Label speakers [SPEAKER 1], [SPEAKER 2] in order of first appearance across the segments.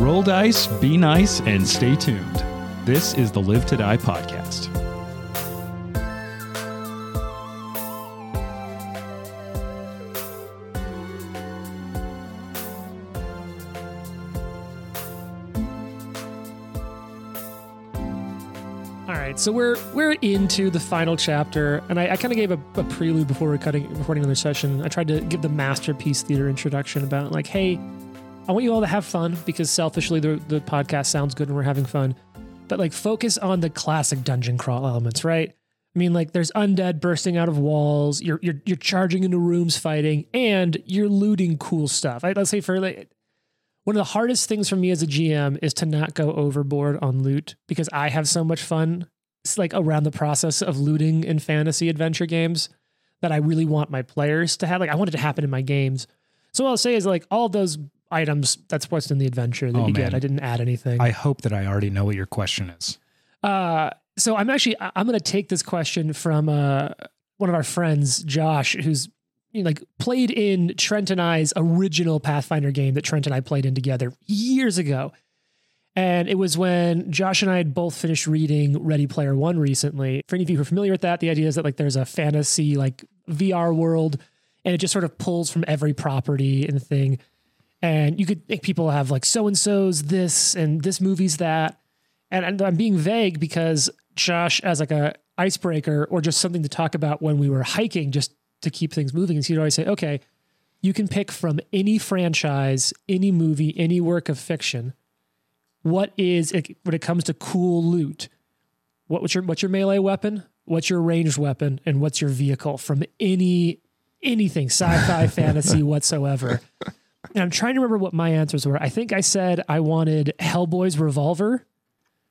[SPEAKER 1] Roll dice, be nice, and stay tuned. This is the Live to Die podcast.
[SPEAKER 2] All right, so we're we're into the final chapter, and I, I kind of gave a, a prelude before we're cutting recording another session. I tried to give the masterpiece theater introduction about like, hey, I want you all to have fun because selfishly the the podcast sounds good and we're having fun, but like focus on the classic dungeon crawl elements, right? I mean, like there's undead bursting out of walls, you're you're you're charging into rooms fighting, and you're looting cool stuff. I, let's say for like one of the hardest things for me as a GM is to not go overboard on loot because I have so much fun it's like around the process of looting in fantasy adventure games that I really want my players to have. Like I want it to happen in my games. So what I'll say is like all those items that's what's in the adventure that
[SPEAKER 3] Oh,
[SPEAKER 2] you
[SPEAKER 3] man.
[SPEAKER 2] get. I didn't add anything.
[SPEAKER 3] I hope that I already know what your question is.
[SPEAKER 2] Uh, so I'm actually I- I'm going to take this question from uh, one of our friends, Josh, who's you know, like played in Trent and I's original Pathfinder game that Trent and I played in together years ago. And it was when Josh and I had both finished reading Ready Player One recently. For any of you who are familiar with that, the idea is that like there's a fantasy like VR world, and it just sort of pulls from every property and thing. And you could make people have like so and so's this and this movie's that and, and I'm being vague because Josh, as like a icebreaker or just something to talk about when we were hiking, just to keep things moving, is he'd always say, "Okay, you can pick from any franchise, any movie, any work of fiction. What is it when it comes to cool loot? What, what's your what's your melee weapon? What's your ranged weapon? And what's your vehicle from any anything sci-fi, fantasy, whatsoever?" And I'm trying to remember what my answers were. I think I said I wanted Hellboy's revolver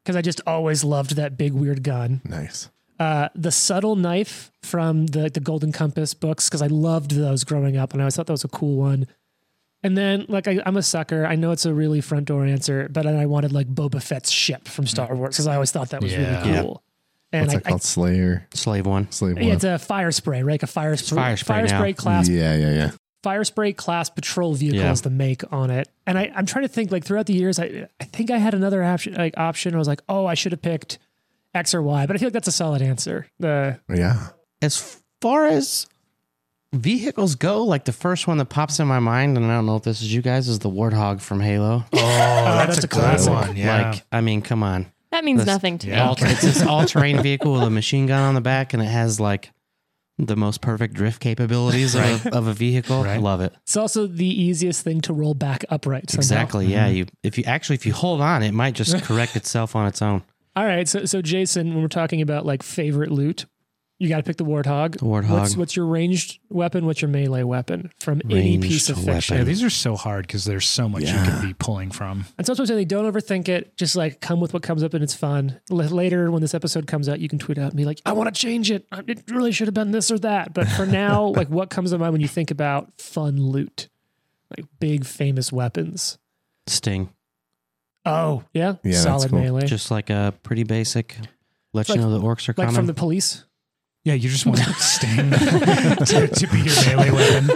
[SPEAKER 2] because I just always loved that big weird gun.
[SPEAKER 4] Nice.
[SPEAKER 2] Uh, the subtle knife from the the Golden Compass books because I loved those growing up, and I always thought that was a cool one. And then like I, I'm a sucker. I know it's a really front door answer, but then I wanted like Boba Fett's ship from Star Wars because I always thought that was really
[SPEAKER 5] Mm. Yeah.
[SPEAKER 2] cool. And
[SPEAKER 4] What's
[SPEAKER 2] I,
[SPEAKER 4] that called? Slayer.
[SPEAKER 5] Slave one.
[SPEAKER 4] Slave
[SPEAKER 2] I- yeah,
[SPEAKER 4] one.
[SPEAKER 2] it's a fire spray, right? Like a fire spray,
[SPEAKER 5] fire spray now.
[SPEAKER 2] class
[SPEAKER 4] yeah, yeah, yeah.
[SPEAKER 2] fire spray class patrol vehicle
[SPEAKER 5] Yeah.
[SPEAKER 2] is the make on it. And I, I'm trying to think like throughout the years, I I think I had another option like option. I was like, oh, I should have picked X or Y, but I feel like that's a solid answer. The
[SPEAKER 4] Yeah.
[SPEAKER 5] As far as vehicles go, like the first one that pops in my mind, and I don't know if this is you guys, is the Warthog from Halo.
[SPEAKER 3] Oh, that's,
[SPEAKER 2] uh, that's a
[SPEAKER 3] a,
[SPEAKER 2] classic.
[SPEAKER 3] classic one. Yeah.
[SPEAKER 5] Like, I mean, come on.
[SPEAKER 6] That means
[SPEAKER 5] This-
[SPEAKER 6] nothing to
[SPEAKER 3] yeah.
[SPEAKER 6] me.
[SPEAKER 5] All- it's this all-terrain vehicle with a machine gun on the back, and it has like the most perfect drift capabilities of, a, of a vehicle. I
[SPEAKER 3] Right.
[SPEAKER 5] love it.
[SPEAKER 2] it's also the easiest thing to roll back upright. somehow.
[SPEAKER 5] Exactly. Yeah. You if you actually if you hold on, it might just correct itself on its own.
[SPEAKER 2] All right. So so Jason, when we're talking about like favorite loot, you got to pick the warthog.
[SPEAKER 5] The warthog.
[SPEAKER 2] What's what's your ranged weapon? What's your melee weapon from any
[SPEAKER 5] Ranged
[SPEAKER 2] piece of fiction?
[SPEAKER 3] Yeah,
[SPEAKER 5] weapon.
[SPEAKER 3] these are so hard because there's so much you
[SPEAKER 4] Yeah.
[SPEAKER 3] could be pulling from.
[SPEAKER 2] And so that's what I'm saying. Like, Don't overthink it. Just like come with what comes up and it's fun. L- later, when this episode comes out, you can tweet out and be like, I want to change it. I- It really should have been this or that. But for now, like what comes to mind when you think about fun loot, like big famous weapons?
[SPEAKER 5] Sting,
[SPEAKER 2] Oh, yeah.
[SPEAKER 4] Yeah, that's
[SPEAKER 2] Solid
[SPEAKER 4] cool.
[SPEAKER 2] melee.
[SPEAKER 5] just like a pretty basic. Let
[SPEAKER 2] Like-
[SPEAKER 5] you know the orcs are
[SPEAKER 2] like
[SPEAKER 5] coming.
[SPEAKER 2] from the police.
[SPEAKER 3] Yeah, you just want Sting to, to be your melee weapon.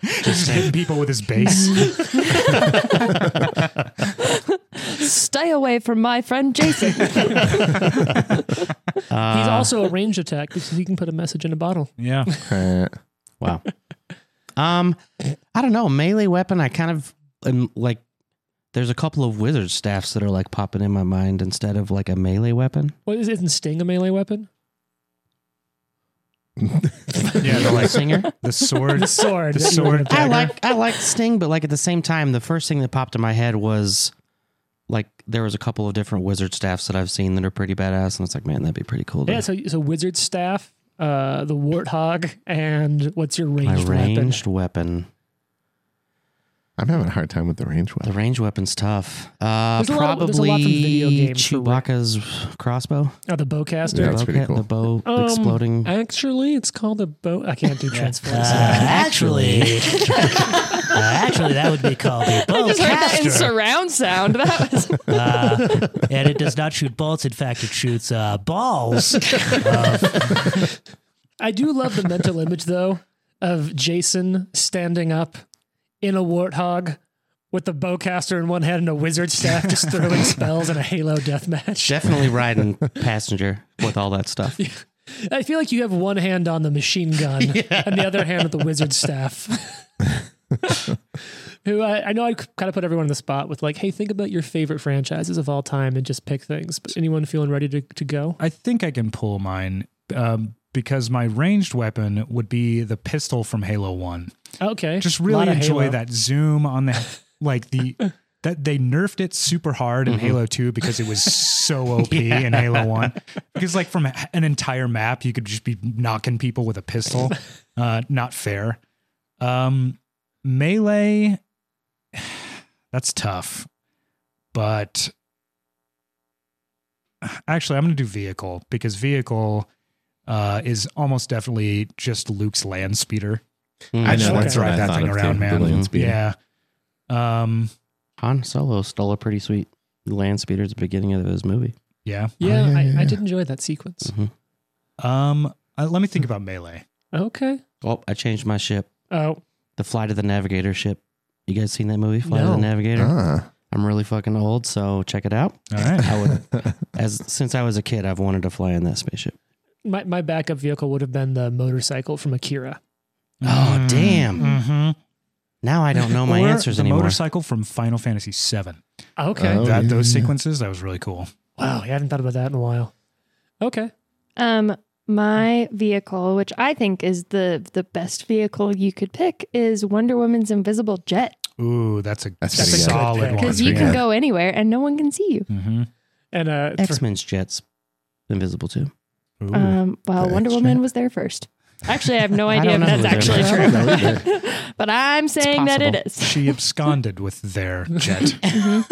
[SPEAKER 3] He's just hitting people with his base.
[SPEAKER 6] Stay away from my friend Jason.
[SPEAKER 5] Uh,
[SPEAKER 2] He's also a ranged attack because he can put a message in a bottle.
[SPEAKER 3] Yeah.
[SPEAKER 4] Uh,
[SPEAKER 5] Wow. um, I don't know. Melee weapon. I kind of am like. There's a couple of wizard staffs that are like popping in my mind instead of like a melee weapon.
[SPEAKER 2] What is isn't sting a melee weapon?
[SPEAKER 3] Yeah, the, like,
[SPEAKER 5] singer.
[SPEAKER 3] the sword.
[SPEAKER 2] The sword.
[SPEAKER 3] The
[SPEAKER 2] that you
[SPEAKER 3] sword
[SPEAKER 2] would have
[SPEAKER 5] I
[SPEAKER 2] done.
[SPEAKER 5] like I like Sting, but like at the same time, the first thing that popped in my head was like there was a couple of different wizard staffs that I've seen that are pretty badass, and it's like, man, that'd be pretty cool. To
[SPEAKER 2] Yeah, so so wizard staff, uh, the warthog, and what's your
[SPEAKER 5] my
[SPEAKER 2] ranged, weapon?
[SPEAKER 5] ranged weapon.
[SPEAKER 4] I'm having a hard time with the range
[SPEAKER 5] The
[SPEAKER 4] weapon.
[SPEAKER 5] range weapon's tough. Uh,
[SPEAKER 2] There's a lot-
[SPEAKER 5] probably
[SPEAKER 2] there's a lot from video games for-
[SPEAKER 5] Chewbacca's crossbow.
[SPEAKER 2] Oh, the bowcaster.
[SPEAKER 4] Yeah, that's
[SPEAKER 5] the,
[SPEAKER 4] pretty
[SPEAKER 5] bow-
[SPEAKER 4] cool.
[SPEAKER 5] the bow
[SPEAKER 2] Um,
[SPEAKER 5] exploding.
[SPEAKER 2] Actually, it's called a boat. I can't do
[SPEAKER 7] Uh,
[SPEAKER 6] Uh,
[SPEAKER 2] transforms.
[SPEAKER 5] actually,
[SPEAKER 7] Actually, that would be called a
[SPEAKER 6] I just heard that in
[SPEAKER 7] bowcaster,
[SPEAKER 6] surround sound. That was
[SPEAKER 7] uh, and it does not shoot bolts. In fact, it shoots uh, balls. of-
[SPEAKER 2] I do love the mental image though of Jason standing up in a warthog with the bowcaster in one hand and a wizard staff just throwing spells in a Halo deathmatch.
[SPEAKER 5] Definitely riding passenger with all that stuff.
[SPEAKER 2] I feel like you have one hand on the machine gun and the other hand with the wizard staff. Who I, I know I kind of put everyone on the spot with like, hey, think about your favorite franchises of all time and just pick things. But anyone feeling ready to, to go?
[SPEAKER 3] I think I can pull mine um, because my ranged weapon would be the pistol from Halo 1.
[SPEAKER 2] Okay.
[SPEAKER 3] Just
[SPEAKER 2] Lot
[SPEAKER 3] really
[SPEAKER 2] of
[SPEAKER 3] enjoy
[SPEAKER 2] Halo.
[SPEAKER 3] that zoom on the, like the, that they nerfed it super hard in Halo 2 because it was so OP in Halo 1. Because, like, from an entire map, you could just be knocking people with a pistol. Uh, not fair. Um, melee, that's tough. But actually, I'm going to do vehicle because vehicle uh, is almost definitely just Luke's land speeder.
[SPEAKER 5] Mm.
[SPEAKER 4] I know
[SPEAKER 2] Okay.
[SPEAKER 4] that's what
[SPEAKER 3] Drive
[SPEAKER 4] I
[SPEAKER 3] that
[SPEAKER 4] thought
[SPEAKER 3] thing
[SPEAKER 4] of
[SPEAKER 3] around,
[SPEAKER 4] too,
[SPEAKER 3] man.
[SPEAKER 4] The land speeder.
[SPEAKER 3] Yeah. Um,
[SPEAKER 5] Han Solo stole a pretty sweet land speeder at the beginning of his movie.
[SPEAKER 3] yeah.
[SPEAKER 2] Yeah,
[SPEAKER 4] Oh, yeah,
[SPEAKER 2] I,
[SPEAKER 4] yeah,
[SPEAKER 2] I
[SPEAKER 4] yeah.
[SPEAKER 2] did enjoy that sequence.
[SPEAKER 3] Um, uh, let me think about melee.
[SPEAKER 2] Okay.
[SPEAKER 5] Oh, I changed my ship.
[SPEAKER 2] Oh,
[SPEAKER 5] The Flight of the Navigator ship. You guys seen that movie, Flight of the
[SPEAKER 2] No.
[SPEAKER 5] Navigator?
[SPEAKER 4] Ah,
[SPEAKER 5] I'm really fucking old, so check it out.
[SPEAKER 3] All right.
[SPEAKER 5] I would, as since I was a kid, I've wanted to fly in that spaceship.
[SPEAKER 2] my, my backup vehicle would have been the motorcycle from Akira.
[SPEAKER 5] Oh, damn.
[SPEAKER 3] Mm-hmm.
[SPEAKER 5] Now I don't know my
[SPEAKER 3] Mm. or
[SPEAKER 5] answers
[SPEAKER 3] the
[SPEAKER 5] anymore.
[SPEAKER 3] motorcycle from Final Fantasy VII.
[SPEAKER 2] Okay.
[SPEAKER 4] Oh,
[SPEAKER 3] that
[SPEAKER 4] yeah,
[SPEAKER 3] those
[SPEAKER 4] yeah.
[SPEAKER 3] sequences that was really cool.
[SPEAKER 2] Wow, I haven't thought about that in a while. Okay.
[SPEAKER 6] Um, my vehicle, which I think is the the best vehicle you could pick, is Wonder Woman's invisible jet
[SPEAKER 3] Ooh, that's a
[SPEAKER 4] That's
[SPEAKER 3] Oh, that's a
[SPEAKER 4] pretty good.
[SPEAKER 3] solid
[SPEAKER 2] Good pick.
[SPEAKER 3] one.
[SPEAKER 6] because you
[SPEAKER 4] yeah.
[SPEAKER 6] can go anywhere and no one can see you.
[SPEAKER 3] hmm
[SPEAKER 2] And uh, for-
[SPEAKER 5] X Men's jets invisible too.
[SPEAKER 3] Ooh.
[SPEAKER 6] Um, well,
[SPEAKER 4] the
[SPEAKER 6] Wonder
[SPEAKER 4] extra.
[SPEAKER 6] Woman was there first. Actually, I have no
[SPEAKER 5] I
[SPEAKER 6] idea if
[SPEAKER 5] don't know
[SPEAKER 6] that's
[SPEAKER 5] who
[SPEAKER 6] actually
[SPEAKER 5] was
[SPEAKER 4] there first.
[SPEAKER 6] true, but I'm saying that it is. Mm-hmm.
[SPEAKER 3] she absconded with their jet.
[SPEAKER 5] And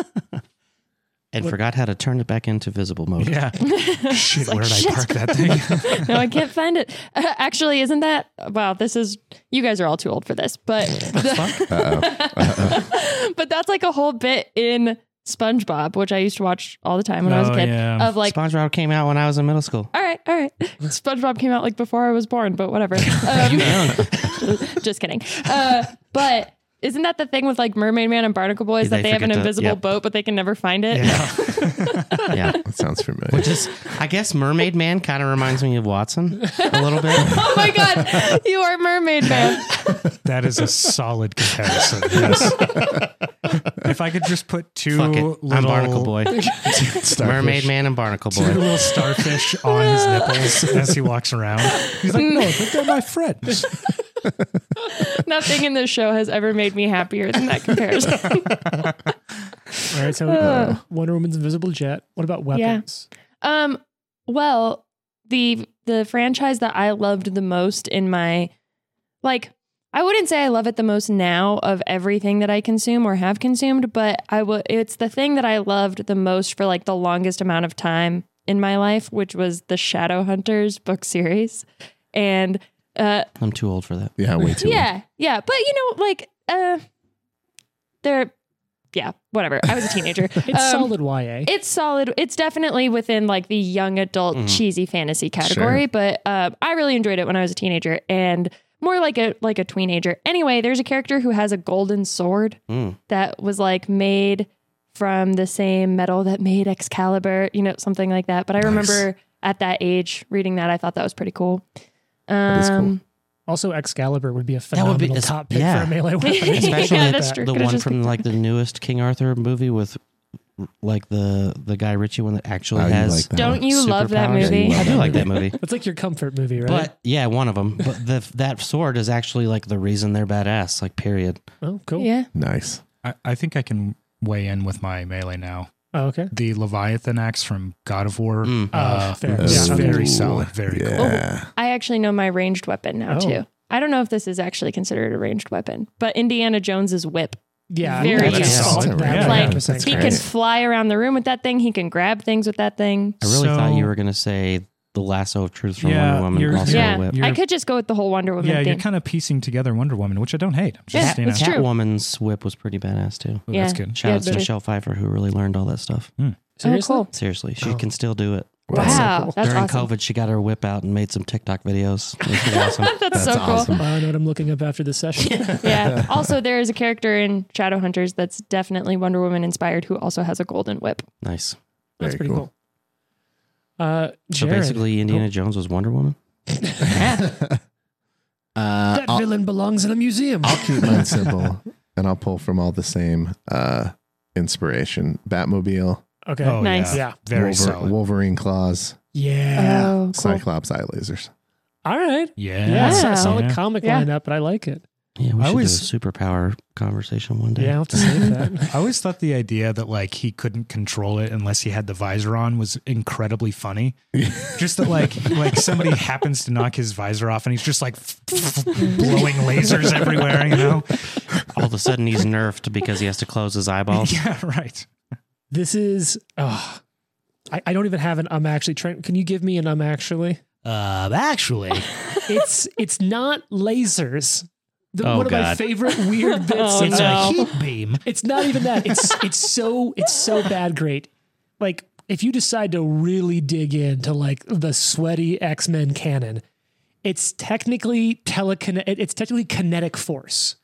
[SPEAKER 2] What-
[SPEAKER 5] forgot how to turn it back into visible mode.
[SPEAKER 3] yeah. Shit,
[SPEAKER 6] It's like,
[SPEAKER 3] where did
[SPEAKER 6] shit.
[SPEAKER 3] I park that thing?
[SPEAKER 6] no, I can't find it. Uh, actually, isn't that? Wow, this is. You guys are all too old for this, but but that's like a whole bit in SpongeBob, which I used to watch all the time when I was a
[SPEAKER 3] Oh,
[SPEAKER 6] kid.
[SPEAKER 3] yeah.
[SPEAKER 6] Of like,
[SPEAKER 5] SpongeBob came out when I was in middle school.
[SPEAKER 6] all right, all right, SpongeBob came out like before I was born, but whatever. Um, just kidding. Uh, but. Isn't that the thing with like Mermaid Man and Barnacle Boys
[SPEAKER 5] Yeah,
[SPEAKER 6] that
[SPEAKER 5] they
[SPEAKER 6] they have an
[SPEAKER 5] forget to-
[SPEAKER 6] invisible
[SPEAKER 5] yep.
[SPEAKER 6] boat but they can never find it?
[SPEAKER 3] yeah.
[SPEAKER 5] Yeah.
[SPEAKER 4] that sounds familiar.
[SPEAKER 5] Just I guess Mermaid Man kind of reminds me of Watson a little bit.
[SPEAKER 6] oh my god, you are Mermaid Man.
[SPEAKER 3] That is a solid comparison. Yes. if I could just put two
[SPEAKER 5] Fuck it.
[SPEAKER 3] little
[SPEAKER 5] I'm Barnacle Boy. Mermaid
[SPEAKER 4] Starfish.
[SPEAKER 5] Man and Barnacle
[SPEAKER 3] Two
[SPEAKER 5] Boy.
[SPEAKER 3] little starfish on his nipples as he walks around. He's like, no, but they're my friends.
[SPEAKER 6] Nothing in this show has ever made me happier than that comparison.
[SPEAKER 2] all right, so
[SPEAKER 6] Uh.
[SPEAKER 2] Wonder Woman's invisible jet. What about weapons?
[SPEAKER 6] Um, well, the the franchise that I loved the most in my like I wouldn't say I love it the most now of everything that I consume or have consumed, but I would it's the thing that I loved the most for like the longest amount of time in my life, which was the Shadowhunters book series. And uh
[SPEAKER 5] I'm too old for that.
[SPEAKER 4] Yeah, way too.
[SPEAKER 6] Yeah, yeah, but you know, like, uh, they're, yeah, whatever. I was a teenager.
[SPEAKER 2] It's
[SPEAKER 6] Um,
[SPEAKER 2] solid YA.
[SPEAKER 6] It's solid. It's definitely within like the young adult
[SPEAKER 4] Mm-hmm.
[SPEAKER 5] Mhm.
[SPEAKER 6] cheesy fantasy category, but uh, I really enjoyed it when I was a teenager and more like a like a teenager. Anyway, there's a character who has a golden sword
[SPEAKER 5] Mm.
[SPEAKER 6] that was like made from the same metal that made Excalibur, you know, something like that. But I remember at that age reading that, I thought that was pretty cool.
[SPEAKER 4] is cool.
[SPEAKER 6] Um,
[SPEAKER 2] also, Excalibur would be a
[SPEAKER 5] That would
[SPEAKER 2] phenomenal
[SPEAKER 5] be- it's-
[SPEAKER 2] top pick
[SPEAKER 5] yeah.
[SPEAKER 2] for a melee weapon.
[SPEAKER 5] Especially
[SPEAKER 6] yeah, that's true.
[SPEAKER 5] The
[SPEAKER 6] Could've
[SPEAKER 5] one
[SPEAKER 6] just
[SPEAKER 5] from
[SPEAKER 6] picked
[SPEAKER 5] like the newest King Arthur movie with like the the Guy Ritchie one that actually
[SPEAKER 4] Oh, you
[SPEAKER 5] has
[SPEAKER 4] like that
[SPEAKER 6] Don't
[SPEAKER 4] one.
[SPEAKER 6] you love that
[SPEAKER 5] superpowers.
[SPEAKER 6] movie?
[SPEAKER 5] I do like that movie.
[SPEAKER 2] It's like your comfort movie, right?
[SPEAKER 5] But yeah, one of them. But the, that sword is actually like the reason they're badass. Like period.
[SPEAKER 2] oh, cool.
[SPEAKER 6] Yeah.
[SPEAKER 4] Nice.
[SPEAKER 3] I, I think I can weigh in with my melee now.
[SPEAKER 2] Oh, okay.
[SPEAKER 3] The Leviathan axe from God of War.
[SPEAKER 5] Mm.
[SPEAKER 3] Uh,
[SPEAKER 2] Oh, fair.
[SPEAKER 3] was
[SPEAKER 2] Yeah.
[SPEAKER 3] very
[SPEAKER 4] Ooh,
[SPEAKER 3] solid, very cool.
[SPEAKER 4] yeah.
[SPEAKER 6] I actually know my ranged weapon now
[SPEAKER 2] Oh.
[SPEAKER 6] too. I don't know if this is actually considered a ranged weapon, but Indiana Jones's whip.
[SPEAKER 2] Yeah,
[SPEAKER 6] Very
[SPEAKER 2] I mean,
[SPEAKER 6] good.
[SPEAKER 2] that's solid.
[SPEAKER 4] Yeah,
[SPEAKER 2] That's
[SPEAKER 3] yeah.
[SPEAKER 2] like-
[SPEAKER 6] Like,
[SPEAKER 2] interesting.
[SPEAKER 6] he
[SPEAKER 4] great.
[SPEAKER 6] can fly around the room with that thing. He can grab things with that thing.
[SPEAKER 5] I really
[SPEAKER 3] So-
[SPEAKER 5] thought you were gonna say the lasso of truth from
[SPEAKER 3] Yeah,
[SPEAKER 5] Wonder Woman.
[SPEAKER 3] you're-
[SPEAKER 5] Also
[SPEAKER 6] Yeah,
[SPEAKER 5] a whip.
[SPEAKER 3] You're-
[SPEAKER 6] I could just go with the whole Wonder Woman
[SPEAKER 3] Yeah, you're
[SPEAKER 6] thing.
[SPEAKER 3] kind of piecing together Wonder Woman, which I don't hate. I'm just,
[SPEAKER 6] Yeah,
[SPEAKER 3] you know,
[SPEAKER 6] it's true.
[SPEAKER 5] Catwoman's whip was pretty badass too.
[SPEAKER 3] Ooh,
[SPEAKER 6] Yeah.
[SPEAKER 3] that's good.
[SPEAKER 5] Shout
[SPEAKER 6] Yeah,
[SPEAKER 5] out to
[SPEAKER 6] but-
[SPEAKER 5] Michelle Pfeiffer who really learned all that stuff.
[SPEAKER 6] oh,
[SPEAKER 2] Seriously?
[SPEAKER 6] cool.
[SPEAKER 5] Seriously, she
[SPEAKER 2] Oh.
[SPEAKER 5] can still do it.
[SPEAKER 6] Wow, that's
[SPEAKER 5] During
[SPEAKER 6] awesome.
[SPEAKER 5] COVID, she got her whip out and made some TikTok videos. It was pretty awesome.
[SPEAKER 6] That's, so cool.
[SPEAKER 2] Well, Uh, I know what I'm looking up after this session.
[SPEAKER 6] Yeah. also, there is a character in Shadowhunters that's definitely Wonder Woman inspired who also has a golden whip.
[SPEAKER 5] Nice.
[SPEAKER 2] That's
[SPEAKER 4] Very
[SPEAKER 2] pretty
[SPEAKER 4] cool.
[SPEAKER 2] cool. Uh,
[SPEAKER 5] So
[SPEAKER 2] Jared,
[SPEAKER 5] basically, Indiana Jones was Wonder Woman.
[SPEAKER 4] Uh,
[SPEAKER 2] that
[SPEAKER 4] I'll,
[SPEAKER 2] villain belongs in a museum.
[SPEAKER 4] I'll keep mine simple, and I'll pull from all the same uh, inspiration: Batmobile,
[SPEAKER 2] okay.
[SPEAKER 3] Oh,
[SPEAKER 6] Nice.
[SPEAKER 3] yeah.
[SPEAKER 2] Yeah.
[SPEAKER 3] Very
[SPEAKER 4] Wolver-
[SPEAKER 3] solid.
[SPEAKER 4] Wolverine claws,
[SPEAKER 2] Yeah.
[SPEAKER 6] Oh, cool.
[SPEAKER 4] Cyclops eye lasers.
[SPEAKER 2] All right.
[SPEAKER 3] yeah.
[SPEAKER 2] Yeah. so- Solid
[SPEAKER 3] Yeah.
[SPEAKER 2] comic
[SPEAKER 6] Yeah.
[SPEAKER 2] lineup, but I like it.
[SPEAKER 5] Yeah, we
[SPEAKER 3] I
[SPEAKER 5] should
[SPEAKER 3] was-
[SPEAKER 5] do a superpower conversation one day.
[SPEAKER 2] Yeah, I'll have to save that.
[SPEAKER 3] I always thought the idea that like he couldn't control it unless he had the visor on was incredibly funny. just that like like somebody happens to knock his visor off and he's just like blowing lasers everywhere, you know?
[SPEAKER 5] All of a sudden, he's nerfed because he has to close his eyeballs.
[SPEAKER 3] Yeah, right.
[SPEAKER 2] this is. Oh, I, I don't even have an um actually. Trent, can you give me an um actually?
[SPEAKER 7] Uh, actually,
[SPEAKER 2] It's it's not lasers. The,
[SPEAKER 5] Oh,
[SPEAKER 2] one of my
[SPEAKER 5] God.
[SPEAKER 2] favorite weird bits.
[SPEAKER 6] Oh,
[SPEAKER 7] it's
[SPEAKER 6] no.
[SPEAKER 7] a heat beam.
[SPEAKER 2] It's not even that. It's it's so it's so bad great. Like if you decide to really dig into like the sweaty X-Men canon, it's technically telecon it's technically kinetic force.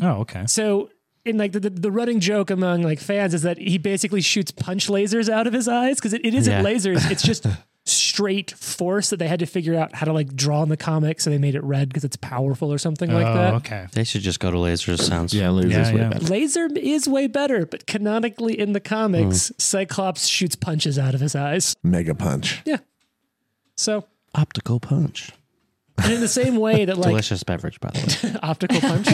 [SPEAKER 3] Oh, okay.
[SPEAKER 2] So in like the, the, the running joke among like fans is that he basically shoots punch lasers out of his eyes because it, it isn't
[SPEAKER 5] Yeah.
[SPEAKER 2] lasers, it's just straight force that they had to figure out how to like draw in the comics so they made it red because it's powerful or something like
[SPEAKER 3] oh,
[SPEAKER 2] that.
[SPEAKER 3] okay.
[SPEAKER 5] They should just go to laser sounds.
[SPEAKER 4] Yeah, lasers
[SPEAKER 3] Yeah,
[SPEAKER 4] way
[SPEAKER 3] yeah.
[SPEAKER 4] better.
[SPEAKER 2] Laser is way better, but canonically in the comics, Cyclops shoots punches out of his eyes.
[SPEAKER 4] Mega punch.
[SPEAKER 2] So,
[SPEAKER 5] Optical punch.
[SPEAKER 2] and in the same way that like
[SPEAKER 5] Delicious beverage, by the way.
[SPEAKER 2] optical punch,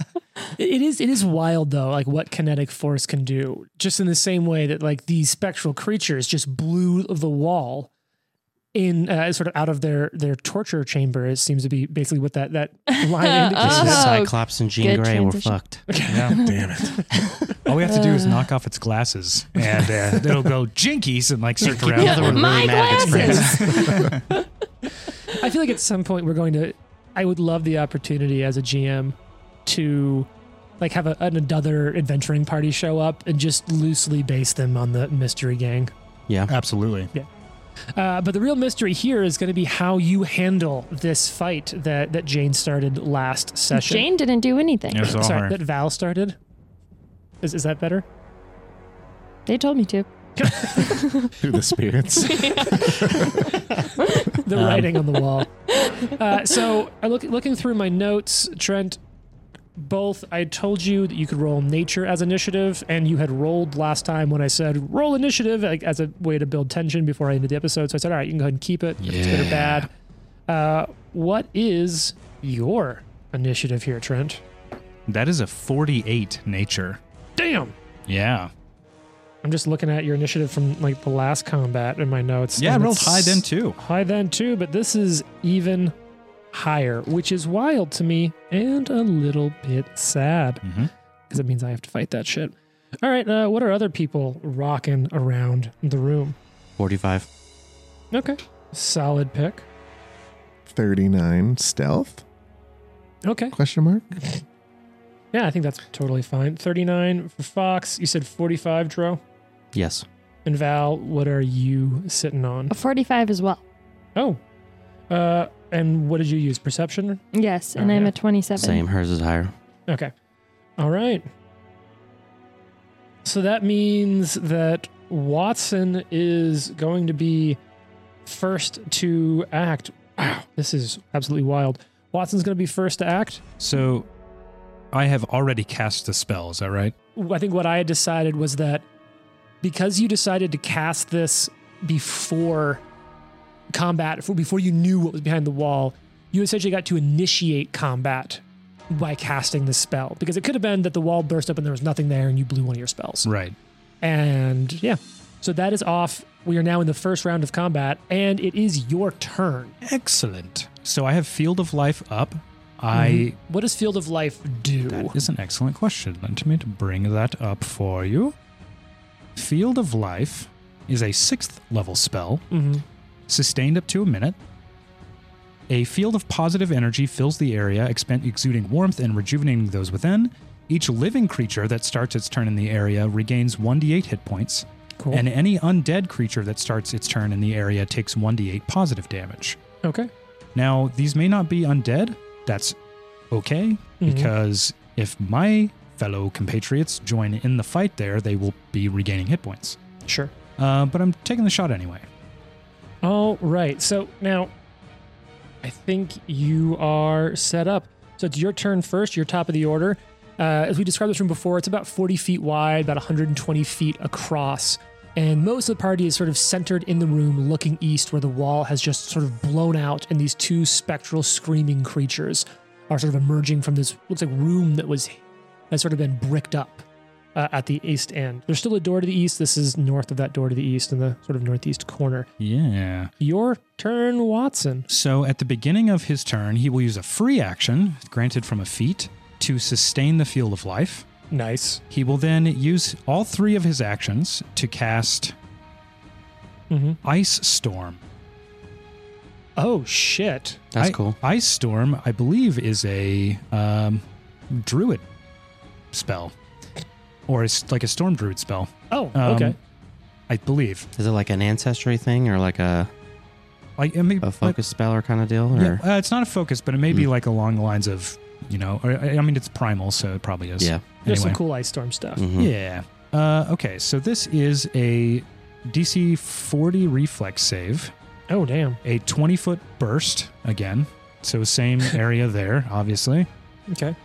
[SPEAKER 6] Ew.
[SPEAKER 2] it is it is wild though, like what kinetic force can do. Just in the same way that like these spectral creatures just blew the wall in uh, sort of out of their their torture chamber. It seems to be basically what that that line indicates.
[SPEAKER 6] Oh,
[SPEAKER 5] Cyclops and Jean
[SPEAKER 6] good
[SPEAKER 5] Grey were
[SPEAKER 6] transition.
[SPEAKER 5] fucked.
[SPEAKER 3] Yeah.
[SPEAKER 4] Damn it.
[SPEAKER 3] All we have to do is knock off its glasses and uh, it'll go jinkies and like circle around.
[SPEAKER 5] The other one really
[SPEAKER 6] My
[SPEAKER 5] mad at its
[SPEAKER 6] glasses.
[SPEAKER 2] I feel like at some point we're going to. I would love the opportunity as a GM to like have a, another adventuring party show up and just loosely base them on the mystery gang.
[SPEAKER 5] Yeah.
[SPEAKER 3] Absolutely.
[SPEAKER 2] Uh, but the real mystery here is going to be how you handle this fight that that Jane started last session.
[SPEAKER 6] Jane didn't do anything.
[SPEAKER 3] It was all
[SPEAKER 2] sorry,
[SPEAKER 3] her.
[SPEAKER 2] that Val started. Is is that better?
[SPEAKER 6] They told me to.
[SPEAKER 4] Through the spirits.
[SPEAKER 2] the writing on the wall. Uh, so I look looking through my notes, Trent. Both I told you that you could roll nature as initiative, and you had rolled last time when I said roll initiative like, as a way to build tension before I ended the episode. So I said, all right, you can go ahead and keep it if it's good or bad. Uh, what is your initiative here, Trent?
[SPEAKER 3] That is a 48 nature.
[SPEAKER 2] Damn.
[SPEAKER 3] Yeah.
[SPEAKER 2] I'm just looking at your initiative from like the last combat in my notes.
[SPEAKER 3] Yeah, I
[SPEAKER 2] and
[SPEAKER 3] rolled
[SPEAKER 2] it's-
[SPEAKER 3] high then too.
[SPEAKER 2] high then too, but this is even higher, which is wild to me and a little bit sad
[SPEAKER 3] Mhm.
[SPEAKER 2] because it means I have to fight that shit. All right, uh, what are other people rocking around the room?
[SPEAKER 5] 45.
[SPEAKER 2] Okay, solid pick.
[SPEAKER 4] 39 stealth?
[SPEAKER 2] Okay,
[SPEAKER 4] Question mark?
[SPEAKER 2] yeah, I think that's totally fine. Thirty-nine for Fox. You said forty-five, Dro
[SPEAKER 5] Yes.
[SPEAKER 2] and Val. What are you sitting on?
[SPEAKER 6] A 45 as well.
[SPEAKER 2] Oh, uh, and what did you use? Perception.
[SPEAKER 6] Yes, and
[SPEAKER 2] Oh,
[SPEAKER 6] I'm
[SPEAKER 2] yeah.
[SPEAKER 6] a 27.
[SPEAKER 5] Same. Hers is higher.
[SPEAKER 2] Okay. All right. So that means that Watson is going to be first to act. Wow, this is absolutely wild. Watson's going to be first to act.
[SPEAKER 3] So I have already cast the spell, is that right?
[SPEAKER 2] I think what I had decided was that because you decided to cast this before combat, before you knew what was behind the wall, you essentially got to initiate combat by casting the spell because it could have been that the wall burst up and there was nothing there and you blew one of your spells.
[SPEAKER 3] Right.
[SPEAKER 2] And yeah, so that is off. We are now in the first round of combat and it is your turn.
[SPEAKER 3] Excellent. Mm-hmm. So I have Field of Life up. I.
[SPEAKER 2] What does Field of Life do?
[SPEAKER 3] That is an excellent question. Let me to bring that up for you. Field of Life is a sixth level spell,
[SPEAKER 2] Mhm.
[SPEAKER 3] sustained up to a minute. A field of positive energy fills the area, expen- exuding warmth and rejuvenating those within. Each living creature that starts its turn in the area regains 1d8 hit points.
[SPEAKER 2] Cool.
[SPEAKER 3] and any undead creature that starts its turn in the area takes 1d8 positive damage.
[SPEAKER 2] okay.
[SPEAKER 3] Now, these may not be undead. That's okay,
[SPEAKER 2] Mhm.
[SPEAKER 3] because if my fellow compatriots join in the fight there, they will be regaining hit points.
[SPEAKER 2] Sure.
[SPEAKER 3] Uh, but I'm taking the shot anyway.
[SPEAKER 2] All right. So now I think you are set up. So it's your turn first. You're top of the order. Uh, as we described this room before, it's about 40 feet wide, about 120 feet across. And most of the party is sort of centered in the room, looking east, where the wall has just sort of blown out, and these two spectral screaming creatures are sort of emerging from this looks like room that was has sort of been bricked up uh, at the east end. There's still a door to the east. This is north of that door to the east, in the sort of northeast corner.
[SPEAKER 3] Yeah.
[SPEAKER 2] Your turn, Watson.
[SPEAKER 3] So at the beginning of his turn, he will use a free action granted from a feat to sustain the field of life.
[SPEAKER 2] Nice.
[SPEAKER 3] He will then use all three of his actions to cast Mm-hmm.
[SPEAKER 2] Mhm.
[SPEAKER 3] Ice Storm.
[SPEAKER 2] Oh shit.
[SPEAKER 5] That's
[SPEAKER 3] I-
[SPEAKER 5] cool.
[SPEAKER 3] Ice Storm, I believe, is a um, druid spell, or it's like a storm druid spell.
[SPEAKER 2] Oh,
[SPEAKER 3] Um,
[SPEAKER 2] okay.
[SPEAKER 3] I believe.
[SPEAKER 5] Is it like an ancestry thing or like a,
[SPEAKER 3] Like I mean,
[SPEAKER 5] a focus Hmm. spell or kind of deal?
[SPEAKER 3] like-
[SPEAKER 5] Or
[SPEAKER 3] yeah, uh, it's not a focus, but it may be like along the lines of you know. Or, I I mean, it's primal, so it probably is.
[SPEAKER 5] yeah.
[SPEAKER 2] There's
[SPEAKER 3] Anyway.
[SPEAKER 2] some cool ice storm stuff.
[SPEAKER 5] Mhm.
[SPEAKER 3] Yeah. Uh, okay, so this is a DC 40 reflex save,
[SPEAKER 2] Oh damn.
[SPEAKER 3] a 20 foot burst again. So same area there, obviously.
[SPEAKER 2] Okay.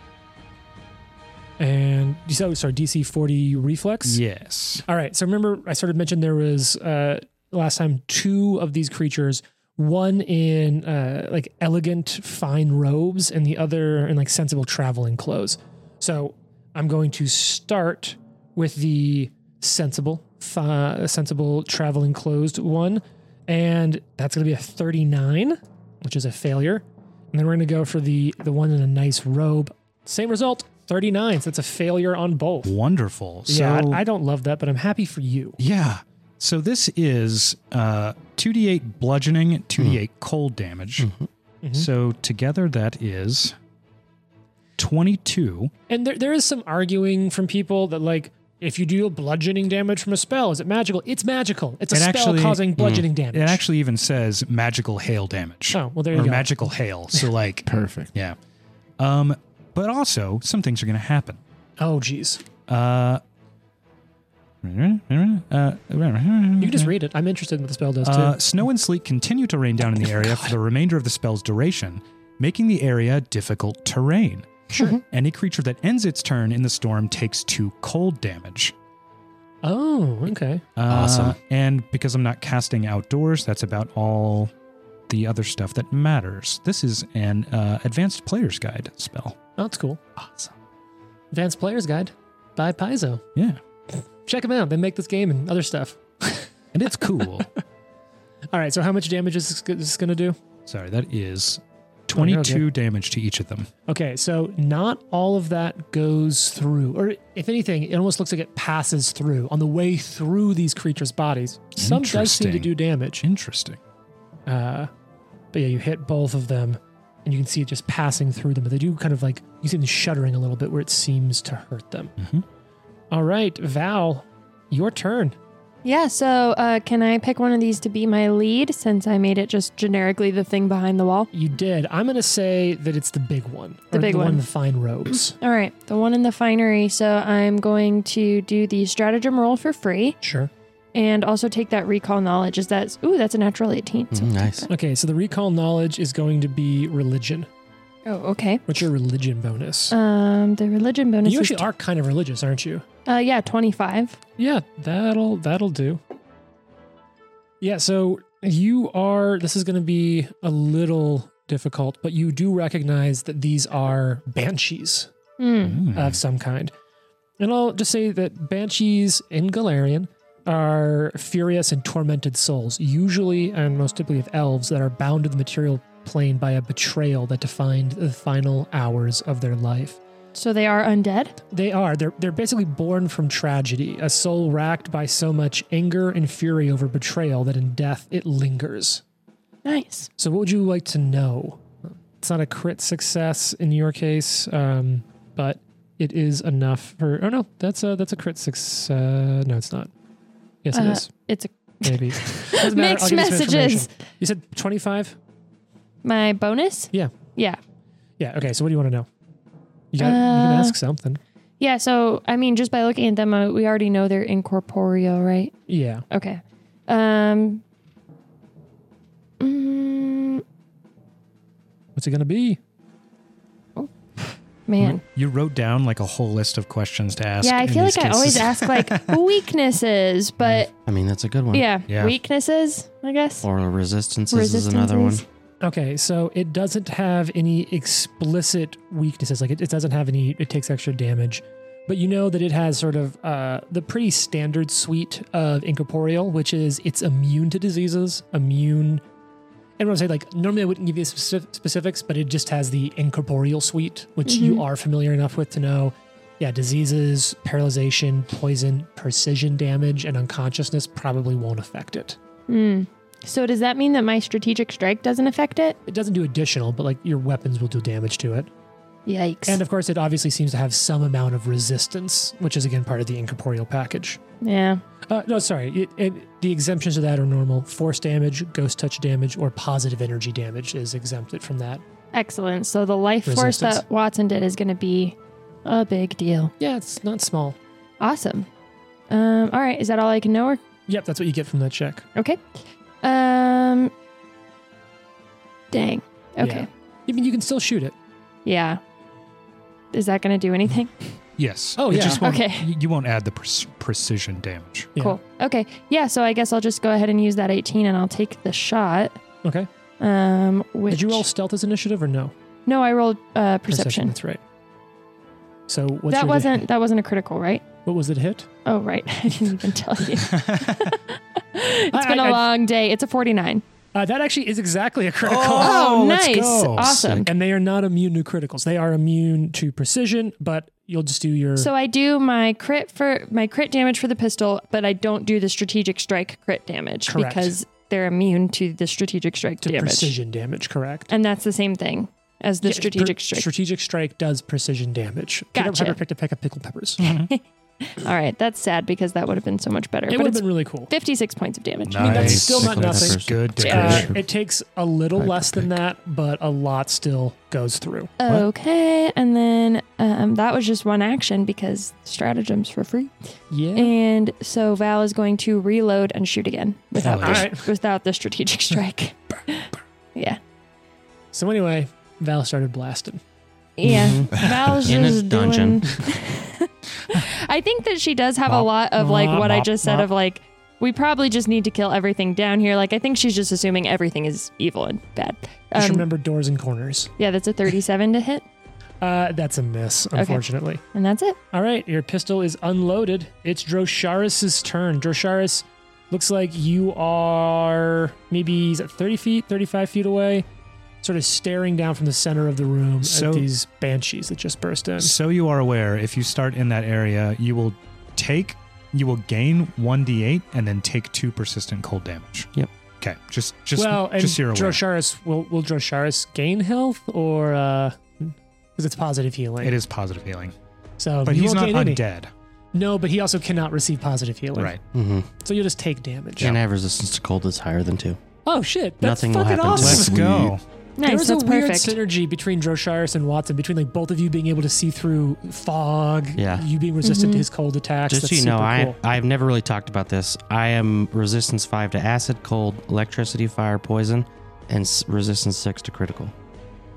[SPEAKER 2] And you said sorry, DC 40 reflex.
[SPEAKER 3] Yes.
[SPEAKER 2] All right. So remember, I sort of mentioned there was uh, last time two of these creatures. One in uh, like elegant fine robes, and the other in like sensible traveling clothes. So I'm going to start with the sensible, fi- sensible traveling closed one, and that's going to be a 39, which is a failure. And then we're going to go for the the one in a nice robe. Same result, 39. So that's a failure on both.
[SPEAKER 3] Wonderful. So,
[SPEAKER 2] yeah, I, I don't love that, but I'm happy for you.
[SPEAKER 3] yeah. So this is uh, 2d8 bludgeoning,
[SPEAKER 2] Hmm.
[SPEAKER 3] 2d8 cold damage.
[SPEAKER 2] Mhm.
[SPEAKER 3] So together that is 22.
[SPEAKER 2] And there, there is some arguing from people that like if you deal bludgeoning damage from a spell, is it magical? It's magical. It's a
[SPEAKER 3] It
[SPEAKER 2] spell
[SPEAKER 3] actually- Mm.
[SPEAKER 2] causing bludgeoning
[SPEAKER 3] It
[SPEAKER 2] damage.
[SPEAKER 3] actually even says magical hail damage.
[SPEAKER 2] Oh well, there
[SPEAKER 3] or
[SPEAKER 2] you go.
[SPEAKER 3] magical hail. So like
[SPEAKER 4] Perfect.
[SPEAKER 3] Yeah. Um, but also, some things are going to happen.
[SPEAKER 2] oh geez,
[SPEAKER 3] Uh,
[SPEAKER 2] you can just read it. I'm interested in what the spell does too.
[SPEAKER 3] uh, snow and sleet continue to rain down in the area for the remainder of the spell's duration, making the area difficult terrain.
[SPEAKER 6] Mm-hmm.
[SPEAKER 3] Sure. Any creature that ends its turn in the storm takes two cold damage.
[SPEAKER 2] oh okay.
[SPEAKER 3] Uh,
[SPEAKER 5] Awesome.
[SPEAKER 3] And because I'm not casting outdoors, that's about all the other stuff that matters. This is an uh, advanced player's guide spell.
[SPEAKER 2] Oh, that's cool. Awesome. Advanced Player's Guide by Paizo.
[SPEAKER 3] Yeah.
[SPEAKER 2] Check them out. They make this game and other stuff.
[SPEAKER 3] And it's cool.
[SPEAKER 2] All right. So how much damage is this g- is this going to do?
[SPEAKER 3] Sorry, that is
[SPEAKER 2] Oh, you're
[SPEAKER 3] 22
[SPEAKER 2] okay.
[SPEAKER 3] damage to each of them.
[SPEAKER 2] Okay, so not all of that goes through, or if anything, it almost looks like it passes through on the way through these creatures' bodies. Some does seem to
[SPEAKER 3] Interesting.
[SPEAKER 2] do damage,
[SPEAKER 3] Interesting.
[SPEAKER 2] uh, but yeah, you hit both of them, and you can see it just passing through them. But they do kind of like you see them shuddering a little bit where it seems to hurt them.
[SPEAKER 3] Mhm.
[SPEAKER 2] All right, Val, your turn.
[SPEAKER 6] Yeah, so uh, can I pick one of these to be my lead since I made it just generically the thing behind the wall?
[SPEAKER 2] You did. I'm gonna say that it's the big one,
[SPEAKER 6] The
[SPEAKER 2] or
[SPEAKER 6] big
[SPEAKER 2] the one,
[SPEAKER 6] one.
[SPEAKER 2] in the fine robes.
[SPEAKER 6] All right, the one in the finery. So I'm going to do the stratagem roll for free
[SPEAKER 2] sure.
[SPEAKER 6] and also take that recall knowledge. Is that, ooh, that's a natural 18. So
[SPEAKER 3] Mm-hmm.
[SPEAKER 5] Mm,
[SPEAKER 6] I'll take
[SPEAKER 5] nice.
[SPEAKER 6] that.
[SPEAKER 2] Okay, so the recall knowledge is going to be religion.
[SPEAKER 6] Oh, okay.
[SPEAKER 2] What's your religion bonus?
[SPEAKER 6] Um, the religion bonus.
[SPEAKER 2] You
[SPEAKER 6] is
[SPEAKER 2] actually are kind of religious, aren't you?
[SPEAKER 6] Uh, yeah, 25.
[SPEAKER 2] Yeah, that'll that'll do. Yeah, so you are this is going to be a little difficult, but you do recognize that these are banshees
[SPEAKER 6] Hmm.
[SPEAKER 3] Mm. Uh,
[SPEAKER 2] of some kind. And I'll just say that banshees in Galarian are furious and tormented souls, usually and most typically of elves that are bound to the material plane by a betrayal that defined the final hours of their life.
[SPEAKER 6] So they are undead?
[SPEAKER 2] They are. They're they're basically born from tragedy, a soul racked by so much anger and fury over betrayal that in death it lingers.
[SPEAKER 6] Nice.
[SPEAKER 2] So what would you like to know? It's not a crit success in your case, um, but it is enough for. Oh no, that's a that's a crit success. Uh, no, it's not. Yes, it
[SPEAKER 6] Uh,
[SPEAKER 2] is.
[SPEAKER 6] It's a,
[SPEAKER 2] Maybe. Doesn't matter. I'll
[SPEAKER 6] mixed
[SPEAKER 2] give you some
[SPEAKER 6] messages.
[SPEAKER 2] information. You said 25?
[SPEAKER 6] My bonus?
[SPEAKER 2] Yeah.
[SPEAKER 6] Yeah.
[SPEAKER 2] Yeah. Okay. So what do you want to know? You, got, you can
[SPEAKER 6] Uh,
[SPEAKER 2] ask something.
[SPEAKER 6] Yeah. So, I mean, just by looking at them, uh, we already know they're incorporeal, right?
[SPEAKER 2] Yeah.
[SPEAKER 6] Okay. Um. mm,
[SPEAKER 2] What's it going to be?
[SPEAKER 6] man.
[SPEAKER 3] You wrote down like a whole list of questions to ask.
[SPEAKER 6] Yeah, I
[SPEAKER 3] in
[SPEAKER 6] feel like
[SPEAKER 3] these
[SPEAKER 6] I always
[SPEAKER 3] cases.
[SPEAKER 6] ask like weaknesses, but
[SPEAKER 5] I mean, that's a good one.
[SPEAKER 6] yeah,
[SPEAKER 3] Yeah.
[SPEAKER 6] weaknesses, I guess.
[SPEAKER 5] Oral resistances, is another one.
[SPEAKER 6] Resistances.
[SPEAKER 2] Okay. So it doesn't have any explicit weaknesses. Like it, it doesn't have any, it takes extra damage. But you know that it has sort of uh, the pretty standard suite of incorporeal, which is it's immune to diseases, immune. And what I'm saying, like, normally I wouldn't give you speci- specifics, but it just has the incorporeal suite, which you are familiar enough with to know. Yeah, diseases, paralyzation, poison, precision damage, and unconsciousness probably won't affect it.
[SPEAKER 6] Hmm. So does that mean that my strategic strike doesn't affect it?
[SPEAKER 2] It doesn't do additional, but like your weapons will do damage to it.
[SPEAKER 6] Yikes.
[SPEAKER 2] And of course, it obviously seems to have some amount of resistance, which is again part of the incorporeal package.
[SPEAKER 6] yeah.
[SPEAKER 2] Uh, no, sorry. It, it, the exemptions to that are normal. Force damage, ghost touch damage, or positive energy damage is exempted from that.
[SPEAKER 6] Excellent. So the life force
[SPEAKER 2] Resistance.
[SPEAKER 6] that Watson did is going to be a big deal.
[SPEAKER 2] Yeah, it's not small.
[SPEAKER 6] Awesome. Um, all right. Is that all I can know? Or
[SPEAKER 2] Yep, that's what you get from that check.
[SPEAKER 6] okay. Um. Dang. Okay.
[SPEAKER 2] I mean, you can still shoot it.
[SPEAKER 6] Yeah. Is that going to do anything?
[SPEAKER 3] Yes.
[SPEAKER 2] Oh,
[SPEAKER 3] It
[SPEAKER 2] yeah.
[SPEAKER 3] just won't-
[SPEAKER 6] Okay.
[SPEAKER 3] You you won't add the pre- precision damage.
[SPEAKER 2] Yeah.
[SPEAKER 6] Cool. Okay. Yeah. So I guess I'll just go ahead and use that 18, and I'll take the shot.
[SPEAKER 2] Okay.
[SPEAKER 6] Um. Which,
[SPEAKER 2] Did you roll stealth as initiative or no?
[SPEAKER 6] No, I rolled uh, perception.
[SPEAKER 2] That's right. So what's
[SPEAKER 6] That
[SPEAKER 2] your-
[SPEAKER 6] wasn't that wasn't a critical, right?
[SPEAKER 2] What was it hit?
[SPEAKER 6] Oh, right. I didn't even tell you. It's
[SPEAKER 2] I-
[SPEAKER 6] been a
[SPEAKER 2] I-
[SPEAKER 6] long day. It's a 49.
[SPEAKER 2] Uh, that actually is exactly a critical.
[SPEAKER 6] Oh,
[SPEAKER 3] let's
[SPEAKER 6] nice.
[SPEAKER 3] go.
[SPEAKER 6] Awesome.
[SPEAKER 2] And they are not immune to criticals. They are immune to precision, but you'll just do your.
[SPEAKER 6] So I do my crit for my crit damage for the pistol, but I don't do the strategic strike crit damage
[SPEAKER 2] Correct.
[SPEAKER 6] because they're immune to the strategic strike
[SPEAKER 2] to
[SPEAKER 6] damage.
[SPEAKER 2] precision damage, correct?
[SPEAKER 6] And that's the same thing as the
[SPEAKER 2] Yeah,
[SPEAKER 6] strategic
[SPEAKER 2] per-
[SPEAKER 6] strike.
[SPEAKER 2] Strategic strike does precision damage. Peter
[SPEAKER 6] Gotcha.
[SPEAKER 2] Piper picked a peck of pickled peppers.
[SPEAKER 6] All right, that's sad because that would have been so much better.
[SPEAKER 2] it
[SPEAKER 6] but
[SPEAKER 2] would have
[SPEAKER 6] it's
[SPEAKER 2] been really cool.
[SPEAKER 6] 56 points of damage.
[SPEAKER 3] I mean, that's Nice.
[SPEAKER 2] still not
[SPEAKER 5] Pickled
[SPEAKER 2] nothing.
[SPEAKER 5] peppers.
[SPEAKER 3] Good
[SPEAKER 2] Uh,
[SPEAKER 3] decoration.
[SPEAKER 2] it takes a little
[SPEAKER 5] Piper
[SPEAKER 2] less than that, but a lot still goes through.
[SPEAKER 6] Okay, and then um, that was just one action because stratagems for free.
[SPEAKER 2] Yeah.
[SPEAKER 6] And so Val is going to reload and shoot again
[SPEAKER 3] Hell
[SPEAKER 6] without the,
[SPEAKER 2] yeah. Alright.
[SPEAKER 6] without the strategic strike. yeah.
[SPEAKER 2] So anyway, Val started blasting. Mm-hmm.
[SPEAKER 6] Yeah. Val's
[SPEAKER 5] In a
[SPEAKER 6] just
[SPEAKER 5] dungeon.
[SPEAKER 6] doing- I think that she does have a lot of like
[SPEAKER 2] Mop,
[SPEAKER 6] what I
[SPEAKER 2] mop,
[SPEAKER 6] just said
[SPEAKER 2] mop.
[SPEAKER 6] of like we probably just need to kill everything down here. Like I think she's just assuming everything is evil and bad.
[SPEAKER 2] You should
[SPEAKER 6] Um,
[SPEAKER 2] remember doors and corners.
[SPEAKER 6] yeah, that's a 37 to hit,
[SPEAKER 2] Uh, that's a miss, unfortunately.
[SPEAKER 6] and that's it.
[SPEAKER 2] All right, your pistol is unloaded. It's Drosharis's turn. Drosharis, looks like you are maybe is it 30 feet, 35 feet away, sort of staring down from the center of the room
[SPEAKER 3] So-
[SPEAKER 2] at these banshees that just burst in.
[SPEAKER 3] So you are aware, if you start in that area, you will take, you will gain one d8 and then take two persistent cold damage.
[SPEAKER 5] Yep.
[SPEAKER 3] Okay. Just, just,
[SPEAKER 2] well, and
[SPEAKER 3] just so you're aware.
[SPEAKER 2] Drosharis will will Drosharis gain health or uh because it's positive healing.
[SPEAKER 3] it is positive healing,
[SPEAKER 2] so
[SPEAKER 3] but
[SPEAKER 2] you
[SPEAKER 3] he's
[SPEAKER 2] won't
[SPEAKER 3] not
[SPEAKER 2] gain any.
[SPEAKER 3] undead,
[SPEAKER 2] No, but he also cannot receive positive healing.
[SPEAKER 3] right?
[SPEAKER 5] Mm-hmm.
[SPEAKER 2] So you'll just take damage.
[SPEAKER 5] Can't have resistance to cold that's higher than two.
[SPEAKER 2] Oh shit! That's
[SPEAKER 5] Nothing will
[SPEAKER 2] fucking
[SPEAKER 5] happen to
[SPEAKER 2] awesome.
[SPEAKER 5] him.
[SPEAKER 3] Let's go.
[SPEAKER 6] Nice,
[SPEAKER 2] there was
[SPEAKER 6] that's
[SPEAKER 2] a weird
[SPEAKER 6] perfect.
[SPEAKER 2] synergy between Drosharis and Watson, between like both of you being able to see through fog,
[SPEAKER 5] Yeah.
[SPEAKER 2] you being resistant to
[SPEAKER 6] Mm-hmm.
[SPEAKER 2] his cold attacks.
[SPEAKER 5] Just
[SPEAKER 2] That's
[SPEAKER 5] so you know,
[SPEAKER 2] super
[SPEAKER 5] I
[SPEAKER 2] cool.
[SPEAKER 5] I've never really talked about this. I am resistance five to acid, cold, electricity, fire, poison, and s- resistance six to critical.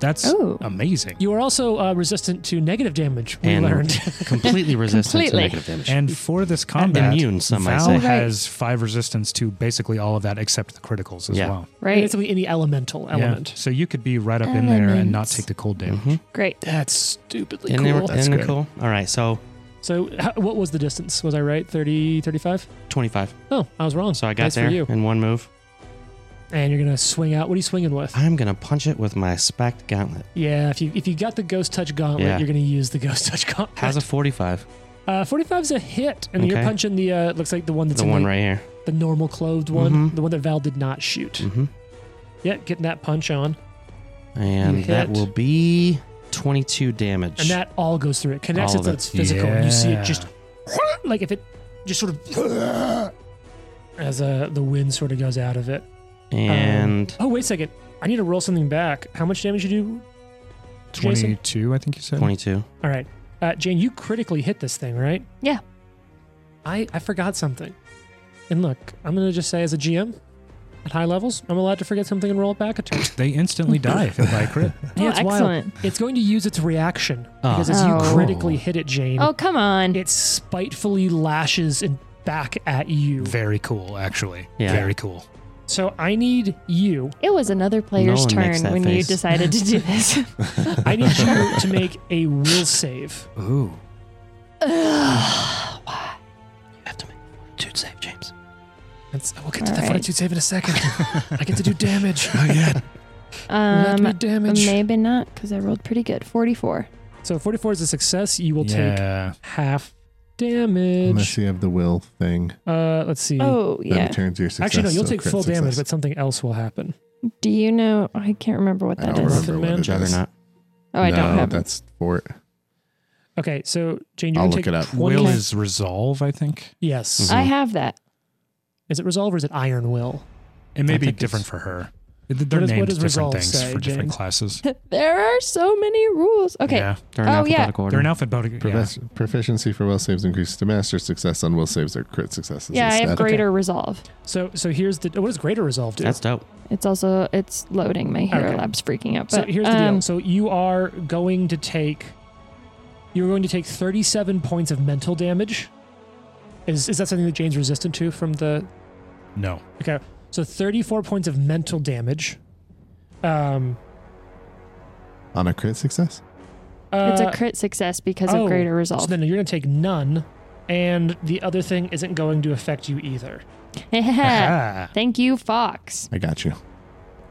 [SPEAKER 3] That's
[SPEAKER 6] Oh.
[SPEAKER 3] amazing.
[SPEAKER 2] you are also uh, resistant to negative damage. We
[SPEAKER 5] And-
[SPEAKER 2] learned.
[SPEAKER 5] Completely resistant
[SPEAKER 6] Completely.
[SPEAKER 5] to negative damage.
[SPEAKER 3] and for this combat,
[SPEAKER 5] immune, some might
[SPEAKER 3] Val
[SPEAKER 5] say. Right.
[SPEAKER 3] has five resistance to basically all of that except the criticals as
[SPEAKER 5] Yeah.
[SPEAKER 3] well.
[SPEAKER 6] Right.
[SPEAKER 2] Basically, any elemental
[SPEAKER 3] Yeah.
[SPEAKER 2] element. Mm-hmm.
[SPEAKER 3] So you could be right up in there and not
[SPEAKER 6] Elements.
[SPEAKER 3] take the cold damage.
[SPEAKER 5] Mhm.
[SPEAKER 6] Great.
[SPEAKER 2] That's stupidly
[SPEAKER 5] Isn't
[SPEAKER 2] cool.
[SPEAKER 5] it- isn't it cool? All right, so
[SPEAKER 2] So, how, what was the distance? Was I right? 30, 35?
[SPEAKER 5] twenty-five.
[SPEAKER 2] Oh, I was wrong.
[SPEAKER 5] So I got
[SPEAKER 2] Nice
[SPEAKER 5] there
[SPEAKER 2] For you.
[SPEAKER 5] in one move.
[SPEAKER 2] And you're gonna swing out. What are you swinging with?
[SPEAKER 5] I'm gonna punch it with my spec gauntlet.
[SPEAKER 2] Yeah, if you if you got the ghost touch gauntlet,
[SPEAKER 5] Yeah.
[SPEAKER 2] you're gonna use the ghost touch gauntlet.
[SPEAKER 5] How's a forty-five?
[SPEAKER 2] uh, 45 is a hit, and you're
[SPEAKER 5] Okay.
[SPEAKER 2] punching the uh, looks like the one that's
[SPEAKER 5] The
[SPEAKER 2] in
[SPEAKER 5] one
[SPEAKER 2] the,
[SPEAKER 5] right here.
[SPEAKER 2] the normal clothed one,
[SPEAKER 5] Mhm.
[SPEAKER 2] the one that Val did not shoot.
[SPEAKER 5] hmm
[SPEAKER 2] Yeah, getting that punch on, You
[SPEAKER 5] And that
[SPEAKER 2] hit.
[SPEAKER 5] will be twenty-two damage.
[SPEAKER 2] and that all goes through. It connects it
[SPEAKER 5] All of
[SPEAKER 2] to
[SPEAKER 5] it.
[SPEAKER 2] its physical. and You see it just
[SPEAKER 3] Yeah.
[SPEAKER 2] like if it just sort of as uh, the wind sort of goes out of it.
[SPEAKER 5] And
[SPEAKER 2] Oh, wait a second. I need to roll something back. How much damage did you do? Jason?
[SPEAKER 3] 22, I think you said.
[SPEAKER 5] 22.
[SPEAKER 2] All right. Uh, Jane, you critically hit this thing, right?
[SPEAKER 6] Yeah.
[SPEAKER 2] I, I forgot something. And look, I'm going to just say as a GM, at high levels, I'm allowed to forget something and roll it back a turn.
[SPEAKER 3] They instantly die if it by crit.
[SPEAKER 2] Mm-hmm. Yeah,
[SPEAKER 6] oh,
[SPEAKER 2] it's wild.
[SPEAKER 6] excellent.
[SPEAKER 2] It's going to use its reaction
[SPEAKER 4] Ah.
[SPEAKER 2] because as
[SPEAKER 6] Oh.
[SPEAKER 2] you critically hit it, Jane,
[SPEAKER 6] Oh, come on.
[SPEAKER 2] it spitefully lashes and back at you.
[SPEAKER 3] Very cool, actually.
[SPEAKER 5] Yeah.
[SPEAKER 3] Very cool.
[SPEAKER 2] So I need you.
[SPEAKER 6] It was another player's
[SPEAKER 5] Nolan makes
[SPEAKER 6] turn
[SPEAKER 5] that
[SPEAKER 6] when you
[SPEAKER 5] face.
[SPEAKER 6] decided to do this.
[SPEAKER 2] I need you to make a will save.
[SPEAKER 3] Ooh.
[SPEAKER 5] You have to make fortitude save, James.
[SPEAKER 2] That's, we'll get to
[SPEAKER 6] All
[SPEAKER 2] the
[SPEAKER 6] right.
[SPEAKER 2] fortitude save in a second. I get to do damage.
[SPEAKER 4] Oh,
[SPEAKER 6] Um,
[SPEAKER 2] Let me damage.
[SPEAKER 6] maybe not because I rolled pretty good. 44.
[SPEAKER 2] So 44 is a success. You will take
[SPEAKER 3] yeah.
[SPEAKER 2] half
[SPEAKER 4] Unless
[SPEAKER 2] damage.
[SPEAKER 4] you have the will thing
[SPEAKER 2] Uh, let's see.
[SPEAKER 6] Oh,
[SPEAKER 4] that
[SPEAKER 6] yeah.
[SPEAKER 4] returns your success.
[SPEAKER 2] Actually, no, you'll
[SPEAKER 4] to a
[SPEAKER 2] take
[SPEAKER 4] crit
[SPEAKER 2] full damage, but
[SPEAKER 4] success.
[SPEAKER 2] something else will happen.
[SPEAKER 6] Do you know? I can't remember what
[SPEAKER 4] I
[SPEAKER 6] that
[SPEAKER 4] don't
[SPEAKER 6] is.
[SPEAKER 4] remember
[SPEAKER 2] Muffin
[SPEAKER 4] what
[SPEAKER 2] Man?
[SPEAKER 4] it is.
[SPEAKER 5] Juggernaut.
[SPEAKER 6] Oh, I don't
[SPEAKER 4] no,
[SPEAKER 6] have
[SPEAKER 4] that's fort.
[SPEAKER 2] Okay, so Jane, you're
[SPEAKER 4] I'll
[SPEAKER 2] going to
[SPEAKER 4] look
[SPEAKER 2] take
[SPEAKER 4] it up.
[SPEAKER 2] 20
[SPEAKER 3] Will is resolve, I think.
[SPEAKER 2] Yes.
[SPEAKER 6] I have that.
[SPEAKER 2] Is it resolve or is it iron will?
[SPEAKER 3] It may
[SPEAKER 5] I
[SPEAKER 3] be
[SPEAKER 5] think
[SPEAKER 3] different
[SPEAKER 5] it's-
[SPEAKER 3] for her. Th- They're
[SPEAKER 2] What does- what
[SPEAKER 3] named
[SPEAKER 2] does
[SPEAKER 3] different
[SPEAKER 2] resolve
[SPEAKER 3] things
[SPEAKER 2] say,
[SPEAKER 3] for different
[SPEAKER 2] Jane?
[SPEAKER 3] classes.
[SPEAKER 6] There are so many rules. Okay.
[SPEAKER 3] Yeah.
[SPEAKER 5] They're in
[SPEAKER 6] Oh, yeah.
[SPEAKER 5] alphabetical order.
[SPEAKER 3] They're an alphabetical. Yeah.
[SPEAKER 4] Profes- Proficiency for will saves increases to master success on will saves or crit successes.
[SPEAKER 6] Yeah, I
[SPEAKER 4] instead.
[SPEAKER 6] have greater resolve.
[SPEAKER 2] So so here's the. What does greater resolve do?
[SPEAKER 5] That's dope.
[SPEAKER 6] It's also it's loading my hero
[SPEAKER 2] Okay.
[SPEAKER 6] labs freaking out.
[SPEAKER 2] so
[SPEAKER 6] But
[SPEAKER 2] here's the
[SPEAKER 6] um,
[SPEAKER 2] deal. So you are going to take. You're going to take 37 points of mental damage. Is, is that something that Jane's resistant to from the
[SPEAKER 3] No.
[SPEAKER 2] Okay. So 34 points of mental damage. Um,
[SPEAKER 4] on a crit success.
[SPEAKER 2] uh,
[SPEAKER 6] it's a crit success because
[SPEAKER 2] oh,
[SPEAKER 6] of greater
[SPEAKER 2] So
[SPEAKER 6] resolve.
[SPEAKER 2] then you're going to take none, and the other thing isn't going to affect you either.
[SPEAKER 3] Ah.
[SPEAKER 6] Thank you, Fox.
[SPEAKER 4] I got you.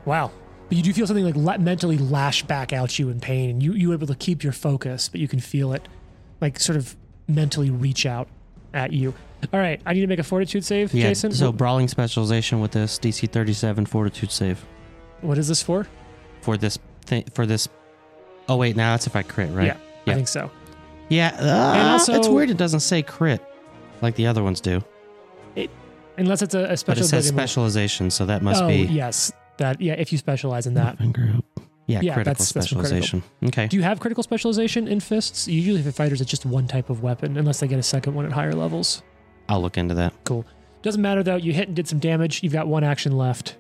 [SPEAKER 2] Wow. But you do feel something like la- mentally lash back at you in pain, and you, you're able to keep your focus, but you can feel it like sort of mentally reach out at you. All right. I need to make a fortitude save,
[SPEAKER 5] Yeah.
[SPEAKER 2] Jason.
[SPEAKER 5] So
[SPEAKER 2] Wh-
[SPEAKER 5] brawling specialization with this DC 37 fortitude save
[SPEAKER 2] what is this for?
[SPEAKER 5] for this thing for this. Oh wait, now that's if I crit, right?
[SPEAKER 2] Yeah. I
[SPEAKER 5] Yeah.
[SPEAKER 2] think so.
[SPEAKER 5] Yeah. uh,
[SPEAKER 2] And also-
[SPEAKER 5] it's weird. It doesn't say crit like the other ones do,
[SPEAKER 2] Unless it's a, a
[SPEAKER 5] but
[SPEAKER 2] special
[SPEAKER 5] it says
[SPEAKER 2] ability mo-
[SPEAKER 5] specialization, so that must
[SPEAKER 2] oh,
[SPEAKER 5] be
[SPEAKER 2] yes. That, yeah, if you specialize in that.
[SPEAKER 5] Weapon group. Yeah,
[SPEAKER 2] Yeah,
[SPEAKER 5] critical
[SPEAKER 2] that's- that's from critical.
[SPEAKER 5] specialization. Okay.
[SPEAKER 2] Do you have critical specialization in fists? Usually for fighters, it's just one type of weapon, unless they get a second one at higher levels.
[SPEAKER 5] I'll look into that.
[SPEAKER 2] Doesn't matter though. You hit and did some damage. You've got one action left.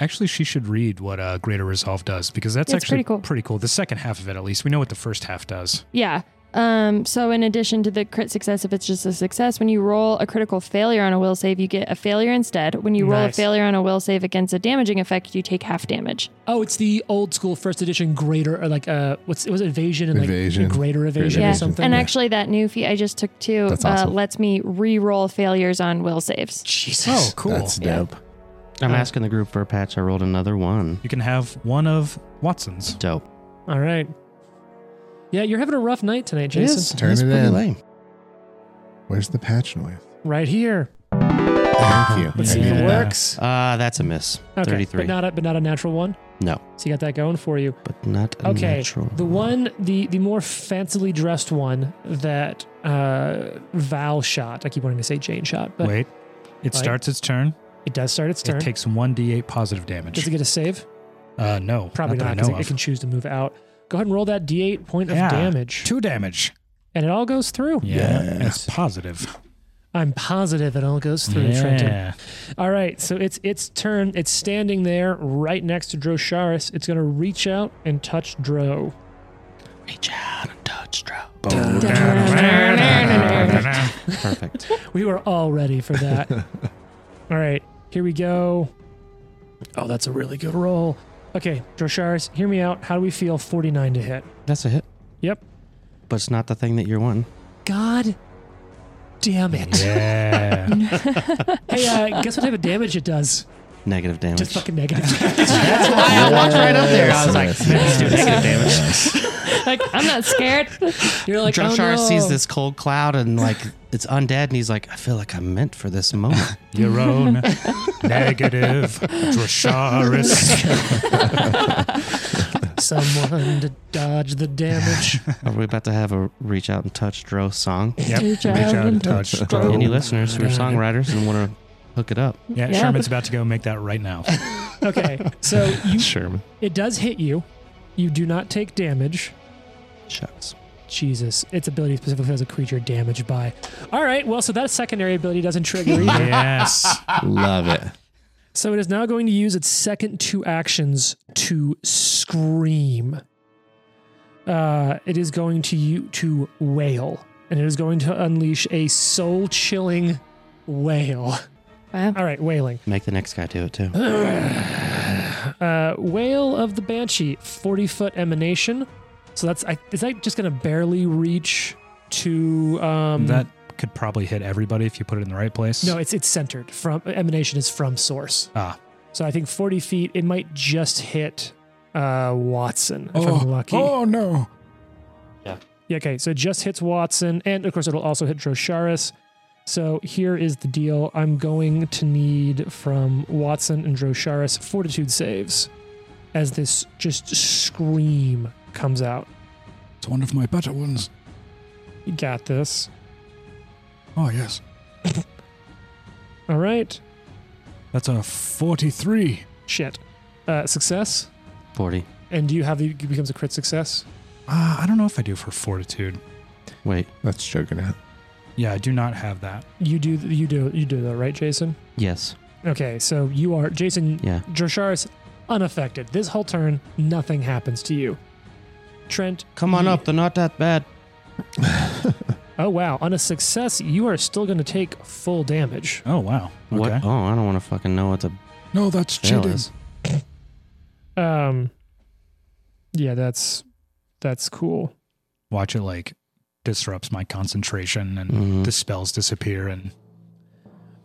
[SPEAKER 3] Actually, she should read what uh, Greater Resolve does because that's
[SPEAKER 6] It's
[SPEAKER 3] actually
[SPEAKER 6] pretty cool.
[SPEAKER 3] The second half of it, at least, we know what the first half does.
[SPEAKER 6] Yeah. Um, so in addition to the crit success, if it's just a success, when you roll a critical failure on a will save, you get a failure instead. When you roll
[SPEAKER 2] Nice.
[SPEAKER 6] a failure on a will save against a damaging effect, you take half damage.
[SPEAKER 2] Oh, it's the old school first edition greater, or like uh, what's it was evasion and
[SPEAKER 4] Evasion.
[SPEAKER 2] like greater evasion
[SPEAKER 4] Yeah.
[SPEAKER 2] or something.
[SPEAKER 6] And
[SPEAKER 4] Yeah.
[SPEAKER 6] actually that new feat I just took too
[SPEAKER 4] That's
[SPEAKER 6] uh,
[SPEAKER 4] awesome.
[SPEAKER 6] lets me re-roll failures on will saves.
[SPEAKER 2] Jesus.
[SPEAKER 3] Oh, cool.
[SPEAKER 4] That's
[SPEAKER 6] Yeah.
[SPEAKER 4] dope.
[SPEAKER 5] I'm
[SPEAKER 2] Uh,
[SPEAKER 5] asking the group for a patch. I rolled another one.
[SPEAKER 3] You can have one of Watson's.
[SPEAKER 5] Dope.
[SPEAKER 2] All right. Yeah, you're having a rough night tonight, Jason.
[SPEAKER 5] Yes,
[SPEAKER 4] Turn
[SPEAKER 5] that's
[SPEAKER 4] it
[SPEAKER 5] pretty
[SPEAKER 4] in.
[SPEAKER 5] lame.
[SPEAKER 4] Where's the patch noise?
[SPEAKER 2] Right here.
[SPEAKER 4] Thank you.
[SPEAKER 2] Let's
[SPEAKER 4] I
[SPEAKER 2] see if it
[SPEAKER 4] needed that.
[SPEAKER 2] works.
[SPEAKER 5] Uh, that's a miss.
[SPEAKER 2] Okay,
[SPEAKER 5] 33.
[SPEAKER 2] but not a, but not a natural one.
[SPEAKER 5] no,
[SPEAKER 2] So you got that going for you.
[SPEAKER 5] but not a
[SPEAKER 2] Okay,
[SPEAKER 5] natural.
[SPEAKER 2] the one, the the more fancily dressed one that uh, Val shot. I keep wanting to say Jane shot, but
[SPEAKER 3] Wait. It
[SPEAKER 2] Like-
[SPEAKER 3] starts its turn.
[SPEAKER 2] it does start its turn.
[SPEAKER 3] It takes 1d8 positive
[SPEAKER 2] does
[SPEAKER 3] damage.
[SPEAKER 2] it get a save?
[SPEAKER 3] uh, no.
[SPEAKER 2] Probably
[SPEAKER 3] not. that I
[SPEAKER 2] not, because
[SPEAKER 3] know
[SPEAKER 2] it, it
[SPEAKER 3] of.
[SPEAKER 2] can choose to move out. Go ahead and roll that d8 point
[SPEAKER 3] Yeah.
[SPEAKER 2] of damage,
[SPEAKER 3] Two damage.
[SPEAKER 2] and it all goes through.
[SPEAKER 3] Yeah. and It's positive.
[SPEAKER 2] I'm positive it all goes through, Trenton.
[SPEAKER 3] yeah.
[SPEAKER 2] All right, so it's its turn. It's standing there right next to Drosharis. It's going to reach out and touch Dro.
[SPEAKER 5] Reach out and touch drop. Perfect.
[SPEAKER 2] We were all ready for that. all right, here we go. Oh, that's a really good roll. Okay, Drosharis, hear me out. How do we feel? 49 to hit.
[SPEAKER 5] That's a hit,
[SPEAKER 2] Yep.
[SPEAKER 5] but it's not the thing that you're wanting.
[SPEAKER 2] God damn it.
[SPEAKER 3] Yeah.
[SPEAKER 2] Hey, uh, guess what type of damage it does?
[SPEAKER 5] Negative damage.
[SPEAKER 2] Just fucking negative.
[SPEAKER 5] I walked right up there. I was like,
[SPEAKER 4] Yes,
[SPEAKER 5] let's do negative damage.
[SPEAKER 6] like, I'm not scared.
[SPEAKER 2] You're like, oh, no.
[SPEAKER 5] Drumshar sees this cold cloud and like it's undead, and he's like, I feel like I'm meant for this moment.
[SPEAKER 3] Your own negative Drosharis.
[SPEAKER 2] Someone to dodge the damage.
[SPEAKER 5] Are we about to have a reach out and touch Dro song?
[SPEAKER 3] Yep.
[SPEAKER 6] Reach out and touch.
[SPEAKER 5] Any listeners who are songwriters and want to Hook it up.
[SPEAKER 3] Yeah,
[SPEAKER 6] Yeah,
[SPEAKER 3] Sherman's about to go make that right now.
[SPEAKER 2] Okay, so you,
[SPEAKER 4] Sherman.
[SPEAKER 2] it does hit you. You do not take damage.
[SPEAKER 5] Shucks.
[SPEAKER 2] Jesus, its ability specifically has a creature damaged by. All right, well, so that secondary ability doesn't trigger either.
[SPEAKER 3] yes.
[SPEAKER 4] Love it.
[SPEAKER 2] so it is now going to use its second two actions to scream. Uh, it is going to you to wail, and it is going to unleash a soul-chilling wail.
[SPEAKER 6] Wow.
[SPEAKER 2] All right, wailing.
[SPEAKER 5] Make the next guy do it too.
[SPEAKER 2] Uh, Wail of the Banshee, 40 foot emanation. So that's, I, is that just going to barely reach to. Um,
[SPEAKER 3] that could probably hit everybody if you put it in the right place.
[SPEAKER 2] No, it's it's centered from emanation is from source.
[SPEAKER 3] Ah.
[SPEAKER 2] So I think 40 feet, it might just hit uh, Watson if
[SPEAKER 3] Oh.
[SPEAKER 2] I'm lucky.
[SPEAKER 4] no.
[SPEAKER 2] Yeah, okay, so it just hits Watson, and of course it'll also hit Drosharis. So here is the deal. I'm going to need from Watson and Drosharis fortitude saves as this just scream comes out.
[SPEAKER 4] It's one of my better ones.
[SPEAKER 2] You got this.
[SPEAKER 4] Oh, yes.
[SPEAKER 2] All right.
[SPEAKER 4] That's a 43.
[SPEAKER 2] Shit. Uh, success.
[SPEAKER 5] 40.
[SPEAKER 2] And do you have the it becomes a crit success?
[SPEAKER 3] Uh, I don't know if I do for fortitude.
[SPEAKER 5] Wait.
[SPEAKER 4] That's Juggernaut.
[SPEAKER 3] Yeah, I do not have that.
[SPEAKER 2] You do you do you do that, right, Jason?
[SPEAKER 5] Yes.
[SPEAKER 2] Okay, so you are Jason
[SPEAKER 5] Yeah.
[SPEAKER 2] Drosharis unaffected. This whole turn, nothing happens to you. Trent,
[SPEAKER 5] Come on
[SPEAKER 2] you-
[SPEAKER 5] up. They're not that bad.
[SPEAKER 2] Oh wow, on a success, you are still going to take full damage.
[SPEAKER 3] Oh, wow. Okay.
[SPEAKER 5] What? Oh, I don't want to fucking know what the
[SPEAKER 4] No, that's
[SPEAKER 5] hell is.
[SPEAKER 2] Um Yeah, that's that's cool.
[SPEAKER 3] Watch it like disrupts my concentration and
[SPEAKER 5] Mhm.
[SPEAKER 3] the spells disappear and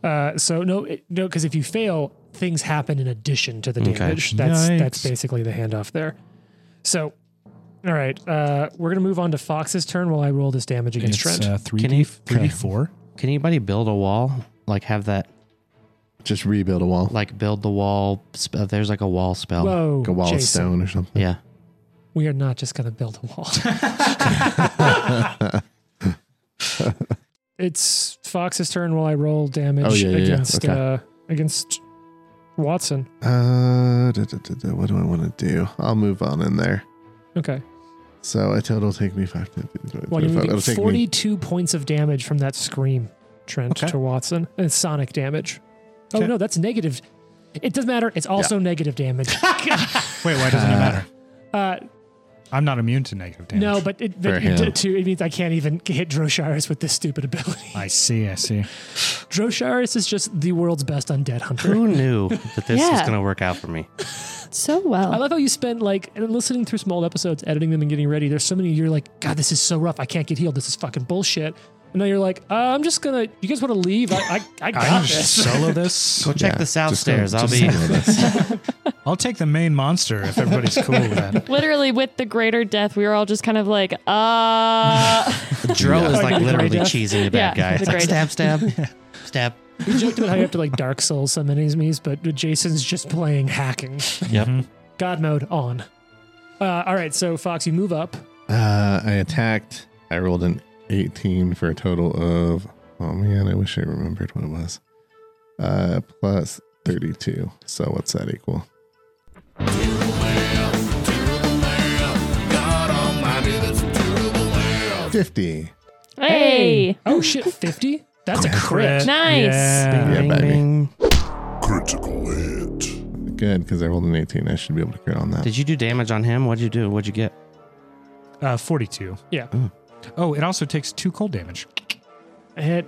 [SPEAKER 2] Uh, so no, it- no, because if you fail, things happen in addition to the
[SPEAKER 5] Okay.
[SPEAKER 2] damage. That's that's
[SPEAKER 3] Yikes.
[SPEAKER 2] basically the handoff there. So, all right, uh, we're gonna move on to Fox's turn while I roll this damage against
[SPEAKER 3] it's
[SPEAKER 2] Trent.
[SPEAKER 3] uh, 3D,
[SPEAKER 5] Can you-
[SPEAKER 3] 3D4.
[SPEAKER 5] Can anybody build a wall? Like have that
[SPEAKER 4] Just rebuild a wall.
[SPEAKER 5] like build the wall. Sp- there's like a wall spell.
[SPEAKER 2] Whoa,
[SPEAKER 4] Like a wall
[SPEAKER 2] Jason,
[SPEAKER 4] of stone or something.
[SPEAKER 5] Yeah.
[SPEAKER 2] we are not just gonna build a wall. it's Fox's turn while I roll damage
[SPEAKER 4] Oh, yeah, yeah, yeah.
[SPEAKER 2] against
[SPEAKER 4] Okay.
[SPEAKER 2] uh, against Watson.
[SPEAKER 4] Uh, da, da, da, da, what do I want to do? I'll move on in there.
[SPEAKER 2] Okay,
[SPEAKER 4] So I total take me five. 10, 15, 20,
[SPEAKER 2] well, you're
[SPEAKER 4] 25.
[SPEAKER 2] moving
[SPEAKER 4] It'll take me.
[SPEAKER 2] forty-two points of damage from that scream, Trent,
[SPEAKER 3] Okay.
[SPEAKER 2] to Watson, and it's sonic damage. Oh
[SPEAKER 3] Okay.
[SPEAKER 2] no, that's negative. It doesn't matter. It's also negative damage.
[SPEAKER 3] Wait, why doesn't it matter?
[SPEAKER 2] Uh,
[SPEAKER 3] I'm not immune to negative damage.
[SPEAKER 2] no, but it,
[SPEAKER 4] For
[SPEAKER 2] but
[SPEAKER 4] him.
[SPEAKER 2] it, to, it means I can't even hit Drosharis with this stupid ability.
[SPEAKER 3] I see, I see.
[SPEAKER 2] Drosharis is just the world's best undead hunter.
[SPEAKER 5] Who knew that this was
[SPEAKER 6] Yeah.
[SPEAKER 5] gonna work out for me?
[SPEAKER 6] So
[SPEAKER 2] I
[SPEAKER 6] well.
[SPEAKER 2] love how you spend like and listening through small episodes, editing them, and getting ready. There's so many you're like, God, this is so rough. I can't get healed. This is fucking bullshit. And now you're like, uh, I'm just gonna. You guys want to leave? I I, I
[SPEAKER 5] Ah,
[SPEAKER 3] I can
[SPEAKER 2] got
[SPEAKER 3] just
[SPEAKER 2] this.
[SPEAKER 3] solo this.
[SPEAKER 5] Go check
[SPEAKER 4] Yeah,
[SPEAKER 5] this
[SPEAKER 4] just go-
[SPEAKER 5] outstairs. I'll
[SPEAKER 4] just
[SPEAKER 5] be.
[SPEAKER 4] solo this.
[SPEAKER 3] I'll take the main monster if everybody's cool with that.
[SPEAKER 6] Literally, with the greater death, we were all just kind of like, uh.
[SPEAKER 5] Dro is
[SPEAKER 2] Like
[SPEAKER 5] like
[SPEAKER 2] the
[SPEAKER 5] literally
[SPEAKER 2] great death?
[SPEAKER 5] cheesing the bad
[SPEAKER 6] Yeah,
[SPEAKER 5] guy.
[SPEAKER 6] the
[SPEAKER 5] It's like
[SPEAKER 6] great
[SPEAKER 5] stab, stab, stab.
[SPEAKER 2] We joked about how you have to like Dark Souls some enemies, but Jason's just playing hacking.
[SPEAKER 5] Yep.
[SPEAKER 3] Mm-hmm.
[SPEAKER 2] God mode on. Uh, all right, so Fox, you move up.
[SPEAKER 4] Uh, I attacked. I rolled an 18 for a total of. Oh man, I wish I remembered what it was. Uh, plus 32. So what's that equal? Fifty.
[SPEAKER 6] Hey.
[SPEAKER 2] Oh shit, fifty. That's a crit.
[SPEAKER 6] Nice.
[SPEAKER 3] Yeah.
[SPEAKER 4] Yeah, baby.
[SPEAKER 5] Bing.
[SPEAKER 4] Good, because I rolled an 18. I should be able to crit on that.
[SPEAKER 5] Did you do damage on him? What'd you do? What'd you get?
[SPEAKER 3] Uh, 42.
[SPEAKER 2] Yeah.
[SPEAKER 5] Mm.
[SPEAKER 3] Oh, it also takes two cold damage.
[SPEAKER 2] It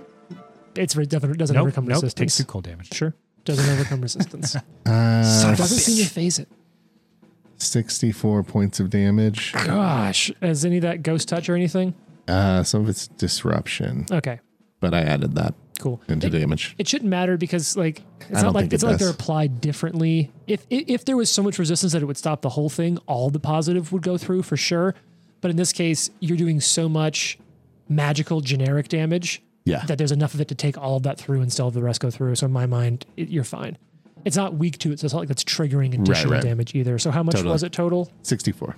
[SPEAKER 2] it's re- definitely doesn't
[SPEAKER 3] nope,
[SPEAKER 2] overcome
[SPEAKER 3] nope, takes
[SPEAKER 2] resistance.
[SPEAKER 3] two cold damage.
[SPEAKER 2] Sure, doesn't overcome resistance.
[SPEAKER 4] Uh,
[SPEAKER 2] doesn't seem to phase it.
[SPEAKER 4] 64 points of damage.
[SPEAKER 2] Gosh, is any of that ghost touch or anything?
[SPEAKER 4] Uh, some of it's disruption,
[SPEAKER 2] Okay,
[SPEAKER 4] but I added that
[SPEAKER 2] cool.
[SPEAKER 4] into
[SPEAKER 2] It,
[SPEAKER 4] damage.
[SPEAKER 2] it shouldn't matter because like it's
[SPEAKER 4] I
[SPEAKER 2] not
[SPEAKER 4] don't
[SPEAKER 2] like
[SPEAKER 4] think it
[SPEAKER 2] it's not like
[SPEAKER 4] does.
[SPEAKER 2] they're applied differently. If, if if there was so much resistance that it would stop the whole thing, all the positive would go through for sure. But in this case, you're doing so much magical generic damage
[SPEAKER 4] Yeah.
[SPEAKER 2] that there's enough of it to take all of that through and still have the rest go through. So in my mind, it, you're fine. It's not weak to it, so it's not like that's triggering additional
[SPEAKER 4] right.
[SPEAKER 2] damage either. So how much
[SPEAKER 4] Totally.
[SPEAKER 2] was it total?
[SPEAKER 4] 64.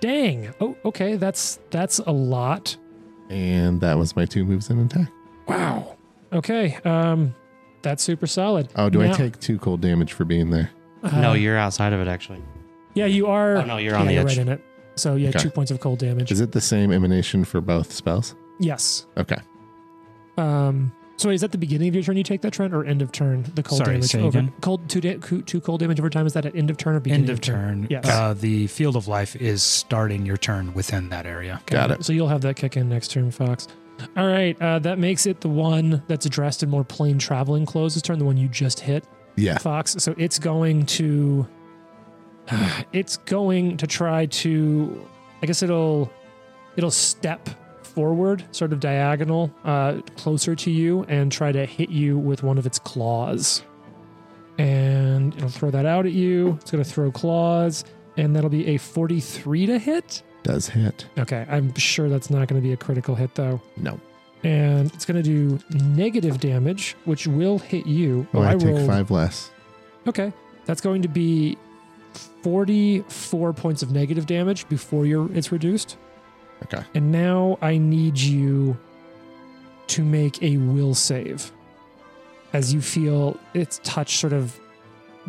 [SPEAKER 2] Dang. Oh, okay. That's that's a lot.
[SPEAKER 4] And that was my two moves in attack.
[SPEAKER 2] Okay. Um, That's super solid.
[SPEAKER 4] Oh, do I
[SPEAKER 2] Now-
[SPEAKER 4] take two cold damage for being there?
[SPEAKER 2] uh,
[SPEAKER 5] no, you're outside of it actually.
[SPEAKER 2] Yeah, you are.
[SPEAKER 5] Oh, no, you're on
[SPEAKER 2] yeah,
[SPEAKER 5] the
[SPEAKER 2] you're
[SPEAKER 5] edge.
[SPEAKER 2] right in it. So yeah,
[SPEAKER 4] Okay.
[SPEAKER 2] two points of cold damage.
[SPEAKER 4] Is it the same emanation for both spells?
[SPEAKER 2] yes.
[SPEAKER 4] Okay.
[SPEAKER 2] Um. So is that the beginning of your turn you take that trend or end of turn the cold
[SPEAKER 3] Sorry,
[SPEAKER 2] damage
[SPEAKER 3] say
[SPEAKER 2] over
[SPEAKER 3] again?
[SPEAKER 2] cold two da- coo- two cold damage over time is that at end of turn or beginning
[SPEAKER 3] End of turn.
[SPEAKER 2] Yes.
[SPEAKER 3] Uh, the field of life is starting your turn within that area.
[SPEAKER 4] Got it.
[SPEAKER 2] So you'll have that kick in next turn, Fox. All right, uh, that makes it the one that's dressed in more plain traveling clothes this turn, the one you just hit,
[SPEAKER 4] Yeah.
[SPEAKER 2] Fox. So it's going to, it's going to try to, I guess it'll, it'll step forward, sort of diagonal, uh, closer to you, and try to hit you with one of its claws. And it'll throw that out at you. It's going to throw claws, and that'll be a forty-three to hit.
[SPEAKER 4] Does hit.
[SPEAKER 2] Okay, I'm sure that's not going to be a critical hit though.
[SPEAKER 4] No.
[SPEAKER 2] And it's going to do negative damage, which will hit you.
[SPEAKER 4] Oh, I, take
[SPEAKER 2] rolled-
[SPEAKER 4] five less.
[SPEAKER 2] Okay, that's going to be 44 points of negative damage before your it's reduced.
[SPEAKER 4] Okay.
[SPEAKER 2] And now I need you to make a will save as you feel its touch sort of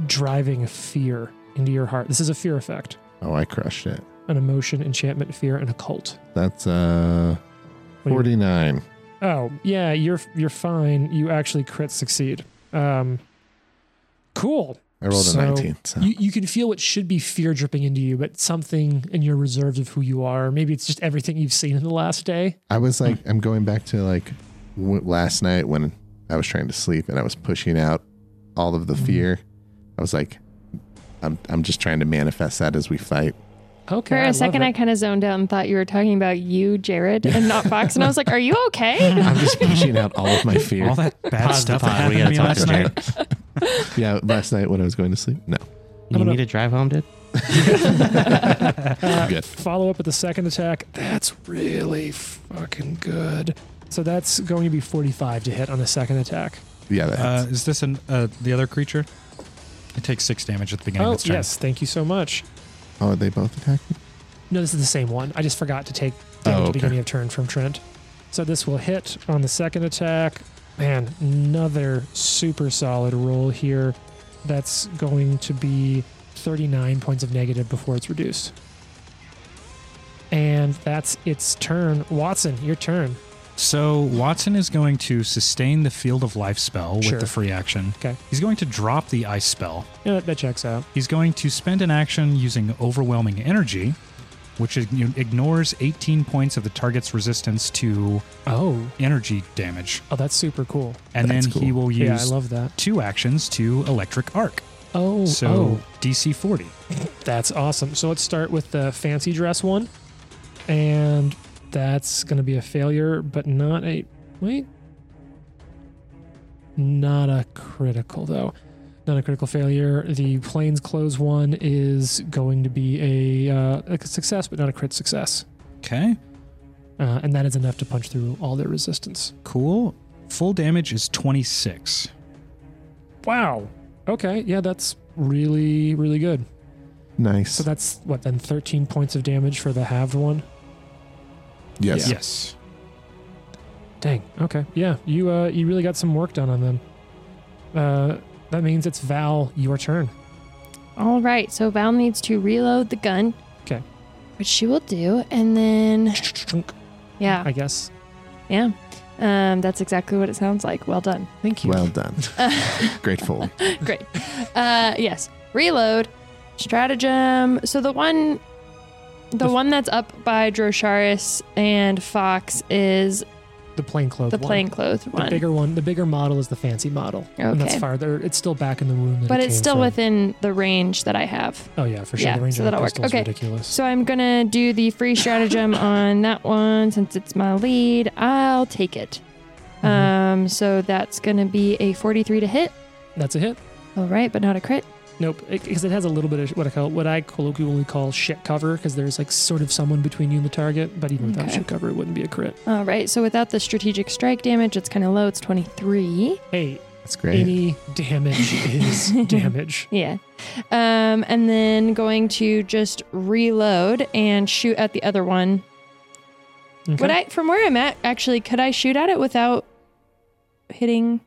[SPEAKER 2] driving fear into your heart. This is a fear effect,
[SPEAKER 4] Oh, I crushed it.
[SPEAKER 2] an emotion, enchantment, fear, and a cult.
[SPEAKER 4] That's uh
[SPEAKER 2] What do you-
[SPEAKER 4] 49.
[SPEAKER 2] Oh yeah, you're you're fine. You actually crit succeed. Um, cool.
[SPEAKER 4] I rolled
[SPEAKER 2] So,
[SPEAKER 4] a 19. So.
[SPEAKER 2] You you can feel what should be fear dripping into you, but something in your reserves of who you are. Maybe it's just everything you've seen in the last day.
[SPEAKER 4] I was like,
[SPEAKER 2] Hmm.
[SPEAKER 4] I'm going back to like w- last night when I was trying to sleep and I was pushing out all of the
[SPEAKER 2] Hmm.
[SPEAKER 4] fear. I was like, I'm, I'm just trying to manifest that as we fight.
[SPEAKER 2] Okay.
[SPEAKER 6] For
[SPEAKER 2] a
[SPEAKER 6] a second, I kind of zoned out and thought you were talking about you, Jared, and not Fox. And I was like, "Are you okay?"
[SPEAKER 4] I'm just pushing out all of my fear.
[SPEAKER 3] All that bad
[SPEAKER 5] Pause the
[SPEAKER 3] stuff that
[SPEAKER 5] pod. We
[SPEAKER 3] happened to
[SPEAKER 5] gotta
[SPEAKER 3] me
[SPEAKER 5] talk
[SPEAKER 3] last
[SPEAKER 5] to
[SPEAKER 3] night.
[SPEAKER 5] Jared.
[SPEAKER 4] yeah, last night when I was going to sleep. No.
[SPEAKER 5] You
[SPEAKER 2] gonna-
[SPEAKER 5] need to drive home, dude.
[SPEAKER 2] Uh,
[SPEAKER 4] Good.
[SPEAKER 2] follow up with the second attack. That's really fucking good. So that's going to be 45 to hit on the second attack.
[SPEAKER 4] Yeah, that
[SPEAKER 3] Uh,
[SPEAKER 4] hits.
[SPEAKER 3] is this an uh, the other creature? It takes six damage at the beginning of
[SPEAKER 2] Oh
[SPEAKER 3] its turn.
[SPEAKER 2] yes, thank you so much.
[SPEAKER 4] oh, are they both attacking?
[SPEAKER 2] No, this is the same one. I just forgot to take damage
[SPEAKER 4] Oh,
[SPEAKER 2] at the
[SPEAKER 4] okay.
[SPEAKER 2] beginning of turn from Trent. So this will hit on the second attack. Man, another super solid roll here. That's going to be 39 points of negative before it's reduced. And that's its turn. Watson, your turn.
[SPEAKER 3] So Watson is going to sustain the field of life spell
[SPEAKER 2] Sure.
[SPEAKER 3] with the free action.
[SPEAKER 2] Okay.
[SPEAKER 3] He's going to drop the ice spell.
[SPEAKER 2] Yeah, that, that checks out.
[SPEAKER 3] He's going to spend an action using overwhelming energy, which ign- ignores 18 points of the target's resistance to
[SPEAKER 2] Oh,
[SPEAKER 3] energy damage,
[SPEAKER 2] oh, that's super cool.
[SPEAKER 3] and
[SPEAKER 4] That's
[SPEAKER 3] then he
[SPEAKER 4] cool.
[SPEAKER 3] will use
[SPEAKER 2] Yeah, I love that.
[SPEAKER 3] two actions to electric arc.
[SPEAKER 2] Oh,
[SPEAKER 3] So
[SPEAKER 2] oh,
[SPEAKER 3] DC 40.
[SPEAKER 2] That's awesome. So let's start with the fancy dress one. And that's going to be a failure, but not a. Wait. Not a critical, though. Not a critical failure. The planes clothes one is going to be a, uh, like a success, but not a crit success.
[SPEAKER 3] Okay.
[SPEAKER 2] Uh, and that is enough to punch through all their resistance.
[SPEAKER 3] Cool. Full damage is 26.
[SPEAKER 2] Wow. Okay. Yeah, that's really, really good.
[SPEAKER 4] Nice.
[SPEAKER 2] So that's what then 13 points of damage for the halved one?
[SPEAKER 4] yes.
[SPEAKER 3] Yes.
[SPEAKER 2] Dang. Okay. Yeah. You uh you really got some work done on them. Uh that means it's Val your turn.
[SPEAKER 6] All right, so Val needs to reload the gun.
[SPEAKER 2] 'Kay.
[SPEAKER 6] Which she will do, and then yeah,
[SPEAKER 2] I guess.
[SPEAKER 6] yeah, um, that's exactly what it sounds like. Well done.
[SPEAKER 2] Thank you.
[SPEAKER 4] Well done. Grateful.
[SPEAKER 6] Great. Uh, yes. Reload. Stratagem. So the one, the one that's up by Drosharis and Fox is
[SPEAKER 2] the plainclothes
[SPEAKER 6] the
[SPEAKER 2] one.
[SPEAKER 6] plainclothes
[SPEAKER 2] The
[SPEAKER 6] one,
[SPEAKER 2] bigger one, the bigger model is the fancy model. And that's
[SPEAKER 6] Okay.
[SPEAKER 2] farther. It's still back in the room. That
[SPEAKER 6] but
[SPEAKER 2] it
[SPEAKER 6] it's
[SPEAKER 2] came
[SPEAKER 6] still
[SPEAKER 2] from.
[SPEAKER 6] within the range that I have.
[SPEAKER 2] Oh yeah, for sure.
[SPEAKER 6] Yeah,
[SPEAKER 2] the range
[SPEAKER 6] so
[SPEAKER 2] of that
[SPEAKER 6] that'll work.
[SPEAKER 2] pistol is
[SPEAKER 6] Okay.
[SPEAKER 2] ridiculous.
[SPEAKER 6] So I'm gonna do the free stratagem on that one since it's my lead. I'll take it.
[SPEAKER 2] Mhm.
[SPEAKER 6] Um, so that's gonna be a 43 to hit.
[SPEAKER 2] that's a hit.
[SPEAKER 6] All right, but not a crit.
[SPEAKER 2] Nope, because it, has a little bit of what I call what I colloquially call shit cover, because there's like sort of someone between you and the target. But even without
[SPEAKER 6] Okay.
[SPEAKER 2] shit cover, it wouldn't be a crit.
[SPEAKER 6] All right, so without the strategic strike damage, it's kind of low. It's 23.
[SPEAKER 2] Hey,
[SPEAKER 4] That's great.
[SPEAKER 2] any damage is damage.
[SPEAKER 6] Yeah. Um, and then going to just reload and shoot at the other one.
[SPEAKER 2] Okay.
[SPEAKER 6] Would I, from where I'm at, actually, could I shoot at it without hitting?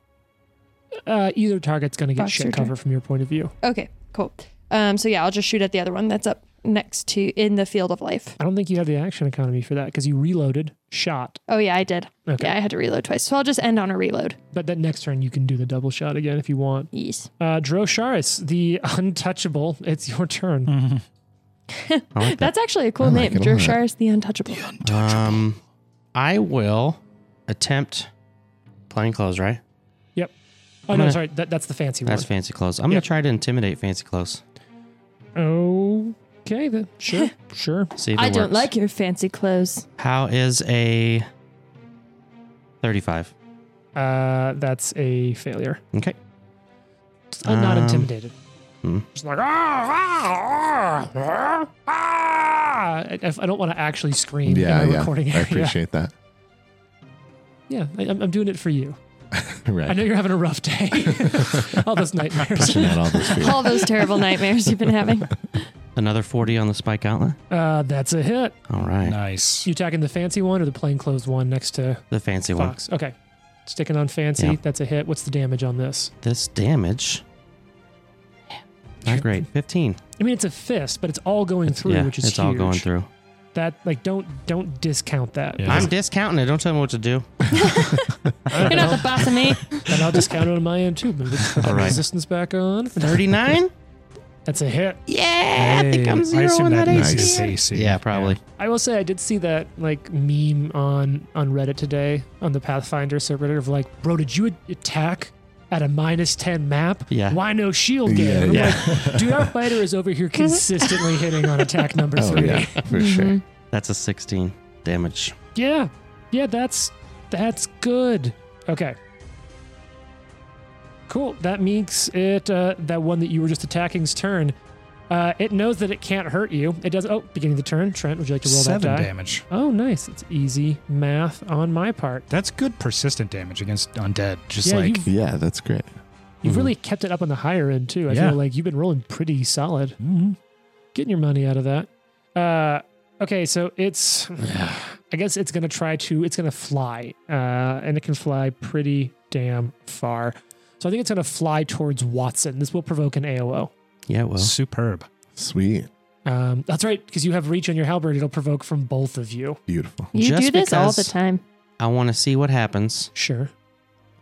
[SPEAKER 2] uh, either target's going to get
[SPEAKER 6] Box
[SPEAKER 2] shit
[SPEAKER 6] surgery.
[SPEAKER 2] cover from your point of view.
[SPEAKER 6] Okay, cool. Um, so yeah, I'll just shoot at the other one that's up next to in the field of life.
[SPEAKER 2] I don't think you have the action economy for that because you reloaded, shot.
[SPEAKER 6] Oh yeah, I did.
[SPEAKER 2] Okay.
[SPEAKER 6] Yeah, I had to reload twice. So I'll just end on a reload.
[SPEAKER 2] But that next turn you can do the double shot again if you want.
[SPEAKER 6] Yes.
[SPEAKER 2] Uh, Drosharis, the untouchable. It's your turn.
[SPEAKER 4] Hmm.
[SPEAKER 5] I like that.
[SPEAKER 6] That's actually a cool
[SPEAKER 4] I like
[SPEAKER 6] name.
[SPEAKER 4] it a lot.
[SPEAKER 6] Drosharis the Untouchable.
[SPEAKER 5] Um, I will attempt plain clothes. Right?
[SPEAKER 2] Oh
[SPEAKER 5] I'm
[SPEAKER 2] no,
[SPEAKER 5] gonna-
[SPEAKER 2] sorry, that, that's the fancy
[SPEAKER 5] That's
[SPEAKER 2] one.
[SPEAKER 5] fancy clothes. I'm gonna
[SPEAKER 2] Yeah.
[SPEAKER 5] try to intimidate fancy clothes.
[SPEAKER 2] okay, then sure, sure.
[SPEAKER 5] See if it
[SPEAKER 6] I don't
[SPEAKER 5] works.
[SPEAKER 6] like your fancy clothes.
[SPEAKER 5] How is a thirty-five?
[SPEAKER 2] Uh, that's a failure.
[SPEAKER 5] Okay.
[SPEAKER 2] I'm not
[SPEAKER 5] Um,
[SPEAKER 2] intimidated.
[SPEAKER 5] hmm.
[SPEAKER 2] Just like ah, ah, ah, ah. I, I don't want to actually scream
[SPEAKER 4] Yeah,
[SPEAKER 2] in my
[SPEAKER 4] yeah.
[SPEAKER 2] recording
[SPEAKER 4] I
[SPEAKER 2] area.
[SPEAKER 4] appreciate that.
[SPEAKER 2] yeah, I, I'm I'm doing it for you. I know
[SPEAKER 4] Right.
[SPEAKER 2] you're having a rough day. All those nightmares.
[SPEAKER 4] Pushing out all those
[SPEAKER 2] Oh,
[SPEAKER 4] feelings.
[SPEAKER 6] All those terrible nightmares you've been having.
[SPEAKER 5] Another forty on the spike outlet.
[SPEAKER 2] Uh, that's a hit.
[SPEAKER 5] All right.
[SPEAKER 3] Nice.
[SPEAKER 2] You attacking the fancy one or the plainclothes one next to
[SPEAKER 5] The fancy one.
[SPEAKER 2] Fox? Okay. Sticking on fancy.
[SPEAKER 5] Yeah.
[SPEAKER 2] That's a hit. What's the damage on this?
[SPEAKER 5] This damage. Not great. Fifteen.
[SPEAKER 2] I mean, it's a fist, but it's all going through,
[SPEAKER 5] yeah,
[SPEAKER 2] which is
[SPEAKER 5] it's all
[SPEAKER 2] huge.
[SPEAKER 5] going through.
[SPEAKER 2] That like don't don't discount that.
[SPEAKER 3] Yeah.
[SPEAKER 5] I'm discounting it. Don't tell me what to do.
[SPEAKER 2] I
[SPEAKER 6] You're
[SPEAKER 2] don't
[SPEAKER 6] not
[SPEAKER 2] know.
[SPEAKER 6] the boss of me.
[SPEAKER 2] and I'll discount it on my end too. Maybe let's put
[SPEAKER 5] All
[SPEAKER 2] that
[SPEAKER 5] right.
[SPEAKER 2] resistance back on.
[SPEAKER 5] Thirty-nine.
[SPEAKER 2] That's a hit.
[SPEAKER 5] Yeah, I think
[SPEAKER 3] Hey,
[SPEAKER 5] I'm zero
[SPEAKER 3] assume
[SPEAKER 5] on that
[SPEAKER 4] means
[SPEAKER 5] AC.
[SPEAKER 4] it's
[SPEAKER 3] is AC.
[SPEAKER 5] Yeah, probably.
[SPEAKER 2] I will say I did see that like meme on on Reddit today on the Pathfinder subreddit of like, bro, did you a- attack at a minus ten map?
[SPEAKER 5] Yeah.
[SPEAKER 2] Why no shield game?
[SPEAKER 4] Yeah,
[SPEAKER 2] I'm
[SPEAKER 5] yeah.
[SPEAKER 2] like, dude, our fighter is over here consistently hitting on attack number
[SPEAKER 4] Oh,
[SPEAKER 2] three.
[SPEAKER 4] yeah,
[SPEAKER 2] Yeah.
[SPEAKER 4] for sure.
[SPEAKER 2] Mm-hmm.
[SPEAKER 5] That's a 16 damage.
[SPEAKER 2] yeah, that's that's good. Okay. Cool. That makes it uh, that one that you were just attacking's turn. Uh, it knows that it can't hurt you. It does. Oh, beginning of the turn. Trent, would you like to roll
[SPEAKER 3] Seven
[SPEAKER 2] that die?
[SPEAKER 3] damage.
[SPEAKER 2] Oh, nice. It's easy math on my part.
[SPEAKER 3] That's good persistent damage against undead. Just
[SPEAKER 2] Yeah,
[SPEAKER 3] like,
[SPEAKER 2] you've,
[SPEAKER 4] Yeah, that's great.
[SPEAKER 2] you've really kept it up on the higher end, too. I
[SPEAKER 3] Hmm. Yeah.
[SPEAKER 2] feel like you've been rolling pretty solid,
[SPEAKER 3] mhm.
[SPEAKER 2] getting your money out of that. Uh, okay, so it's, I guess it's going to try to, it's going to fly, uh, and it can fly pretty damn far. So I think it's going to fly towards Watson. This will provoke an AOO.
[SPEAKER 5] Yeah, it will.
[SPEAKER 3] superb.
[SPEAKER 4] Sweet.
[SPEAKER 2] Um, that's right, because you have reach on your halberd. It'll provoke from both of you.
[SPEAKER 4] Beautiful.
[SPEAKER 6] You
[SPEAKER 5] Just
[SPEAKER 6] do this all the
[SPEAKER 5] because-
[SPEAKER 6] time.
[SPEAKER 5] I want to see what happens.
[SPEAKER 2] Sure.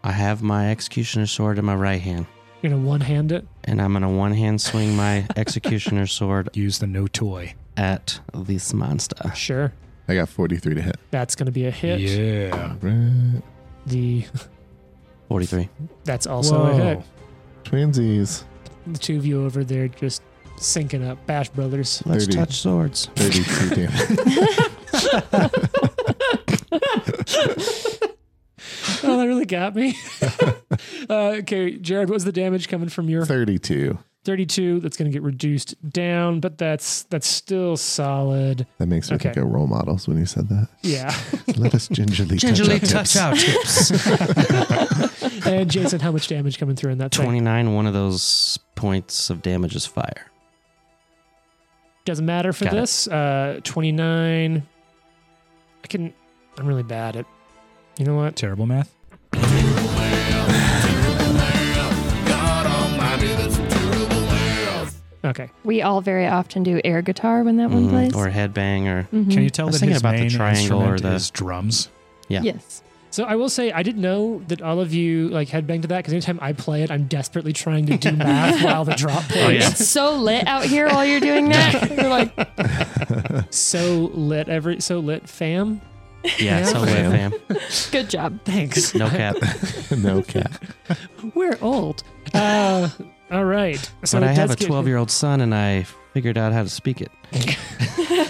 [SPEAKER 5] I have my executioner sword in my right hand,
[SPEAKER 2] You're going to one hand it.
[SPEAKER 5] and I'm going to one hand swing my executioner sword
[SPEAKER 3] Use the no toy.
[SPEAKER 5] at this monster.
[SPEAKER 2] Sure.
[SPEAKER 4] I got 43 to hit.
[SPEAKER 2] That's going to be a hit.
[SPEAKER 3] Yeah.
[SPEAKER 4] Right.
[SPEAKER 2] The
[SPEAKER 5] 43.
[SPEAKER 2] that's also a hit.
[SPEAKER 4] Twinsies.
[SPEAKER 2] The two of you over there just syncing up. Bash Brothers.
[SPEAKER 5] Let's
[SPEAKER 4] 30.
[SPEAKER 5] touch swords.
[SPEAKER 4] 32 damage.
[SPEAKER 2] Oh, that really got me. uh, okay, Jared, what was the damage coming from your
[SPEAKER 4] 32.
[SPEAKER 2] 32? That's going to get reduced down, but that's that's still solid.
[SPEAKER 4] That makes me think
[SPEAKER 2] Okay.
[SPEAKER 4] of role models when you said that.
[SPEAKER 2] Yeah.
[SPEAKER 4] Let us gingerly,
[SPEAKER 5] Gingerly
[SPEAKER 4] touch, our tips.
[SPEAKER 5] touch out tips.
[SPEAKER 2] and Jason, how much damage coming through in that thing?
[SPEAKER 5] 29, one of those points of damage is fire.
[SPEAKER 2] Doesn't matter for
[SPEAKER 5] Got it.
[SPEAKER 2] this. Uh, 29. I can. I'm really bad at. You know what?
[SPEAKER 3] Terrible math.
[SPEAKER 2] Okay.
[SPEAKER 6] We all very often do air guitar when that one
[SPEAKER 5] Mhm.
[SPEAKER 6] plays.
[SPEAKER 5] Or headbang, or
[SPEAKER 2] Mm-hmm.
[SPEAKER 6] Mhm.
[SPEAKER 3] Can you tell
[SPEAKER 5] I was
[SPEAKER 3] that
[SPEAKER 5] thinking
[SPEAKER 3] his
[SPEAKER 5] about the
[SPEAKER 3] main
[SPEAKER 5] triangle or
[SPEAKER 3] instrument
[SPEAKER 5] the-
[SPEAKER 3] is drums?
[SPEAKER 5] Yeah.
[SPEAKER 6] Yes.
[SPEAKER 2] So I will say I didn't know that all of you like headbang to that because anytime I play it, I'm desperately trying to do math while the drop plays.
[SPEAKER 5] Oh, yeah.
[SPEAKER 6] It's so lit out here while you're doing that. You're like,
[SPEAKER 2] So lit every so lit fam.
[SPEAKER 5] yeah, so lit,
[SPEAKER 4] Fam.
[SPEAKER 5] fam.
[SPEAKER 6] good job.
[SPEAKER 2] Thanks.
[SPEAKER 5] No cap.
[SPEAKER 4] no cap.
[SPEAKER 2] We're old. Uh, all right. So
[SPEAKER 5] but
[SPEAKER 2] it
[SPEAKER 5] I have
[SPEAKER 2] does
[SPEAKER 5] a
[SPEAKER 2] get-
[SPEAKER 5] 12 year old son, and I figured out how to speak it.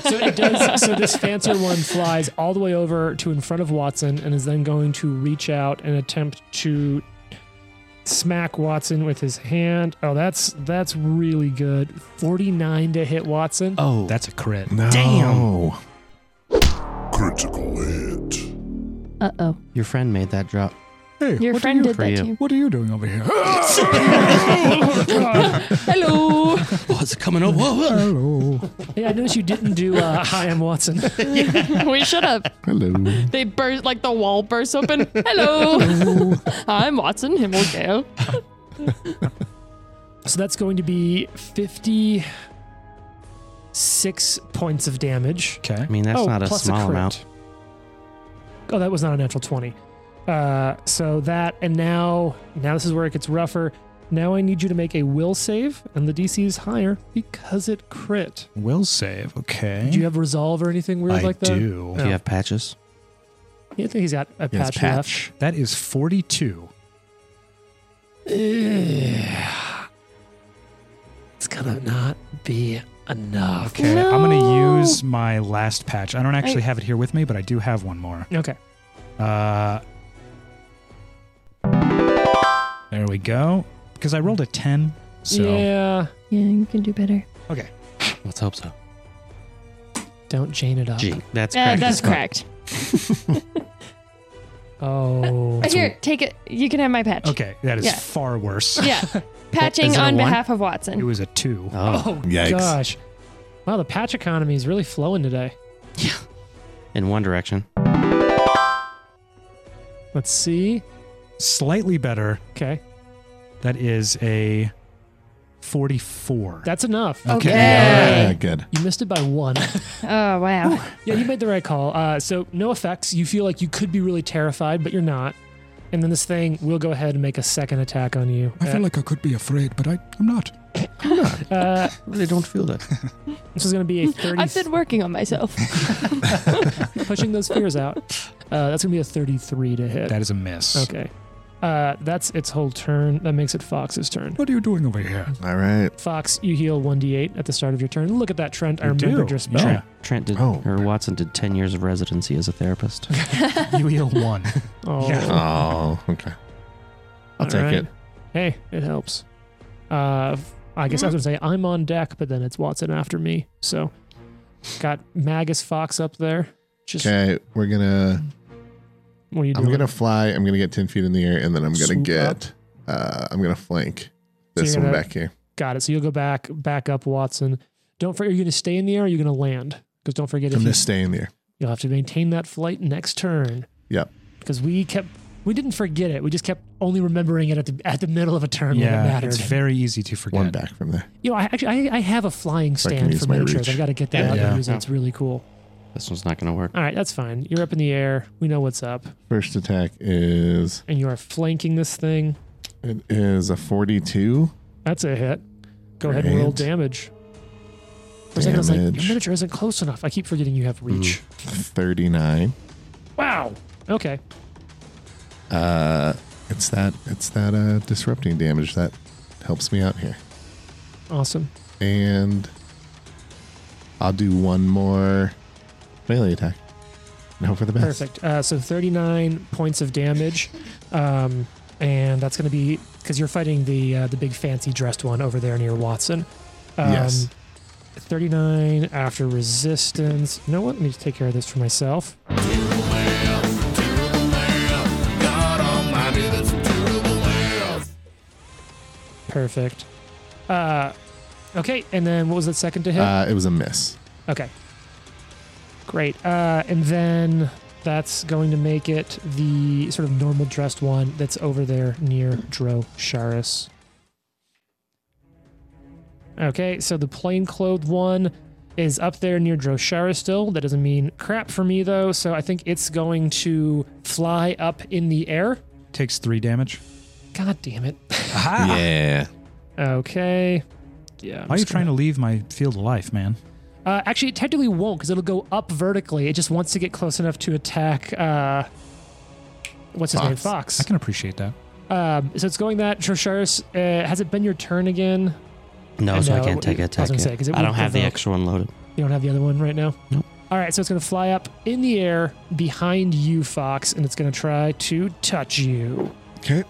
[SPEAKER 2] So it does. So this fancier one flies all the way over to in front of Watson and is then going to reach out and attempt to smack Watson with his hand. Oh, that's that's really good. Forty nine to hit Watson.
[SPEAKER 5] Oh,
[SPEAKER 3] That's a crit.
[SPEAKER 4] No.
[SPEAKER 5] Damn.
[SPEAKER 8] Critical hit.
[SPEAKER 6] Uh oh.
[SPEAKER 5] your friend made that drop.
[SPEAKER 3] Hey,
[SPEAKER 6] Your
[SPEAKER 3] what
[SPEAKER 6] friend
[SPEAKER 3] are you,
[SPEAKER 6] did that
[SPEAKER 5] you?
[SPEAKER 6] to you.
[SPEAKER 3] What are you doing over here?
[SPEAKER 6] Hello.
[SPEAKER 5] Oh, it's coming over. Whoa, whoa.
[SPEAKER 3] Hello.
[SPEAKER 2] Hey, I noticed you didn't do uh, Hi, I'm Watson.
[SPEAKER 6] we should have.
[SPEAKER 4] Hello.
[SPEAKER 6] They burst like the wall bursts open. Hello. I'm Watson Himmelgale.
[SPEAKER 2] So that's going to be 56 points of damage.
[SPEAKER 3] Okay.
[SPEAKER 5] I mean, that's
[SPEAKER 2] oh,
[SPEAKER 5] not a
[SPEAKER 2] plus
[SPEAKER 5] small
[SPEAKER 2] crit.
[SPEAKER 5] amount.
[SPEAKER 2] Oh, that was not a natural 20. Uh, so that, and now, now this is where it gets rougher. Now I need you to make a will save, and the DC is higher because it crit.
[SPEAKER 3] Will save. Okay.
[SPEAKER 2] Do you have resolve or anything weird
[SPEAKER 3] I
[SPEAKER 2] like that?
[SPEAKER 3] do.
[SPEAKER 5] Do you have patches?
[SPEAKER 2] Yeah, I think he's got a
[SPEAKER 4] Yes,
[SPEAKER 2] patch,
[SPEAKER 4] patch.
[SPEAKER 3] That is 42.
[SPEAKER 2] left. It's gonna not be enough.
[SPEAKER 3] Okay. I'm going
[SPEAKER 6] No.
[SPEAKER 3] to use my last patch. I don't actually have it here with me, but I do have one more.
[SPEAKER 2] Okay.
[SPEAKER 3] Uh, there we go. Because I rolled a 10. So
[SPEAKER 2] Yeah.
[SPEAKER 6] Yeah, you can do better.
[SPEAKER 5] Let's hope so.
[SPEAKER 2] Don't Jane it up.
[SPEAKER 5] Gee, that's
[SPEAKER 6] Yeah,
[SPEAKER 5] cracked
[SPEAKER 6] Uh, that's
[SPEAKER 5] as fuck.
[SPEAKER 6] correct.
[SPEAKER 2] Oh.
[SPEAKER 6] Here, take it. You can have my patch.
[SPEAKER 3] Okay. That is
[SPEAKER 6] Yeah.
[SPEAKER 3] far worse.
[SPEAKER 6] Yeah. Patching
[SPEAKER 5] Is it a
[SPEAKER 6] on
[SPEAKER 5] one?
[SPEAKER 6] behalf of
[SPEAKER 3] It
[SPEAKER 6] Watson.
[SPEAKER 3] was a 2.
[SPEAKER 5] Oh,
[SPEAKER 2] Oh
[SPEAKER 4] Yikes.
[SPEAKER 2] gosh. Wow, the patch economy is really flowing today.
[SPEAKER 5] in one direction.
[SPEAKER 2] Let's see.
[SPEAKER 3] Slightly better.
[SPEAKER 2] Okay.
[SPEAKER 3] That is a 44.
[SPEAKER 2] That's enough.
[SPEAKER 6] Okay.
[SPEAKER 4] Yeah, good.
[SPEAKER 2] You missed it by one.
[SPEAKER 6] Oh wow.
[SPEAKER 2] yeah, you made the right call. Uh, so no effects. You feel like you could be really terrified, but you're not. And then this thing will go ahead and make a second attack on you. Uh,
[SPEAKER 3] like I could be afraid, but I, I'm not.
[SPEAKER 2] uh,
[SPEAKER 5] Really don't feel that.
[SPEAKER 2] this is going to be a 30.
[SPEAKER 6] I've been working on myself.
[SPEAKER 2] pushing those fears out. Uh, that's going to be a 33 to hit.
[SPEAKER 3] That is a miss.
[SPEAKER 2] okay. Uh, that's its whole turn. That makes it Fox's turn.
[SPEAKER 3] What are you doing over here?
[SPEAKER 4] All right.
[SPEAKER 2] Fox, you heal 1d8 at the start of your turn. Look at that, Trent. I
[SPEAKER 3] You do.
[SPEAKER 2] remembered your spell.
[SPEAKER 3] Yeah.
[SPEAKER 5] Trent did,
[SPEAKER 4] Oh.
[SPEAKER 5] or Watson did 10 years of residency as a therapist.
[SPEAKER 3] You heal one.
[SPEAKER 2] Oh.
[SPEAKER 3] Yeah.
[SPEAKER 4] Oh, okay.
[SPEAKER 2] All
[SPEAKER 4] I'll take
[SPEAKER 2] right.
[SPEAKER 4] it.
[SPEAKER 2] Hey, it helps. Uh, I guess I was gonna say I'm on deck, but then it's Watson after me. So, got Magus Fox up there. Just
[SPEAKER 4] Okay, we're gonna.
[SPEAKER 2] what are you
[SPEAKER 4] I'm
[SPEAKER 2] doing?
[SPEAKER 4] gonna fly. I'm gonna get ten feet in the air, and then I'm gonna
[SPEAKER 2] Swoop
[SPEAKER 4] get. Uh, I'm gonna flank
[SPEAKER 2] So
[SPEAKER 4] this
[SPEAKER 2] you're
[SPEAKER 4] one
[SPEAKER 2] gonna-
[SPEAKER 4] back here.
[SPEAKER 2] Got it. So you'll go back, back up, Watson. Don't forget, are you gonna stay in the air? Or are you gonna land? Because don't forget,
[SPEAKER 4] I'm
[SPEAKER 2] if you,
[SPEAKER 4] gonna stay in the air.
[SPEAKER 2] you'll have to maintain that flight next turn.
[SPEAKER 4] Yep.
[SPEAKER 2] Because we kept, we didn't forget it. We just kept only remembering it at the at the middle of a turn when it
[SPEAKER 3] yeah,
[SPEAKER 2] mattered.
[SPEAKER 3] it's very easy to forget.
[SPEAKER 4] One back from there.
[SPEAKER 2] you know, I actually I, I have a flying
[SPEAKER 4] So I can
[SPEAKER 2] stand
[SPEAKER 4] use
[SPEAKER 2] for
[SPEAKER 4] my
[SPEAKER 2] miniatures.
[SPEAKER 4] reach.
[SPEAKER 2] I've got to get that
[SPEAKER 5] Yeah.
[SPEAKER 2] out
[SPEAKER 3] Yeah.
[SPEAKER 2] there. It's really cool.
[SPEAKER 5] this one's not going to work.
[SPEAKER 2] All right, that's fine. You're up in the air. We know what's up.
[SPEAKER 4] First attack is
[SPEAKER 2] And you are flanking this thing.
[SPEAKER 4] it is a 42.
[SPEAKER 2] That's a hit. Go ahead and roll
[SPEAKER 4] Great.
[SPEAKER 2] damage. For a second, I was like, your
[SPEAKER 4] Damage. Mm.
[SPEAKER 2] miniature isn't close enough. I keep forgetting you have reach.
[SPEAKER 4] 39.
[SPEAKER 2] Wow. Okay.
[SPEAKER 4] Uh, it's that it's that uh, disrupting damage that helps me out here.
[SPEAKER 2] Awesome.
[SPEAKER 4] And I'll do one more melee attack. No for the best.
[SPEAKER 2] Perfect. Uh, so 39 points of damage. Um, and that's going to be because you're fighting the uh, the big fancy dressed one over there near Watson. Um,
[SPEAKER 4] Yes.
[SPEAKER 2] 39 after resistance. You know what? Let me just take care of this for myself. Perfect. Uh, okay, and then what was that second to hit?
[SPEAKER 4] Uh, it was a miss.
[SPEAKER 2] Okay. Great. Uh, and then that's going to make it the sort of normal dressed one that's over there near Dro Sharis. Okay, so the plain clothed one is up there near Dro Sharis still. That doesn't mean crap for me though, so I think it's going to fly up in the air.
[SPEAKER 3] Takes three damage.
[SPEAKER 2] God damn it.
[SPEAKER 4] Yeah.
[SPEAKER 2] Okay. Yeah. I'm
[SPEAKER 3] Why are you
[SPEAKER 2] just gonna-
[SPEAKER 3] trying to leave my field of life, man?
[SPEAKER 2] Uh, actually, it technically won't because it'll go up vertically. It just wants to get close enough to attack. Uh, what's his name?
[SPEAKER 4] Fox.
[SPEAKER 2] Fox.
[SPEAKER 3] I can appreciate that.
[SPEAKER 2] Um, so it's going that. Trosharis, uh, has it been your turn again?
[SPEAKER 5] No,
[SPEAKER 2] I
[SPEAKER 5] so I
[SPEAKER 2] know,
[SPEAKER 5] can't take
[SPEAKER 2] I
[SPEAKER 5] a
[SPEAKER 2] was gonna
[SPEAKER 5] attack.
[SPEAKER 2] say, 'cause it
[SPEAKER 5] I don't
[SPEAKER 2] won't
[SPEAKER 5] have the
[SPEAKER 2] provoke.
[SPEAKER 5] extra one loaded.
[SPEAKER 2] You don't have the other one right now?
[SPEAKER 5] Nope.
[SPEAKER 2] All right, so it's going to fly up in the air behind you, Fox, and it's going to try to touch you.
[SPEAKER 4] Okay.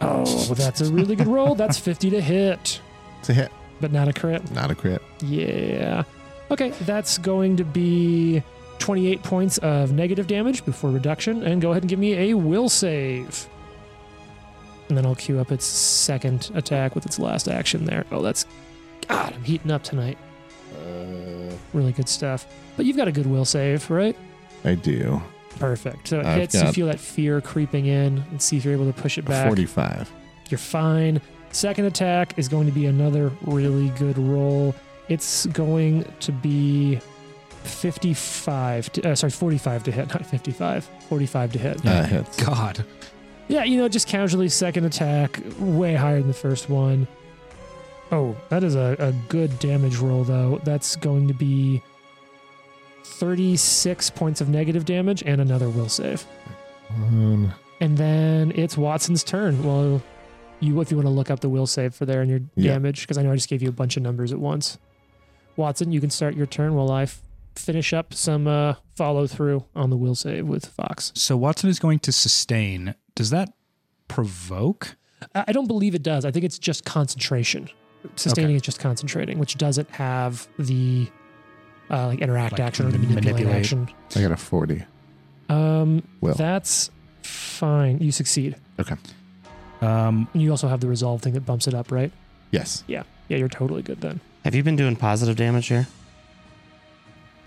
[SPEAKER 2] Oh, that's a really good roll. That's 50 to hit,
[SPEAKER 4] It's a hit.
[SPEAKER 2] but not a crit.
[SPEAKER 4] Not a crit.
[SPEAKER 2] Yeah. Okay, that's going to be 28 points of negative damage before reduction, and go ahead and give me a will save. And then I'll queue up its second attack with its last action there. Oh, that's. God, I'm heating up tonight.
[SPEAKER 4] Uh,
[SPEAKER 2] Really good stuff. But you've got a good will save, right?
[SPEAKER 4] I do.
[SPEAKER 2] Perfect. So it
[SPEAKER 4] I've
[SPEAKER 2] hits. You
[SPEAKER 4] got-
[SPEAKER 2] feel that fear creeping in and see if you're able to push it back.
[SPEAKER 4] 45.
[SPEAKER 2] You're fine. Second attack is going to be another really good roll. It's going to be 55, to, uh, sorry, 45 to hit, not 55, 45 to
[SPEAKER 5] Uh,
[SPEAKER 2] hit.
[SPEAKER 4] That hits.
[SPEAKER 3] God.
[SPEAKER 2] Yeah, you know, just casually second attack, way higher than the first one. Oh, that is a, a good damage roll, though. That's going to be 36 points of negative damage and another will save.
[SPEAKER 4] One.
[SPEAKER 2] And then it's Watson's turn. Well, you if you want to look up the will save for there and your
[SPEAKER 4] Yeah.
[SPEAKER 2] damage, because I know I just gave you a bunch of numbers at once. Watson, you can start your turn while I f- finish up some uh, follow through on the will save with Fox.
[SPEAKER 3] So Watson is going to sustain. Does that provoke?
[SPEAKER 2] I I don't believe it does. I think it's just concentration. Sustaining is just concentrating, which doesn't have the uh, like interact
[SPEAKER 3] Like
[SPEAKER 2] action or the manipulate,
[SPEAKER 3] manipulate.
[SPEAKER 2] action.
[SPEAKER 4] I got a 40.
[SPEAKER 2] Um,
[SPEAKER 4] Will.
[SPEAKER 2] that's fine. You succeed,
[SPEAKER 3] Um,
[SPEAKER 2] and you also have the resolve thing that bumps it up, right?
[SPEAKER 4] Yes.
[SPEAKER 2] Yeah, you're totally good then.
[SPEAKER 5] Have you been doing positive damage here?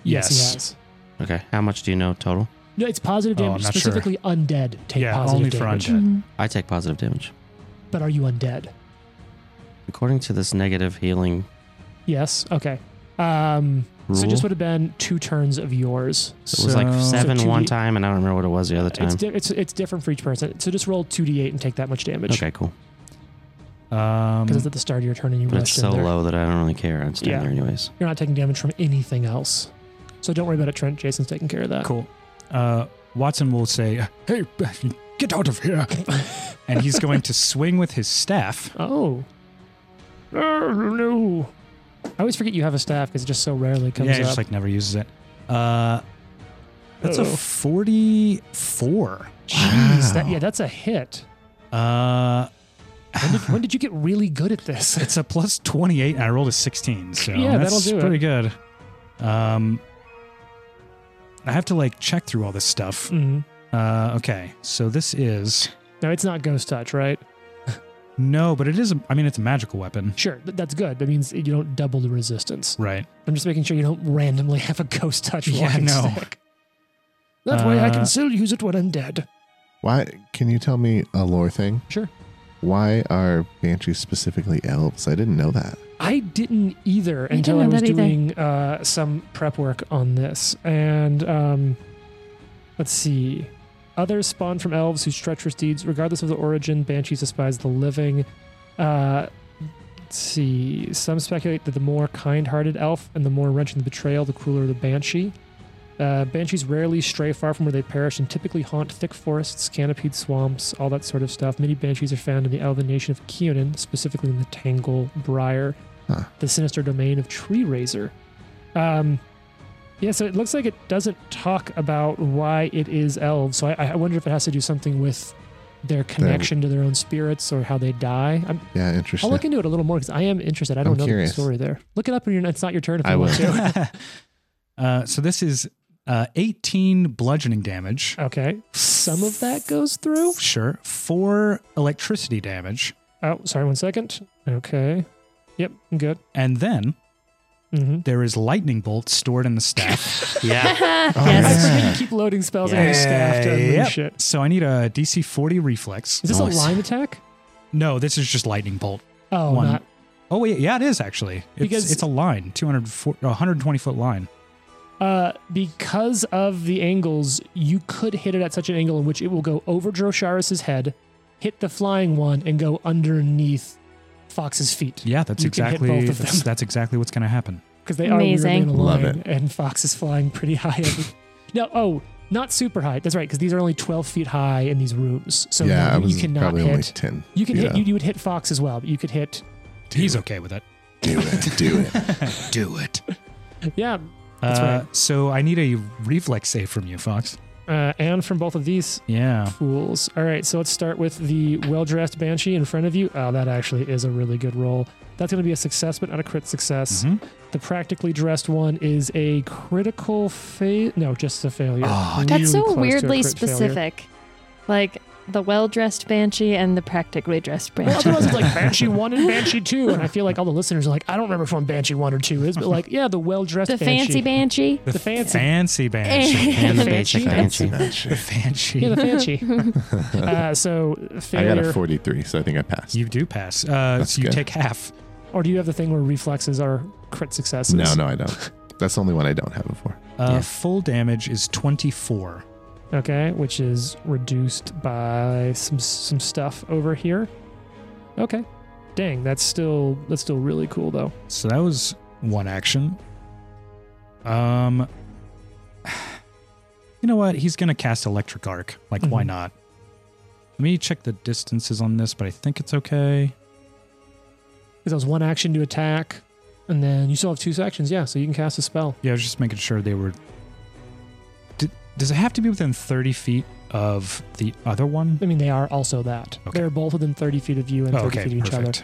[SPEAKER 3] yes.
[SPEAKER 2] he has.
[SPEAKER 5] Okay. How much do you know total?
[SPEAKER 2] No, it's positive
[SPEAKER 3] Oh, I'm
[SPEAKER 2] damage.
[SPEAKER 3] not sure.
[SPEAKER 2] specifically, undead take
[SPEAKER 3] Yeah,
[SPEAKER 2] positive
[SPEAKER 3] only for
[SPEAKER 2] damage.
[SPEAKER 3] undead.
[SPEAKER 6] Mm-hmm.
[SPEAKER 5] I take positive damage.
[SPEAKER 2] But are you undead?
[SPEAKER 5] According to this negative healing
[SPEAKER 2] Yes. Okay. Um,
[SPEAKER 5] rule,
[SPEAKER 2] so it just would have been two turns of yours.
[SPEAKER 5] it was like
[SPEAKER 3] So-
[SPEAKER 5] seven
[SPEAKER 2] So two
[SPEAKER 5] one
[SPEAKER 2] D-
[SPEAKER 5] time, and I don't remember what it was the other time.
[SPEAKER 2] It's, di- it's it's different for each person. So just roll two d8 and take that much damage.
[SPEAKER 5] okay, cool.
[SPEAKER 3] Um,
[SPEAKER 2] because it's at the start of your turn and you
[SPEAKER 5] But
[SPEAKER 2] rush
[SPEAKER 5] it's so
[SPEAKER 2] in there.
[SPEAKER 5] low that I don't really care. I'm staying
[SPEAKER 2] Yeah.
[SPEAKER 5] there anyways.
[SPEAKER 2] You're not taking damage from anything else. So don't worry about it, Trent. Jason's taking care of that.
[SPEAKER 3] Cool. Uh, Watson will say, "Hey, get out of here!" and he's going to swing with his staff.
[SPEAKER 2] Oh. Oh, no. I always forget you have a staff because it just so rarely comes
[SPEAKER 3] yeah,
[SPEAKER 2] up.
[SPEAKER 3] he just like never uses it. Uh, that's a
[SPEAKER 2] Uh-oh.
[SPEAKER 3] forty-four.
[SPEAKER 2] Jeez,
[SPEAKER 3] "Ah."
[SPEAKER 2] that, yeah, that's a hit.
[SPEAKER 3] Uh,
[SPEAKER 2] When did, when did you get really good at this?
[SPEAKER 3] it's a plus twenty-eight, and I rolled a sixteen. So
[SPEAKER 2] Yeah,
[SPEAKER 3] that's
[SPEAKER 2] that'll do
[SPEAKER 3] pretty good. Um, I have to like check through all this stuff.
[SPEAKER 2] Mhm.
[SPEAKER 3] Uh, okay, so this is
[SPEAKER 2] No, it's not ghost touch, right?
[SPEAKER 3] no, but it is. A, I mean, it's a magical weapon,
[SPEAKER 2] Sure, th- that's good. That means you don't double the resistance.
[SPEAKER 3] right?
[SPEAKER 2] I'm just making sure you don't randomly have a ghost touch
[SPEAKER 3] Yeah,
[SPEAKER 2] walking
[SPEAKER 3] no.
[SPEAKER 2] stick. That way I
[SPEAKER 3] Uh,
[SPEAKER 2] can still use it when I'm dead.
[SPEAKER 4] Why? Can you tell me a lore thing?
[SPEAKER 2] Sure.
[SPEAKER 4] Why are banshees specifically elves? I didn't know that.
[SPEAKER 2] I didn't either until I
[SPEAKER 6] didn't know
[SPEAKER 2] was
[SPEAKER 6] that either.
[SPEAKER 2] doing uh, some prep work on this. And um, let's see. Others spawn from elves whose treacherous deeds, regardless of the origin, banshees despise the living. Uh, let's see. Some speculate that the more kind hearted elf and the more wrenching the betrayal, the crueler the banshee. Uh, banshees rarely stray far from where they perish and typically haunt thick forests, canopied swamps, all that sort of stuff. Many banshees are found in the elven nation of Keonan, specifically in the Tangle Briar the sinister domain of Tree Razor. Um, yeah, so it looks like it doesn't talk about why it is elves. So I, I wonder if it has to do something with their connection to their own spirits or how they die. I'm,
[SPEAKER 4] Yeah, interesting.
[SPEAKER 2] I'll Oh, look into it a little more because I am interested. I don't
[SPEAKER 4] I'm
[SPEAKER 2] know
[SPEAKER 4] curious.
[SPEAKER 2] the story there. Look it up, and you're, it's not your turn if you
[SPEAKER 4] I
[SPEAKER 2] want
[SPEAKER 4] will.
[SPEAKER 2] to.
[SPEAKER 3] uh, so this is uh, 18 bludgeoning damage.
[SPEAKER 2] okay, some of that goes through.
[SPEAKER 3] Sure. Four electricity damage.
[SPEAKER 2] Oh, sorry, one second. Okay, yep, I'm good.
[SPEAKER 3] And then
[SPEAKER 2] Mm-hmm.
[SPEAKER 3] there is lightning bolt stored in the staff.
[SPEAKER 5] Yeah.
[SPEAKER 4] Oh,
[SPEAKER 2] I
[SPEAKER 4] yes.
[SPEAKER 2] forget you keep loading spells on your staff to unleash
[SPEAKER 3] Yep.
[SPEAKER 2] shit.
[SPEAKER 3] So I need a DC 40 reflex. Oh,
[SPEAKER 2] Is this
[SPEAKER 5] Nice.
[SPEAKER 2] a line attack?
[SPEAKER 3] No, this is just lightning bolt.
[SPEAKER 2] Oh,
[SPEAKER 3] One.
[SPEAKER 2] not
[SPEAKER 3] Oh, wait. Yeah, it is actually. It's,
[SPEAKER 2] Because-
[SPEAKER 3] it's a line, 204, 120 foot line.
[SPEAKER 2] Uh, because of the angles, you could hit it at such an angle in which it will go over Drosharis's head, hit the flying one, and go underneath Fox's feet
[SPEAKER 3] Yeah, that's
[SPEAKER 2] You can hit
[SPEAKER 3] exactly
[SPEAKER 2] both of
[SPEAKER 3] that's,
[SPEAKER 2] them.
[SPEAKER 3] that's exactly what's going to happen.
[SPEAKER 2] because they are weirdly in
[SPEAKER 6] Amazing.
[SPEAKER 2] a
[SPEAKER 4] Love
[SPEAKER 2] line,
[SPEAKER 4] it.
[SPEAKER 2] and Fox is flying pretty high. every- no, oh, not super high. That's right, because these are only twelve feet high in these rooms, so
[SPEAKER 4] yeah,
[SPEAKER 2] no,
[SPEAKER 4] I
[SPEAKER 2] you-
[SPEAKER 4] was
[SPEAKER 2] you cannot
[SPEAKER 4] probably
[SPEAKER 2] hit.
[SPEAKER 4] only 10.
[SPEAKER 2] you can
[SPEAKER 4] yeah.
[SPEAKER 2] hit. You, you would hit Fox as well, but you could hit.
[SPEAKER 3] He's okay with it.
[SPEAKER 4] Do it. Do it.
[SPEAKER 3] Do it.
[SPEAKER 2] Yeah, That's
[SPEAKER 3] Uh,
[SPEAKER 2] right.
[SPEAKER 3] so I need a reflex save from you, Fox.
[SPEAKER 2] uh, and from both of these
[SPEAKER 4] Oh.
[SPEAKER 3] Yeah.
[SPEAKER 2] fools. All right, so let's start with the well-dressed banshee in front of you. Oh, that actually is a really good roll. That's going to be a success, but not a crit success.
[SPEAKER 3] Mhm.
[SPEAKER 4] Mm-hmm.
[SPEAKER 2] The practically dressed one is a critical fail. No, just a failure.
[SPEAKER 3] Oh,
[SPEAKER 6] That's
[SPEAKER 4] Ah,
[SPEAKER 2] Really
[SPEAKER 6] so
[SPEAKER 2] close to a
[SPEAKER 6] weirdly
[SPEAKER 2] crit failure.
[SPEAKER 6] specific. Like the well dressed banshee and the practically dressed
[SPEAKER 2] Well,
[SPEAKER 6] banshee.
[SPEAKER 2] otherwise it's like Banshee One and Banshee Two, and I feel like all the listeners are like, I don't remember which one Banshee One or Two is, but like, yeah, the well dressed
[SPEAKER 6] the fancy banshee.
[SPEAKER 2] the fancy,
[SPEAKER 3] Fancy banshee.
[SPEAKER 5] And the
[SPEAKER 2] Banshee.
[SPEAKER 5] basic banshee.
[SPEAKER 4] Banshee.
[SPEAKER 3] Banshee.
[SPEAKER 2] yeah, the fancy. uh, so
[SPEAKER 4] I got
[SPEAKER 2] failure,
[SPEAKER 4] a 43, so I think I passed.
[SPEAKER 3] You do pass. Uh,
[SPEAKER 4] That's
[SPEAKER 3] so you
[SPEAKER 4] good.
[SPEAKER 3] take half.
[SPEAKER 2] or do you have the thing where reflexes are crit successes?
[SPEAKER 4] no, no, I don't. That's the only one I don't have before.
[SPEAKER 3] Uh,
[SPEAKER 5] Yeah.
[SPEAKER 3] Full damage is 24.
[SPEAKER 2] Okay, which is reduced by some some stuff over here. Okay, dang, that's still that's still really cool though.
[SPEAKER 3] So that was one action. Um, you know what? He's gonna cast Electric Arc. Like, why
[SPEAKER 2] Mhm.
[SPEAKER 3] not? Let me check the distances on this, but I think it's okay.
[SPEAKER 2] Because that was one action to attack, and then you still have two sections. Yeah, so you can cast a spell.
[SPEAKER 3] Yeah, I was just making sure they were. D- does it have to be within 30 feet of the other one?
[SPEAKER 2] I mean, they are also that.
[SPEAKER 3] Okay.
[SPEAKER 2] They're both within 30 feet of you and
[SPEAKER 3] Oh,
[SPEAKER 2] 30
[SPEAKER 3] okay,
[SPEAKER 2] feet of each
[SPEAKER 3] perfect.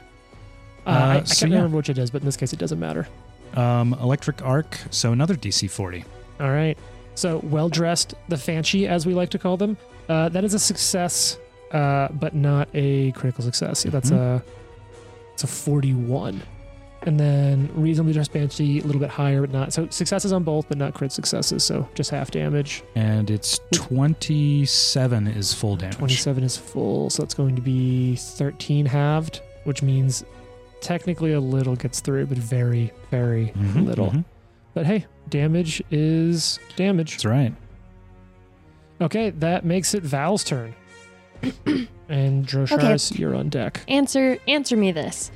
[SPEAKER 2] other. Uh, I, I
[SPEAKER 3] Uh,
[SPEAKER 2] can't
[SPEAKER 3] so yeah.
[SPEAKER 2] remember which it is, but in this case, it doesn't matter.
[SPEAKER 3] Um, electric arc. So another DC 40.
[SPEAKER 2] All right. So, well dressed, the Fanchi, as we like to call them, uh, that is a success, uh, but not a critical success. That's a it's a 41. And then reasonably dressed Banshee, a little bit higher, but not. So, successes on both, but not crit successes. So, just half damage.
[SPEAKER 3] And it's 27 is full damage.
[SPEAKER 2] 27 is full, so that's going to be 13 halved, which means technically a little gets through, but very, very
[SPEAKER 3] Mhm,
[SPEAKER 2] little.
[SPEAKER 3] mhm.
[SPEAKER 2] But hey, damage is damage.
[SPEAKER 3] That's right.
[SPEAKER 2] Okay, that makes it Val's turn. and Drosharis, you're on deck.
[SPEAKER 6] Answer answer me this.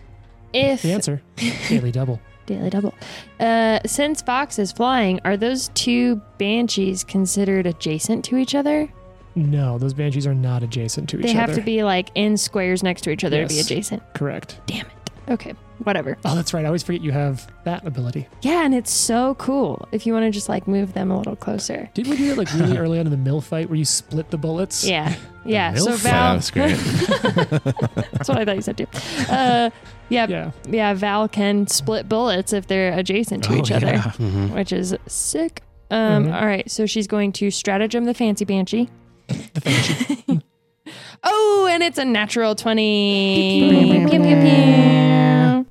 [SPEAKER 6] If
[SPEAKER 2] The answer daily double.
[SPEAKER 6] daily double. Uh since Fox is flying, are those two banshees considered adjacent to each other?
[SPEAKER 2] No, those banshees are not adjacent to each
[SPEAKER 6] they have
[SPEAKER 2] other.
[SPEAKER 6] to be like in squares next to each other to be
[SPEAKER 2] Yes.
[SPEAKER 6] adjacent.
[SPEAKER 2] correct.
[SPEAKER 6] Damn it. Okay, whatever.
[SPEAKER 2] Oh, that's right. I always forget you have that ability.
[SPEAKER 6] Yeah, and it's so cool if you want to just like move them a little closer.
[SPEAKER 2] Didn't we do that like really early on in the mill fight where you split the bullets?
[SPEAKER 6] Yeah. Yeah.
[SPEAKER 3] Milf?
[SPEAKER 6] So
[SPEAKER 3] Yeah,
[SPEAKER 4] Yeah,
[SPEAKER 6] Val
[SPEAKER 4] that's great.
[SPEAKER 6] That's what I thought you said too. Uh, yeah, yeah,
[SPEAKER 2] Yeah.
[SPEAKER 6] Val can split bullets if they're adjacent to
[SPEAKER 3] Oh,
[SPEAKER 6] each other,
[SPEAKER 3] yeah.
[SPEAKER 5] Mhm.
[SPEAKER 6] which is sick. Um,
[SPEAKER 2] Mhm.
[SPEAKER 6] all right, so she's going to stratagem the fancy banshee. oh, and it's a natural twenty. Pew, pew, pew,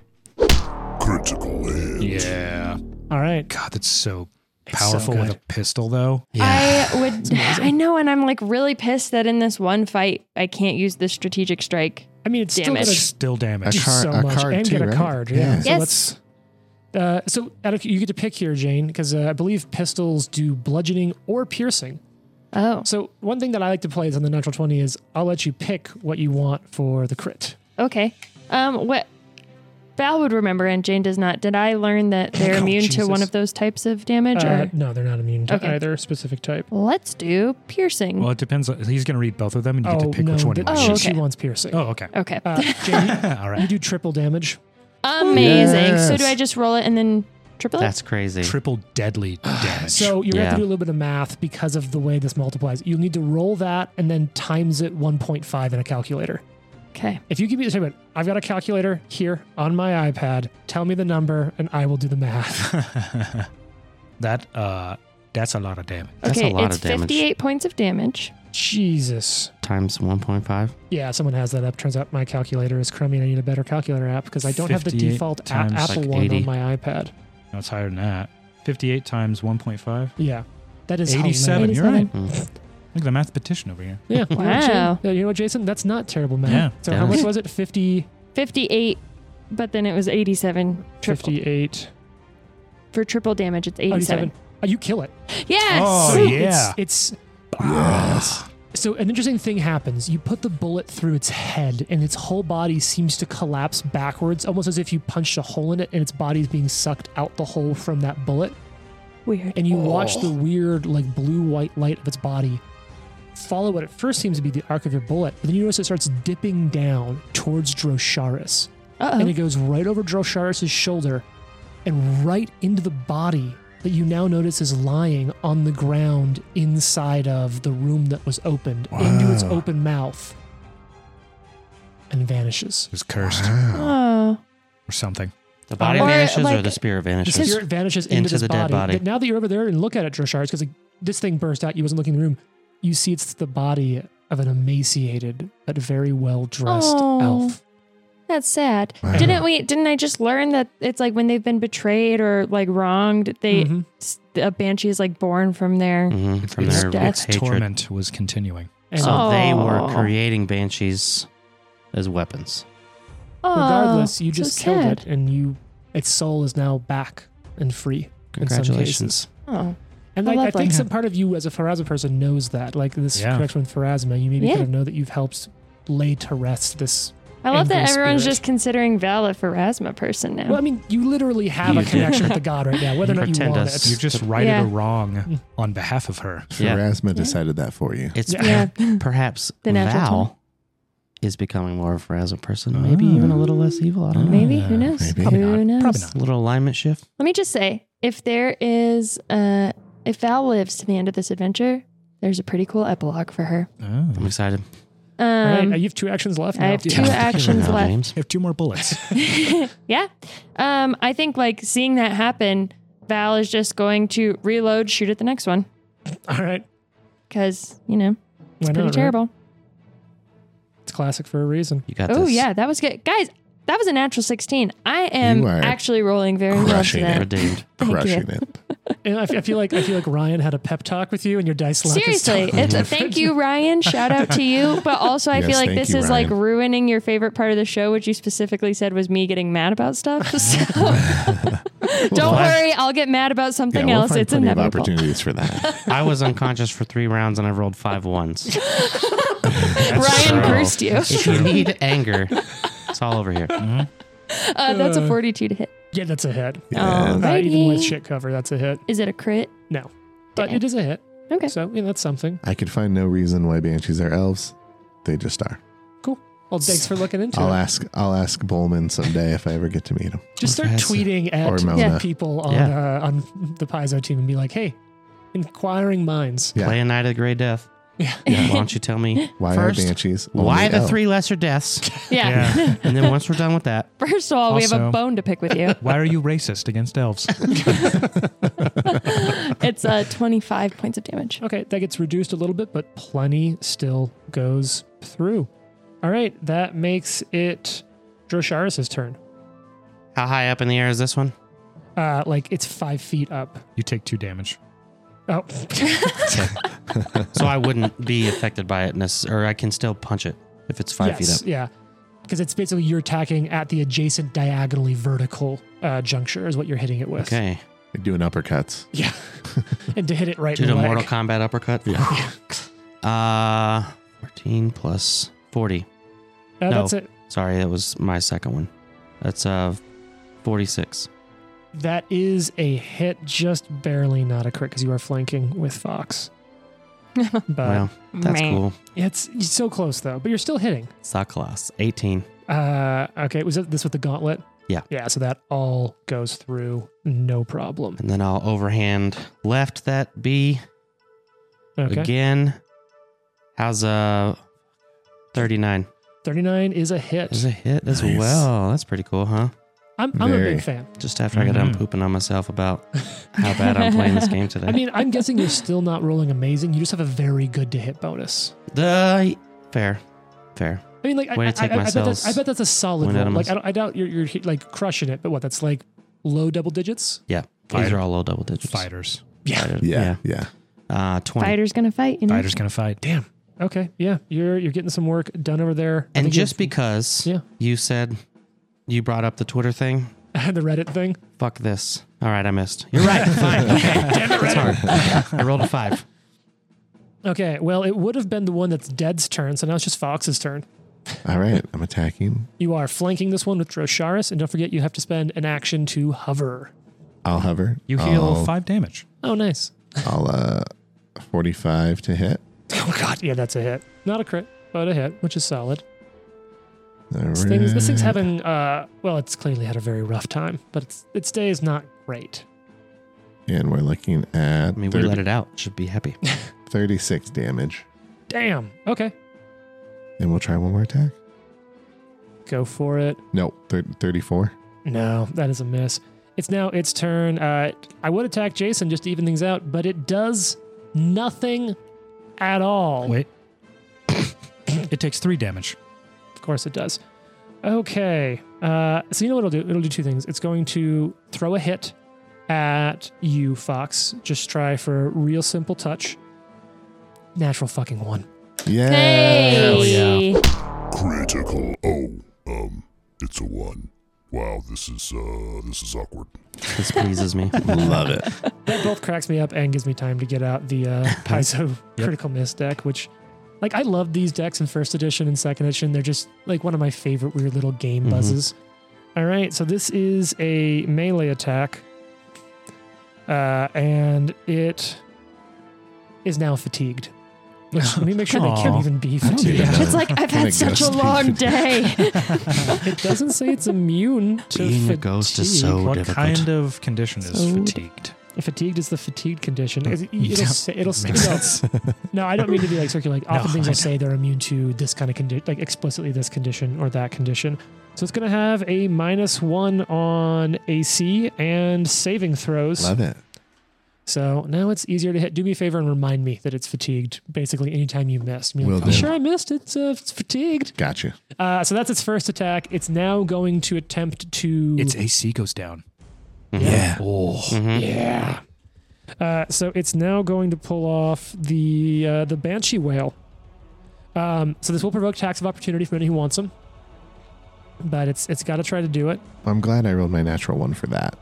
[SPEAKER 8] Critical hit.
[SPEAKER 3] Yeah.
[SPEAKER 2] All right.
[SPEAKER 3] God, that's so
[SPEAKER 2] It's so
[SPEAKER 3] powerful with
[SPEAKER 2] good.
[SPEAKER 3] a pistol, though.
[SPEAKER 6] pew. I would. I know, and I'm like really pissed that in this one fight I can't use the strategic strike.
[SPEAKER 2] I mean, it's still
[SPEAKER 6] Damage.
[SPEAKER 2] gonna
[SPEAKER 3] Still
[SPEAKER 4] A
[SPEAKER 3] damage.
[SPEAKER 2] do
[SPEAKER 4] car-
[SPEAKER 2] so
[SPEAKER 4] a
[SPEAKER 2] much
[SPEAKER 4] card
[SPEAKER 2] and
[SPEAKER 4] too,
[SPEAKER 2] get a
[SPEAKER 4] right?
[SPEAKER 2] card. Yeah.
[SPEAKER 4] Yeah.
[SPEAKER 2] So
[SPEAKER 6] Yes.
[SPEAKER 2] let's. Uh, so out of, you get to pick here, Jane, because uh, I believe pistols do bludgeoning or piercing.
[SPEAKER 6] Oh,
[SPEAKER 2] So one thing that I like to play is on the natural twenty is I'll let you pick what you want for the crit.
[SPEAKER 6] Okay. Um, what Val would remember and Jane does not. Did I learn that they're
[SPEAKER 2] Oh,
[SPEAKER 6] immune to
[SPEAKER 2] Jesus.
[SPEAKER 6] one of those types of damage?
[SPEAKER 2] Uh,
[SPEAKER 6] or
[SPEAKER 2] no, they're not immune to
[SPEAKER 6] Okay.
[SPEAKER 2] either specific type.
[SPEAKER 6] let's do piercing.
[SPEAKER 3] Well, it depends. on- He's going to read both of them, and you get
[SPEAKER 2] Oh,
[SPEAKER 3] to pick
[SPEAKER 2] no,
[SPEAKER 3] which one
[SPEAKER 2] th-
[SPEAKER 3] you
[SPEAKER 6] Oh,
[SPEAKER 3] want.
[SPEAKER 2] she,
[SPEAKER 6] okay.
[SPEAKER 2] she wants piercing.
[SPEAKER 3] Oh, okay.
[SPEAKER 6] okay.
[SPEAKER 2] Uh, Jane,
[SPEAKER 3] All
[SPEAKER 2] you
[SPEAKER 3] right.
[SPEAKER 2] do triple damage.
[SPEAKER 6] Amazing. So do
[SPEAKER 4] Yes.
[SPEAKER 6] I just roll it and then triple it?
[SPEAKER 5] That's crazy.
[SPEAKER 3] Triple deadly damage.
[SPEAKER 2] So you're gonna have to
[SPEAKER 5] Yeah.
[SPEAKER 2] do a little bit of math because of the way this multiplies. You'll need to roll that and then times it 1.5 in a calculator.
[SPEAKER 6] okay.
[SPEAKER 2] If you give me the statement, I've got a calculator here on my iPad. Tell me the number, and I will do the math.
[SPEAKER 3] that uh, that's a lot of damage.
[SPEAKER 5] That's a
[SPEAKER 6] okay.
[SPEAKER 5] lot
[SPEAKER 6] it's
[SPEAKER 5] of damage.
[SPEAKER 6] 58 points of damage.
[SPEAKER 2] Jesus.
[SPEAKER 5] Times 1.5.
[SPEAKER 2] Yeah, someone has that up. Turns out my calculator is crummy, and I need a better calculator app because I don't have the
[SPEAKER 3] 58
[SPEAKER 2] default a-
[SPEAKER 3] times
[SPEAKER 2] Apple
[SPEAKER 5] like
[SPEAKER 2] one
[SPEAKER 5] 80.
[SPEAKER 2] on my iPad.
[SPEAKER 3] No, it's higher than that. Fifty-eight times one point five.
[SPEAKER 2] Yeah, that is
[SPEAKER 3] 87.
[SPEAKER 2] hilarious.
[SPEAKER 3] You're right.
[SPEAKER 6] 87.
[SPEAKER 5] Mm.
[SPEAKER 3] Look at the mathematician over here.
[SPEAKER 2] Yeah. You know what, Jane?
[SPEAKER 6] Wow.
[SPEAKER 2] Yeah, You know what, Jason? That's not terrible math.
[SPEAKER 3] Yeah.
[SPEAKER 2] So
[SPEAKER 5] Yeah.
[SPEAKER 2] how much was it? 50,
[SPEAKER 6] 58, but then it was 87 triple.
[SPEAKER 2] 58,
[SPEAKER 6] For triple damage, it's 87.
[SPEAKER 2] 87. Oh, you kill it.
[SPEAKER 6] Yes.
[SPEAKER 3] Oh,
[SPEAKER 2] It's-
[SPEAKER 3] yeah.
[SPEAKER 2] It's,
[SPEAKER 4] Yes.
[SPEAKER 2] so an interesting thing happens. You put the bullet through its head, and its whole body seems to collapse backwards, almost as if you punched a hole in it, and its body is being sucked out the hole from that bullet.
[SPEAKER 6] Weird.
[SPEAKER 2] and you watch the weird like blue white light of its body follow what at first seems to be the arc of your bullet but then you notice it starts dipping down towards drosharis
[SPEAKER 6] Uh
[SPEAKER 2] and it
[SPEAKER 6] oh.
[SPEAKER 2] goes right over drosharis's shoulder and right into the body that you now notice is lying on the ground inside of the room that was opened into its
[SPEAKER 4] Wow.
[SPEAKER 2] open mouth and vanishes
[SPEAKER 3] It's cursed
[SPEAKER 4] Wow.
[SPEAKER 6] Oh.
[SPEAKER 3] or something.
[SPEAKER 5] The body
[SPEAKER 2] Or,
[SPEAKER 5] vanishes or
[SPEAKER 6] like,
[SPEAKER 5] the spirit
[SPEAKER 2] the
[SPEAKER 5] vanishes?
[SPEAKER 2] spirit vanishes into,
[SPEAKER 5] into
[SPEAKER 2] this
[SPEAKER 5] the
[SPEAKER 2] body.
[SPEAKER 5] dead body.
[SPEAKER 2] But now that you're over there and look at it, Drosharis, because like, this thing burst out, you wasn't looking in the room. You see it's the body of an emaciated but very well dressed
[SPEAKER 6] Oh.
[SPEAKER 2] elf.
[SPEAKER 6] That's sad.
[SPEAKER 4] Wow.
[SPEAKER 6] Didn't we? Didn't I just learn that it's like when they've been betrayed or like wronged, they
[SPEAKER 2] Mhm.
[SPEAKER 6] s- a banshee is like born from there.
[SPEAKER 5] Mhm, from
[SPEAKER 3] It's-
[SPEAKER 5] their
[SPEAKER 6] Death.
[SPEAKER 3] its
[SPEAKER 5] hatred.
[SPEAKER 3] torment was continuing.
[SPEAKER 2] And
[SPEAKER 5] So they were
[SPEAKER 6] Oh.
[SPEAKER 5] creating banshees as weapons.
[SPEAKER 6] Oh,
[SPEAKER 2] regardless, you
[SPEAKER 6] so
[SPEAKER 2] just killed
[SPEAKER 6] sad.
[SPEAKER 2] it, and you its soul is now back and free. In some
[SPEAKER 5] Congratulations.
[SPEAKER 2] cases.
[SPEAKER 6] Oh,
[SPEAKER 2] And
[SPEAKER 6] I
[SPEAKER 2] like,
[SPEAKER 6] love
[SPEAKER 2] I think
[SPEAKER 6] that.
[SPEAKER 2] some part of you as a Farazma person knows that. Like this
[SPEAKER 3] Yeah.
[SPEAKER 2] connection with Farazma, you maybe
[SPEAKER 6] Yeah.
[SPEAKER 2] kind of know that you've helped lay to rest this.
[SPEAKER 6] I love that
[SPEAKER 2] Angry
[SPEAKER 6] everyone's
[SPEAKER 2] spirit.
[SPEAKER 6] just considering Val a Pharasma person now.
[SPEAKER 2] Well, I mean, you literally have
[SPEAKER 5] You
[SPEAKER 2] a
[SPEAKER 5] did.
[SPEAKER 2] connection with the god right now, whether or not you
[SPEAKER 5] Pretend
[SPEAKER 2] want
[SPEAKER 5] us-
[SPEAKER 2] it.
[SPEAKER 3] You just righted
[SPEAKER 6] Yeah.
[SPEAKER 3] a wrong on behalf of her.
[SPEAKER 5] Yeah.
[SPEAKER 4] Pharasma decided that for you.
[SPEAKER 5] It's
[SPEAKER 6] yeah.
[SPEAKER 5] perhaps
[SPEAKER 6] The natural
[SPEAKER 5] Val
[SPEAKER 6] twenty.
[SPEAKER 5] is becoming more of her as a person, maybe even
[SPEAKER 2] Oh.
[SPEAKER 5] a little less evil. I don't know.
[SPEAKER 6] Maybe. Who knows?
[SPEAKER 4] maybe.
[SPEAKER 2] Probably
[SPEAKER 6] Who
[SPEAKER 2] not.
[SPEAKER 6] knows?
[SPEAKER 2] Probably not.
[SPEAKER 5] A little alignment shift.
[SPEAKER 6] Let me just say, if there is, uh, if Val lives to the end of this adventure, there's a pretty cool epilogue for her.
[SPEAKER 3] Oh.
[SPEAKER 5] I'm excited.
[SPEAKER 6] Um,
[SPEAKER 2] All right, you have two actions left.
[SPEAKER 6] I
[SPEAKER 2] now.
[SPEAKER 6] have two actions
[SPEAKER 5] Now,
[SPEAKER 6] left.
[SPEAKER 5] James.
[SPEAKER 3] I have two more bullets.
[SPEAKER 6] Yeah. Um, I think like seeing that happen, Val is just going to reload, shoot at the next one
[SPEAKER 2] All right,
[SPEAKER 6] because you know
[SPEAKER 2] Why
[SPEAKER 6] it's
[SPEAKER 2] not,
[SPEAKER 6] pretty
[SPEAKER 2] right?
[SPEAKER 6] terrible.
[SPEAKER 2] It's classic for a reason.
[SPEAKER 5] You got this.
[SPEAKER 6] Oh yeah, that was good, guys. That was a natural sixteen. I am
[SPEAKER 4] You are
[SPEAKER 6] actually rolling very well
[SPEAKER 4] crushing
[SPEAKER 5] You're
[SPEAKER 6] today.
[SPEAKER 5] redeemed.
[SPEAKER 6] Thank you.
[SPEAKER 4] Crushing it.
[SPEAKER 2] And I, f- I feel like I feel like Ryan had a pep talk with you, and your dice luck. is still-
[SPEAKER 6] Seriously, it's a thank you, Ryan. Shout out to you. But also, I
[SPEAKER 4] Yes,
[SPEAKER 6] feel like
[SPEAKER 4] thank
[SPEAKER 6] this
[SPEAKER 4] you,
[SPEAKER 6] is like
[SPEAKER 4] Ryan.
[SPEAKER 6] ruining your favorite part of the show, which you specifically said was me getting mad about stuff. So don't worry, I'll get mad about
[SPEAKER 4] Yeah,
[SPEAKER 6] something
[SPEAKER 4] we'll
[SPEAKER 6] else.
[SPEAKER 4] find
[SPEAKER 6] It's
[SPEAKER 4] plenty of
[SPEAKER 6] inevitable.
[SPEAKER 4] opportunities for that.
[SPEAKER 5] I was unconscious for three rounds and I rolled five ones. true.
[SPEAKER 6] Ryan cursed you.
[SPEAKER 5] if you need anger, it's all over here.
[SPEAKER 6] Uh, that's a 42 to hit.
[SPEAKER 2] yeah, that's a hit.
[SPEAKER 4] Yeah.
[SPEAKER 2] Not even with
[SPEAKER 6] Alrighty.
[SPEAKER 2] shit cover, that's a hit.
[SPEAKER 6] Is it a crit?
[SPEAKER 2] No, but
[SPEAKER 6] Dang.
[SPEAKER 2] it is a hit.
[SPEAKER 6] Okay.
[SPEAKER 2] So yeah, that's something.
[SPEAKER 4] I could find no reason why banshees are elves. They just are.
[SPEAKER 2] Well, thanks for looking into
[SPEAKER 4] I'll
[SPEAKER 2] it.
[SPEAKER 4] ask. I'll ask Bowman someday if I ever get to meet him.
[SPEAKER 2] Just start
[SPEAKER 5] Yes.
[SPEAKER 2] tweeting
[SPEAKER 4] Or
[SPEAKER 2] at
[SPEAKER 4] Melna.
[SPEAKER 2] people on uh, on the Paizo team and be like, "Hey, inquiring minds."
[SPEAKER 4] Yeah.
[SPEAKER 5] Play a night of the Great Death.
[SPEAKER 2] Yeah.
[SPEAKER 5] Why don't you tell me
[SPEAKER 4] Why
[SPEAKER 5] first
[SPEAKER 4] are banshees? only
[SPEAKER 5] why the
[SPEAKER 4] elf?
[SPEAKER 5] three lesser deaths?
[SPEAKER 6] Yeah.
[SPEAKER 5] And then once we're done with that,
[SPEAKER 6] First of all, we have a
[SPEAKER 3] Also-
[SPEAKER 6] bone to pick with you.
[SPEAKER 3] Why are you racist against elves?
[SPEAKER 6] it's uh, 25 points of damage.
[SPEAKER 2] Okay, that gets reduced a little bit, but plenty still goes through. All right, that makes it Drosharis' turn.
[SPEAKER 5] how high up in the air is this one?
[SPEAKER 2] Uh, like it's five feet up.
[SPEAKER 3] You take two damage.
[SPEAKER 2] Oh,
[SPEAKER 5] So I wouldn't be affected by it necess- or I can still punch it if it's five
[SPEAKER 2] yes,
[SPEAKER 5] feet
[SPEAKER 2] yeah, because it's basically you're attacking at the adjacent diagonally vertical uh, juncture is what you're hitting it
[SPEAKER 5] up.
[SPEAKER 2] with.
[SPEAKER 5] Okay.
[SPEAKER 4] They're doing uppercuts.
[SPEAKER 2] Yeah, and to hit it right
[SPEAKER 5] Due
[SPEAKER 2] in
[SPEAKER 5] to
[SPEAKER 2] the leg.
[SPEAKER 5] Mortal Kombat uppercut.
[SPEAKER 4] Yeah.
[SPEAKER 5] Uh, 14 plus 40.
[SPEAKER 2] Uh,
[SPEAKER 5] No.
[SPEAKER 2] That's it.
[SPEAKER 5] Sorry, that was my second one. That's uh 46.
[SPEAKER 2] That is a hit, just barely not a crit because you are flanking with Fox. but
[SPEAKER 5] wow, that's
[SPEAKER 6] Meh.
[SPEAKER 5] cool.
[SPEAKER 2] it's, it's so close though, but you're still hitting.
[SPEAKER 5] Saklas, 18.
[SPEAKER 2] Uh, okay, was it this with the gauntlet?
[SPEAKER 5] Yeah.
[SPEAKER 2] Yeah, so that all goes through no problem.
[SPEAKER 5] And then I'll overhand left that B
[SPEAKER 2] Okay.
[SPEAKER 5] again. How's uh 39?
[SPEAKER 2] 39 is a hit.
[SPEAKER 5] Is a hit as
[SPEAKER 4] Nice.
[SPEAKER 5] well. That's pretty cool, huh?
[SPEAKER 2] I'm, I'm a
[SPEAKER 4] Very.
[SPEAKER 2] big fan.
[SPEAKER 5] Just after I got done
[SPEAKER 3] Mhm.
[SPEAKER 5] pooping on myself about how bad I'm playing this game today.
[SPEAKER 2] Mm. I mean, I'm guessing you're still not rolling amazing. You just have a very good to hit bonus.
[SPEAKER 5] the fair, fair.
[SPEAKER 2] I mean, like, I,
[SPEAKER 5] Way
[SPEAKER 2] I,
[SPEAKER 5] to take
[SPEAKER 2] I- I bet
[SPEAKER 5] myself.
[SPEAKER 2] that's, I bet that's a solid
[SPEAKER 5] Went out
[SPEAKER 2] roll.
[SPEAKER 5] of
[SPEAKER 2] Like,
[SPEAKER 5] my-
[SPEAKER 2] I, don't, I doubt you're, you're hit- like crushing it, but what, that's like low double digits?
[SPEAKER 5] Yeah, these
[SPEAKER 3] Fighter.
[SPEAKER 5] are all low double digits.
[SPEAKER 3] Fighters.
[SPEAKER 5] Fighter,
[SPEAKER 4] Yeah, yeah.
[SPEAKER 5] Uh, 20.
[SPEAKER 6] Fighter's going to fight, you know?
[SPEAKER 3] Fighters gonna fight. Damn.
[SPEAKER 2] Okay, yeah, you're you're getting some work done over there. I
[SPEAKER 5] And
[SPEAKER 2] think you-
[SPEAKER 5] just because
[SPEAKER 2] Yeah.
[SPEAKER 5] you said you brought up the Twitter thing,
[SPEAKER 2] the Reddit thing.
[SPEAKER 5] Fuck this. All right, I missed. You're right. Fine. Okay. Damn it, hard. I rolled a five.
[SPEAKER 2] Okay, well, it would have been the one that's Dead's turn, so now it's just Fox's turn.
[SPEAKER 4] All right, I'm attacking.
[SPEAKER 2] You are flanking this one with Drosharis, and don't forget you have to spend an action to hover.
[SPEAKER 4] I'll hover.
[SPEAKER 3] You heal
[SPEAKER 4] I'll,
[SPEAKER 3] five damage.
[SPEAKER 2] Oh, nice.
[SPEAKER 4] I'll uh, 45 to hit.
[SPEAKER 2] Oh God, yeah, that's a hit. Not a crit, but a hit, which is solid.
[SPEAKER 4] All
[SPEAKER 2] This thing's, this thing's
[SPEAKER 4] right.
[SPEAKER 2] having, uh, well, it's clearly had a very rough time, but it's, its day is not great.
[SPEAKER 4] And we're looking at
[SPEAKER 5] I mean, we
[SPEAKER 4] 30
[SPEAKER 5] let it out. Should be happy.
[SPEAKER 4] 36 damage.
[SPEAKER 2] Damn. Okay,
[SPEAKER 4] And we'll try one more attack.
[SPEAKER 2] go for it.
[SPEAKER 4] No, thir- 34.
[SPEAKER 2] No, that is a miss. It's now its turn. Uh, I would attack Jason just to even things out, but it does nothing at all.
[SPEAKER 3] Wait. It takes three damage.
[SPEAKER 2] Of course it does. Okay. Uh, so you know what it'll do? It'll do two things. It's going to throw a hit at you, Fox. Just try for a real simple touch. Natural fucking one.
[SPEAKER 4] Yeah.
[SPEAKER 6] Hey.
[SPEAKER 8] Critical. Oh, um, it's a one. Wow, this is uh, this is awkward.
[SPEAKER 5] This pleases me.
[SPEAKER 4] Love it.
[SPEAKER 2] That both cracks me up and gives me time to get out the uh, Paizo Critical Miss deck, which, like, I love these decks in first edition and second edition. They're just like one of my favorite weird little game
[SPEAKER 5] Mhm.
[SPEAKER 2] buzzes. All right, so this is a melee attack, uh, and it is now fatigued. Which, let me make sure they can't
[SPEAKER 3] Aw.
[SPEAKER 2] even be
[SPEAKER 4] I don't
[SPEAKER 2] fatigued.
[SPEAKER 4] even know.
[SPEAKER 6] It's like I've
[SPEAKER 4] Kinda
[SPEAKER 6] had such a
[SPEAKER 4] ghostly.
[SPEAKER 6] long day.
[SPEAKER 2] It doesn't say it's immune to
[SPEAKER 5] Being a
[SPEAKER 2] fatigue.
[SPEAKER 5] ghost is so
[SPEAKER 3] what
[SPEAKER 5] difficult.
[SPEAKER 3] kind of condition is
[SPEAKER 2] So-
[SPEAKER 3] fatigued?
[SPEAKER 2] Fatigued is the fatigue condition. It,
[SPEAKER 3] Yeah.
[SPEAKER 2] will say, it'll say,
[SPEAKER 3] Makes
[SPEAKER 2] no, no, I don't mean to be like circular. Like often
[SPEAKER 3] No,
[SPEAKER 2] things
[SPEAKER 3] I
[SPEAKER 2] will
[SPEAKER 3] know.
[SPEAKER 2] say they're immune to this kind of condition, like explicitly this condition or that condition. So it's going to have a minus one on AC and saving throws.
[SPEAKER 4] Love it.
[SPEAKER 2] So now it's easier to hit. Do me a favor and remind me that it's fatigued. Basically, anytime you miss, Be like,
[SPEAKER 4] Will
[SPEAKER 2] "You
[SPEAKER 4] do.
[SPEAKER 2] sure I missed. It's, uh, it's fatigued.
[SPEAKER 4] Gotcha.
[SPEAKER 2] Uh, so that's its first attack. It's now going to attempt to.
[SPEAKER 3] Its AC goes down.
[SPEAKER 5] Mm-hmm.
[SPEAKER 4] Yeah.
[SPEAKER 3] Oh,
[SPEAKER 2] Yeah. Uh, so it's now going to pull off the uh, the banshee whale. Um, so this will provoke tax of opportunity for anyone who wants them, but it's it's got to try to do it.
[SPEAKER 4] I'm glad I rolled my natural one for that.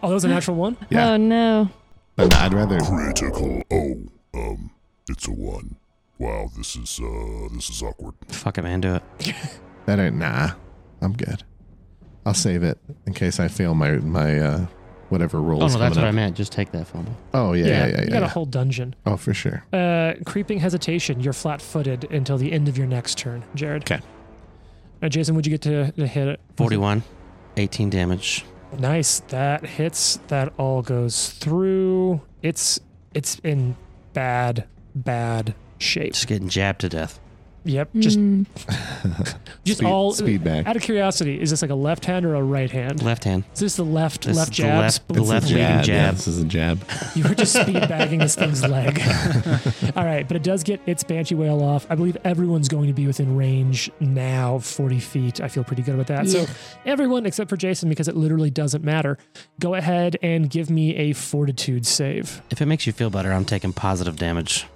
[SPEAKER 2] Oh, that was a natural one.
[SPEAKER 4] Yeah.
[SPEAKER 6] Oh no.
[SPEAKER 4] But I'd rather.
[SPEAKER 8] Critical. Oh, um, it's a one. Wow, this is uh, this is awkward.
[SPEAKER 5] Fuck it, man. Do it.
[SPEAKER 4] That ain't. Nah. I'm good. I'll save it in case I fail my my uh, whatever rolls.
[SPEAKER 5] Oh no, that's
[SPEAKER 4] coming
[SPEAKER 5] what I
[SPEAKER 4] up.
[SPEAKER 5] meant. Just take that fumble.
[SPEAKER 4] Oh yeah, yeah, yeah,
[SPEAKER 2] you
[SPEAKER 4] yeah.
[SPEAKER 2] got a
[SPEAKER 4] yeah.
[SPEAKER 2] whole dungeon.
[SPEAKER 4] Oh for sure.
[SPEAKER 2] Uh, creeping hesitation. You're flat-footed until the end of your next turn, Jared.
[SPEAKER 4] 'Kay.
[SPEAKER 2] Uh, Jason, would you get to, to hit it?
[SPEAKER 5] 41, 18 damage.
[SPEAKER 2] Nice. That hits. That all goes through. It's it's in bad bad shape.
[SPEAKER 5] Just getting jabbed to death.
[SPEAKER 2] Yep. Just
[SPEAKER 6] Mm.
[SPEAKER 2] Just
[SPEAKER 4] Speed-
[SPEAKER 2] all
[SPEAKER 4] speed back.
[SPEAKER 2] Out of curiosity, is this like a left hand or a right hand?
[SPEAKER 5] Left hand.
[SPEAKER 2] Is this the left
[SPEAKER 5] This
[SPEAKER 2] left
[SPEAKER 5] is the
[SPEAKER 2] jab?
[SPEAKER 5] left- the
[SPEAKER 2] Spl-
[SPEAKER 5] left leading
[SPEAKER 4] yeah,
[SPEAKER 5] jab.
[SPEAKER 4] this is a jab.
[SPEAKER 2] You were just speed bagging this thing's leg. all right, but it does get its banshee whale off. I believe everyone's going to be within range now, forty feet. I feel pretty good about that. So everyone except for Jason, because it literally doesn't matter. Go ahead and give me a fortitude save,
[SPEAKER 5] If it makes you feel better, I'm taking positive damage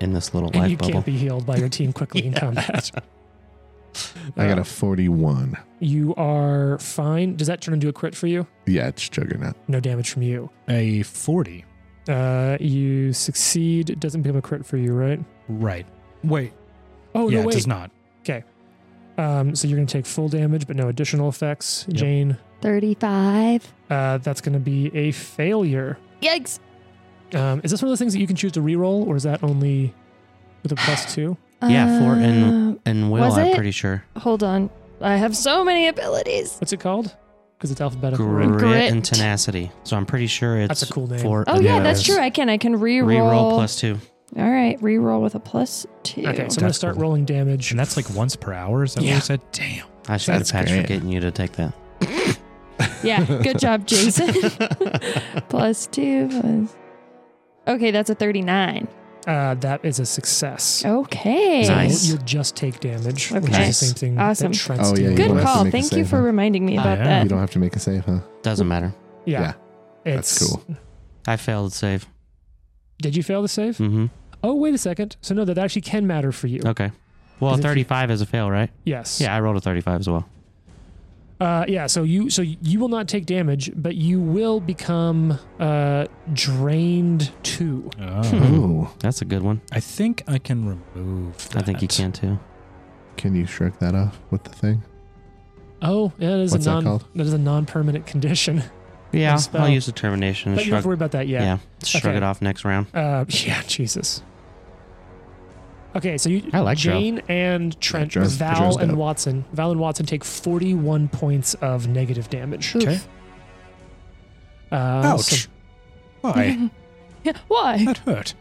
[SPEAKER 5] in this little
[SPEAKER 2] and
[SPEAKER 5] life
[SPEAKER 2] you
[SPEAKER 5] bubble.
[SPEAKER 2] can't be healed by your team quickly in combat.
[SPEAKER 4] I got
[SPEAKER 2] Uh,
[SPEAKER 4] a 41.
[SPEAKER 2] You are fine. Does that turn into a crit for you?
[SPEAKER 4] Yeah, it's juggernaut.
[SPEAKER 2] No damage from you.
[SPEAKER 3] a forty.
[SPEAKER 2] Uh, you succeed. It doesn't become a crit for you, right?
[SPEAKER 3] Right. Wait.
[SPEAKER 2] Oh
[SPEAKER 3] yeah,
[SPEAKER 2] no,
[SPEAKER 3] it
[SPEAKER 2] wait.
[SPEAKER 3] does not.
[SPEAKER 2] Um, so you're gonna take full damage, but no additional effects.
[SPEAKER 3] Yep.
[SPEAKER 2] Jane,
[SPEAKER 6] 35.
[SPEAKER 2] uh, that's gonna be a failure.
[SPEAKER 6] Yikes.
[SPEAKER 2] Um, is this one of those things that you can choose to reroll, or is that only with a plus two?
[SPEAKER 5] Yeah, four and-
[SPEAKER 6] Uh,
[SPEAKER 5] And will,
[SPEAKER 6] Was
[SPEAKER 5] I'm
[SPEAKER 6] it?
[SPEAKER 5] pretty sure.
[SPEAKER 6] Uh, Hold on. I have so many abilities.
[SPEAKER 2] What's it called? Because it's alphabetical.
[SPEAKER 5] Grit,
[SPEAKER 2] right?
[SPEAKER 5] and
[SPEAKER 6] Grit.
[SPEAKER 5] tenacity. So I'm pretty sure it's
[SPEAKER 2] That's a cool name.
[SPEAKER 5] four
[SPEAKER 6] Oh
[SPEAKER 5] and
[SPEAKER 6] yeah,
[SPEAKER 5] will.
[SPEAKER 6] that's true. I can I can reroll.
[SPEAKER 5] Reroll plus two.
[SPEAKER 6] All right, reroll with a plus two.
[SPEAKER 2] Okay, so I'm gonna
[SPEAKER 3] That's
[SPEAKER 2] start
[SPEAKER 3] cool.
[SPEAKER 2] rolling damage.
[SPEAKER 3] And that's like once per hour. Is that what
[SPEAKER 2] Yeah.
[SPEAKER 3] you said? Damn.
[SPEAKER 5] I should have
[SPEAKER 4] That's
[SPEAKER 5] patched for
[SPEAKER 4] great.
[SPEAKER 5] getting you to take that.
[SPEAKER 6] yeah, good job, Jason. plus two. Plus... Okay, that's a thirty-nine.
[SPEAKER 2] uh, that is a success.
[SPEAKER 6] Okay.
[SPEAKER 2] So
[SPEAKER 5] Nice.
[SPEAKER 2] You'll, you'll just take damage. Which
[SPEAKER 6] Okay.
[SPEAKER 2] is the
[SPEAKER 5] Nice.
[SPEAKER 2] same thing.
[SPEAKER 6] Awesome.
[SPEAKER 2] That Trent's
[SPEAKER 4] Oh, yeah,
[SPEAKER 2] doing.
[SPEAKER 4] you don't have
[SPEAKER 6] Good
[SPEAKER 4] to
[SPEAKER 6] call.
[SPEAKER 4] make a
[SPEAKER 6] Thank you
[SPEAKER 4] save,
[SPEAKER 6] for
[SPEAKER 4] huh?
[SPEAKER 6] reminding me about
[SPEAKER 2] Yeah.
[SPEAKER 4] You
[SPEAKER 6] that.
[SPEAKER 4] don't have to make a save, huh?
[SPEAKER 5] Doesn't matter.
[SPEAKER 2] Yeah.
[SPEAKER 4] Yeah.
[SPEAKER 2] It's,
[SPEAKER 4] That's cool.
[SPEAKER 5] I failed save.
[SPEAKER 2] Did you fail the save?
[SPEAKER 5] Mm-hmm.
[SPEAKER 2] Oh, wait a second. So no, that actually can matter for you.
[SPEAKER 5] Okay. Well,
[SPEAKER 2] Is it-
[SPEAKER 5] 35 is a fail, right?
[SPEAKER 2] Yes.
[SPEAKER 5] Yeah, I rolled a 35 as well.
[SPEAKER 2] Uh, yeah. So you so you will not take damage, but you will become uh, drained two.
[SPEAKER 5] Hmm.
[SPEAKER 3] Oh.
[SPEAKER 4] Ooh.
[SPEAKER 5] That's a good one.
[SPEAKER 3] I think I can remove.
[SPEAKER 5] I think you
[SPEAKER 3] that.
[SPEAKER 5] can too.
[SPEAKER 4] Can you shrug that off with the thing?
[SPEAKER 2] Oh, yeah, that is
[SPEAKER 4] What's
[SPEAKER 2] a
[SPEAKER 4] that
[SPEAKER 2] non
[SPEAKER 4] called?
[SPEAKER 2] that is a non permanent condition.
[SPEAKER 5] Yeah,
[SPEAKER 2] spell.
[SPEAKER 5] I'll use the termination. and
[SPEAKER 2] But you don't have
[SPEAKER 5] Shrug,
[SPEAKER 2] to worry about that
[SPEAKER 5] yeah.
[SPEAKER 2] yet.
[SPEAKER 5] shrug
[SPEAKER 2] Okay.
[SPEAKER 5] it off next round.
[SPEAKER 2] Yeah. Uh, yeah. Jesus. Okay, so you
[SPEAKER 5] I like Joe.
[SPEAKER 2] Jane and Trent,
[SPEAKER 4] Yeah, Joe's-
[SPEAKER 2] Val
[SPEAKER 4] Joe's
[SPEAKER 2] and
[SPEAKER 4] dope.
[SPEAKER 2] Watson. Val and Watson take forty-one points of negative damage.
[SPEAKER 6] Oof.
[SPEAKER 3] Okay.
[SPEAKER 2] Uh, so-
[SPEAKER 3] Ouch. Why?
[SPEAKER 6] Yeah, Why?
[SPEAKER 3] that hurt.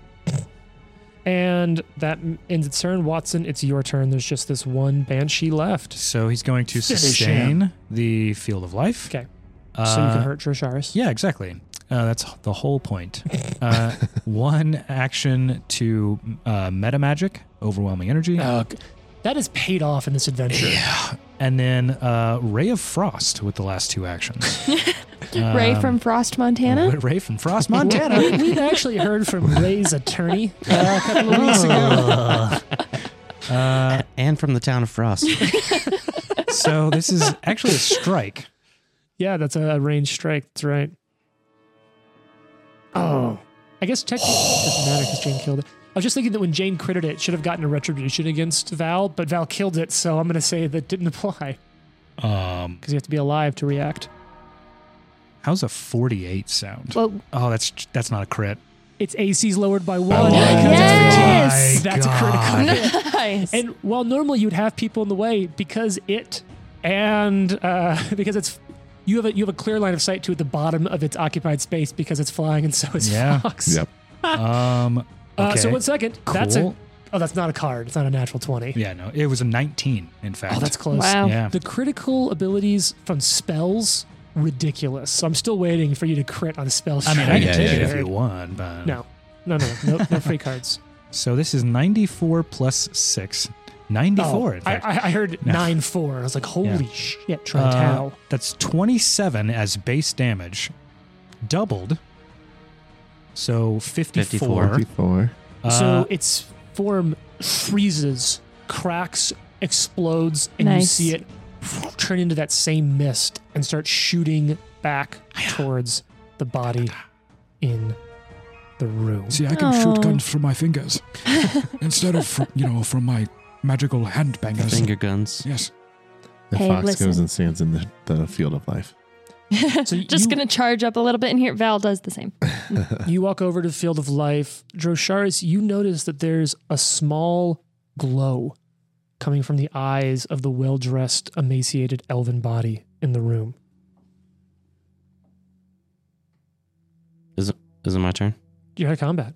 [SPEAKER 2] and that ends its turn. Watson, it's your turn. There's just this one banshee left.
[SPEAKER 3] So he's going to
[SPEAKER 2] Finish
[SPEAKER 3] sustain the field of life.
[SPEAKER 2] Okay.
[SPEAKER 3] Uh,
[SPEAKER 2] so you can hurt Trisharis.
[SPEAKER 3] Yeah, exactly. Uh, that's the whole point. Uh, one action to uh, meta magic, overwhelming energy,
[SPEAKER 2] Uh, that is paid off in this adventure.
[SPEAKER 3] and then uh, ray of frost with the last two actions.
[SPEAKER 6] Ray
[SPEAKER 3] Um,
[SPEAKER 6] from Frost, Montana.
[SPEAKER 3] Ray from Frost,
[SPEAKER 2] Montana.
[SPEAKER 3] Montana.
[SPEAKER 2] we, we've actually heard from Ray's attorney uh, a couple of weeks ago.
[SPEAKER 5] A- and from the town of Frost.
[SPEAKER 3] so this is actually a strike.
[SPEAKER 2] Yeah, that's a range strike. That's right. Oh, I guess technically it doesn't matter because Jane killed it. I was just thinking that when Jane critted it, it should have gotten a retribution against Val, but Val killed it, so I'm going to say that didn't apply
[SPEAKER 3] Um,
[SPEAKER 2] because you have to be alive to react.
[SPEAKER 3] how's a forty-eight sound?
[SPEAKER 6] Well,
[SPEAKER 3] Oh, that's that's not a crit.
[SPEAKER 2] It's AC's lowered by one. because
[SPEAKER 6] Yes!
[SPEAKER 3] Oh my
[SPEAKER 2] That's a critical.
[SPEAKER 3] God.
[SPEAKER 6] nice.
[SPEAKER 2] And while normally you'd have people in the way because it and uh, because it's you have a you have a clear line of sight to at the bottom of its occupied space because it's flying and so is
[SPEAKER 3] Yeah.
[SPEAKER 2] Fox.
[SPEAKER 4] Yep.
[SPEAKER 3] Um,
[SPEAKER 2] Uh, so
[SPEAKER 3] okay.
[SPEAKER 2] one second. That's a
[SPEAKER 3] Cool.
[SPEAKER 2] oh that's not a card. It's not a natural twenty.
[SPEAKER 3] Yeah, no, it was a nineteen. In fact,
[SPEAKER 2] Oh, that's close.
[SPEAKER 6] wow.
[SPEAKER 3] yeah.
[SPEAKER 2] The critical abilities from spells ridiculous. So I'm still waiting for you to crit on a spell.
[SPEAKER 3] I mean,
[SPEAKER 2] strike.
[SPEAKER 3] I can
[SPEAKER 5] Yeah,
[SPEAKER 3] take
[SPEAKER 5] yeah,
[SPEAKER 3] it if
[SPEAKER 2] yeah.
[SPEAKER 3] you want, but
[SPEAKER 2] no, no, no, no, no, no free cards.
[SPEAKER 3] So this is ninety-four plus six. Ninety-four.
[SPEAKER 2] Oh,
[SPEAKER 3] in
[SPEAKER 2] I,
[SPEAKER 3] fact.
[SPEAKER 2] I I heard
[SPEAKER 3] No.
[SPEAKER 2] nine four. I was like, holy
[SPEAKER 3] Yeah.
[SPEAKER 2] shit,
[SPEAKER 3] Uh,
[SPEAKER 2] Trentau.
[SPEAKER 3] that's 27 as base damage, doubled. So 54.
[SPEAKER 5] 54.
[SPEAKER 4] 54.
[SPEAKER 3] Uh,
[SPEAKER 2] so its form freezes, cracks, explodes, and you
[SPEAKER 6] Nice.
[SPEAKER 2] see it turn into that same mist and start shooting back towards the body in the room.
[SPEAKER 9] See, I can shoot
[SPEAKER 6] Oh.
[SPEAKER 9] guns from my fingers instead of, from, you know, from my magical hand bangers.
[SPEAKER 5] Finger guns.
[SPEAKER 9] Yes.
[SPEAKER 4] The
[SPEAKER 6] Hey,
[SPEAKER 4] fox
[SPEAKER 6] listen.
[SPEAKER 4] goes and stands in the, the field of life.
[SPEAKER 2] So
[SPEAKER 6] Just
[SPEAKER 2] you,
[SPEAKER 6] gonna charge up a little bit in here. Val does the same.
[SPEAKER 2] you walk over to the field of life. Drosharis, you notice that there's a small glow coming from the eyes of the well dressed, emaciated elven body in the room.
[SPEAKER 5] Is it my turn?
[SPEAKER 2] You're out of combat,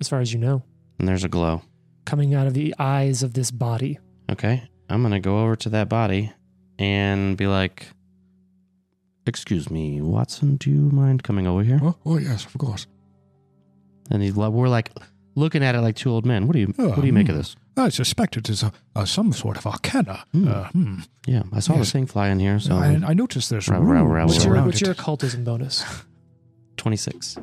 [SPEAKER 2] as far as you know,
[SPEAKER 5] And there's a glow.
[SPEAKER 2] coming out of the eyes of this body.
[SPEAKER 5] Okay. I'm going to go over to that body and be like, Excuse me, Watson, do you mind coming over here?
[SPEAKER 9] Oh, oh, yes, of course.
[SPEAKER 5] And he's like, we're like looking at it like two old men. What do you
[SPEAKER 9] Oh,
[SPEAKER 5] what do you make of
[SPEAKER 9] hmm.
[SPEAKER 5] this?
[SPEAKER 9] I suspect it is a, a, some sort of arcana.
[SPEAKER 5] Hmm.
[SPEAKER 9] Uh, hmm.
[SPEAKER 5] Yeah, I saw
[SPEAKER 9] Yes.
[SPEAKER 5] this thing fly in here. So
[SPEAKER 9] I, I noticed there's
[SPEAKER 5] Row, row, row,
[SPEAKER 9] runes
[SPEAKER 2] What's your,
[SPEAKER 9] around
[SPEAKER 2] what's
[SPEAKER 9] it.
[SPEAKER 2] your occultism bonus?
[SPEAKER 5] 26.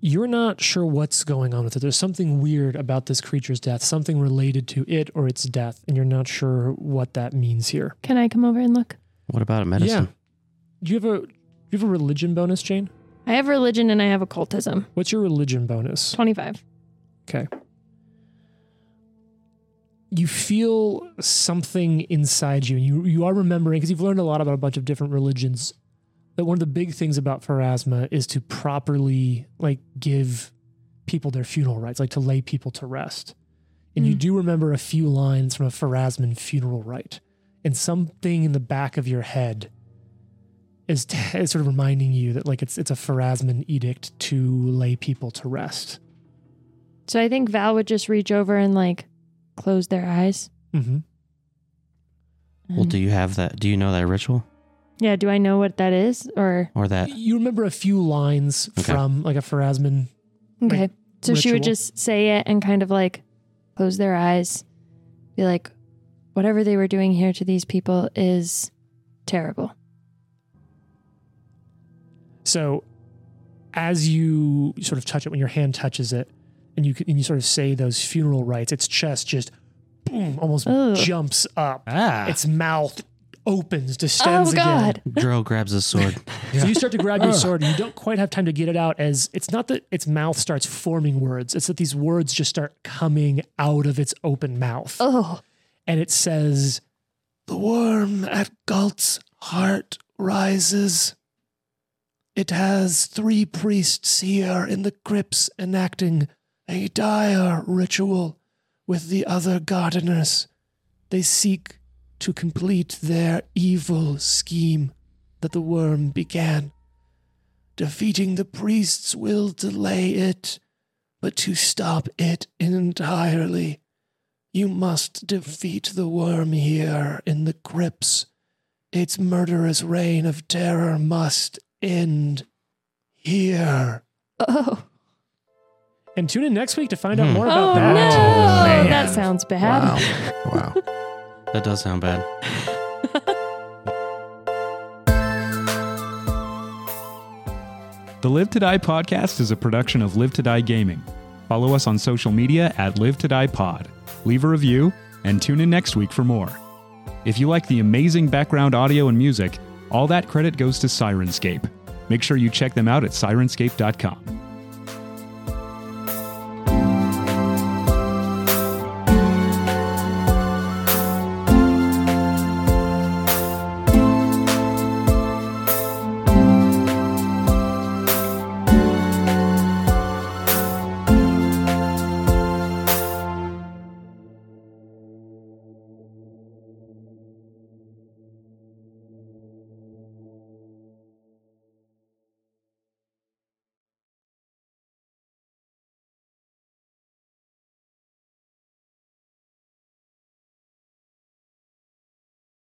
[SPEAKER 2] You're not sure what's going on with it. There's something weird about this creature's death, something related to it or its death, and you're not sure what that means here.
[SPEAKER 6] Can I come over and look?
[SPEAKER 5] What about a medicine?
[SPEAKER 2] Do you have a do you have a religion bonus, Jane?
[SPEAKER 6] I have religion and I have occultism.
[SPEAKER 2] What's your religion bonus?
[SPEAKER 6] Twenty-five.
[SPEAKER 2] Okay. You feel something inside you, and you you are remembering because you've learned a lot about a bunch of different religions. That one of the big things about Pharasma is to properly like give people their funeral rites, like to lay people to rest. And you
[SPEAKER 6] Mm.
[SPEAKER 2] do remember a few lines from a Pharasman funeral rite, and something in the back of your head is, t- is sort of reminding you that like it's it's a Pharasman edict to lay people to rest.
[SPEAKER 6] So I think Val would just reach over and like close their eyes.
[SPEAKER 2] Mm-hmm.
[SPEAKER 5] Well,
[SPEAKER 6] And-
[SPEAKER 5] do you have that? Do you know that ritual
[SPEAKER 6] yeah. Do I know what that is? Or
[SPEAKER 5] or that?
[SPEAKER 2] you remember a few lines
[SPEAKER 5] Uh, Okay.
[SPEAKER 2] from like a Pharasman.
[SPEAKER 6] okay.
[SPEAKER 2] Like,
[SPEAKER 6] so she would
[SPEAKER 2] ritual.
[SPEAKER 6] just say it and kind of like close their eyes, be like, whatever they were doing here to these people is terrible.
[SPEAKER 2] So as you sort of touch it, when your hand touches it, and you and you sort of say those funeral rites, its chest just boom, almost
[SPEAKER 6] Ugh.
[SPEAKER 2] jumps up.
[SPEAKER 3] ah,
[SPEAKER 2] Its mouth opens, distends
[SPEAKER 6] oh God.
[SPEAKER 2] again.
[SPEAKER 5] Dro grabs his sword.
[SPEAKER 2] So you start to grab your
[SPEAKER 9] Ugh.
[SPEAKER 2] sword, and you don't quite have time to get it out. As it's not that its mouth starts forming words; it's that these words just start coming out of its open mouth.
[SPEAKER 6] Oh.
[SPEAKER 2] and it says, The worm at Galt's heart rises. It has three priests here in the crypts enacting a dire ritual with the other gardeners. They seek to complete their evil scheme that the worm began. Defeating the priests will delay it, but to stop it entirely you must defeat the worm here in the crypts. Its murderous reign of terror must end here.
[SPEAKER 6] Oh,
[SPEAKER 2] And tune in next week to find out
[SPEAKER 5] Hmm.
[SPEAKER 2] more about
[SPEAKER 6] oh
[SPEAKER 2] that.
[SPEAKER 6] no.
[SPEAKER 10] man.
[SPEAKER 6] That sounds bad.
[SPEAKER 4] Wow. Wow.
[SPEAKER 5] That does sound bad.
[SPEAKER 3] The Live to Die podcast is a production of Live to Die Gaming. Follow us on social media at Live to Die Pod. Leave a review and tune in next week for more. If you like the amazing background audio and music, all that credit goes to Sirenscape. Make sure you check them out at sirenscape.com.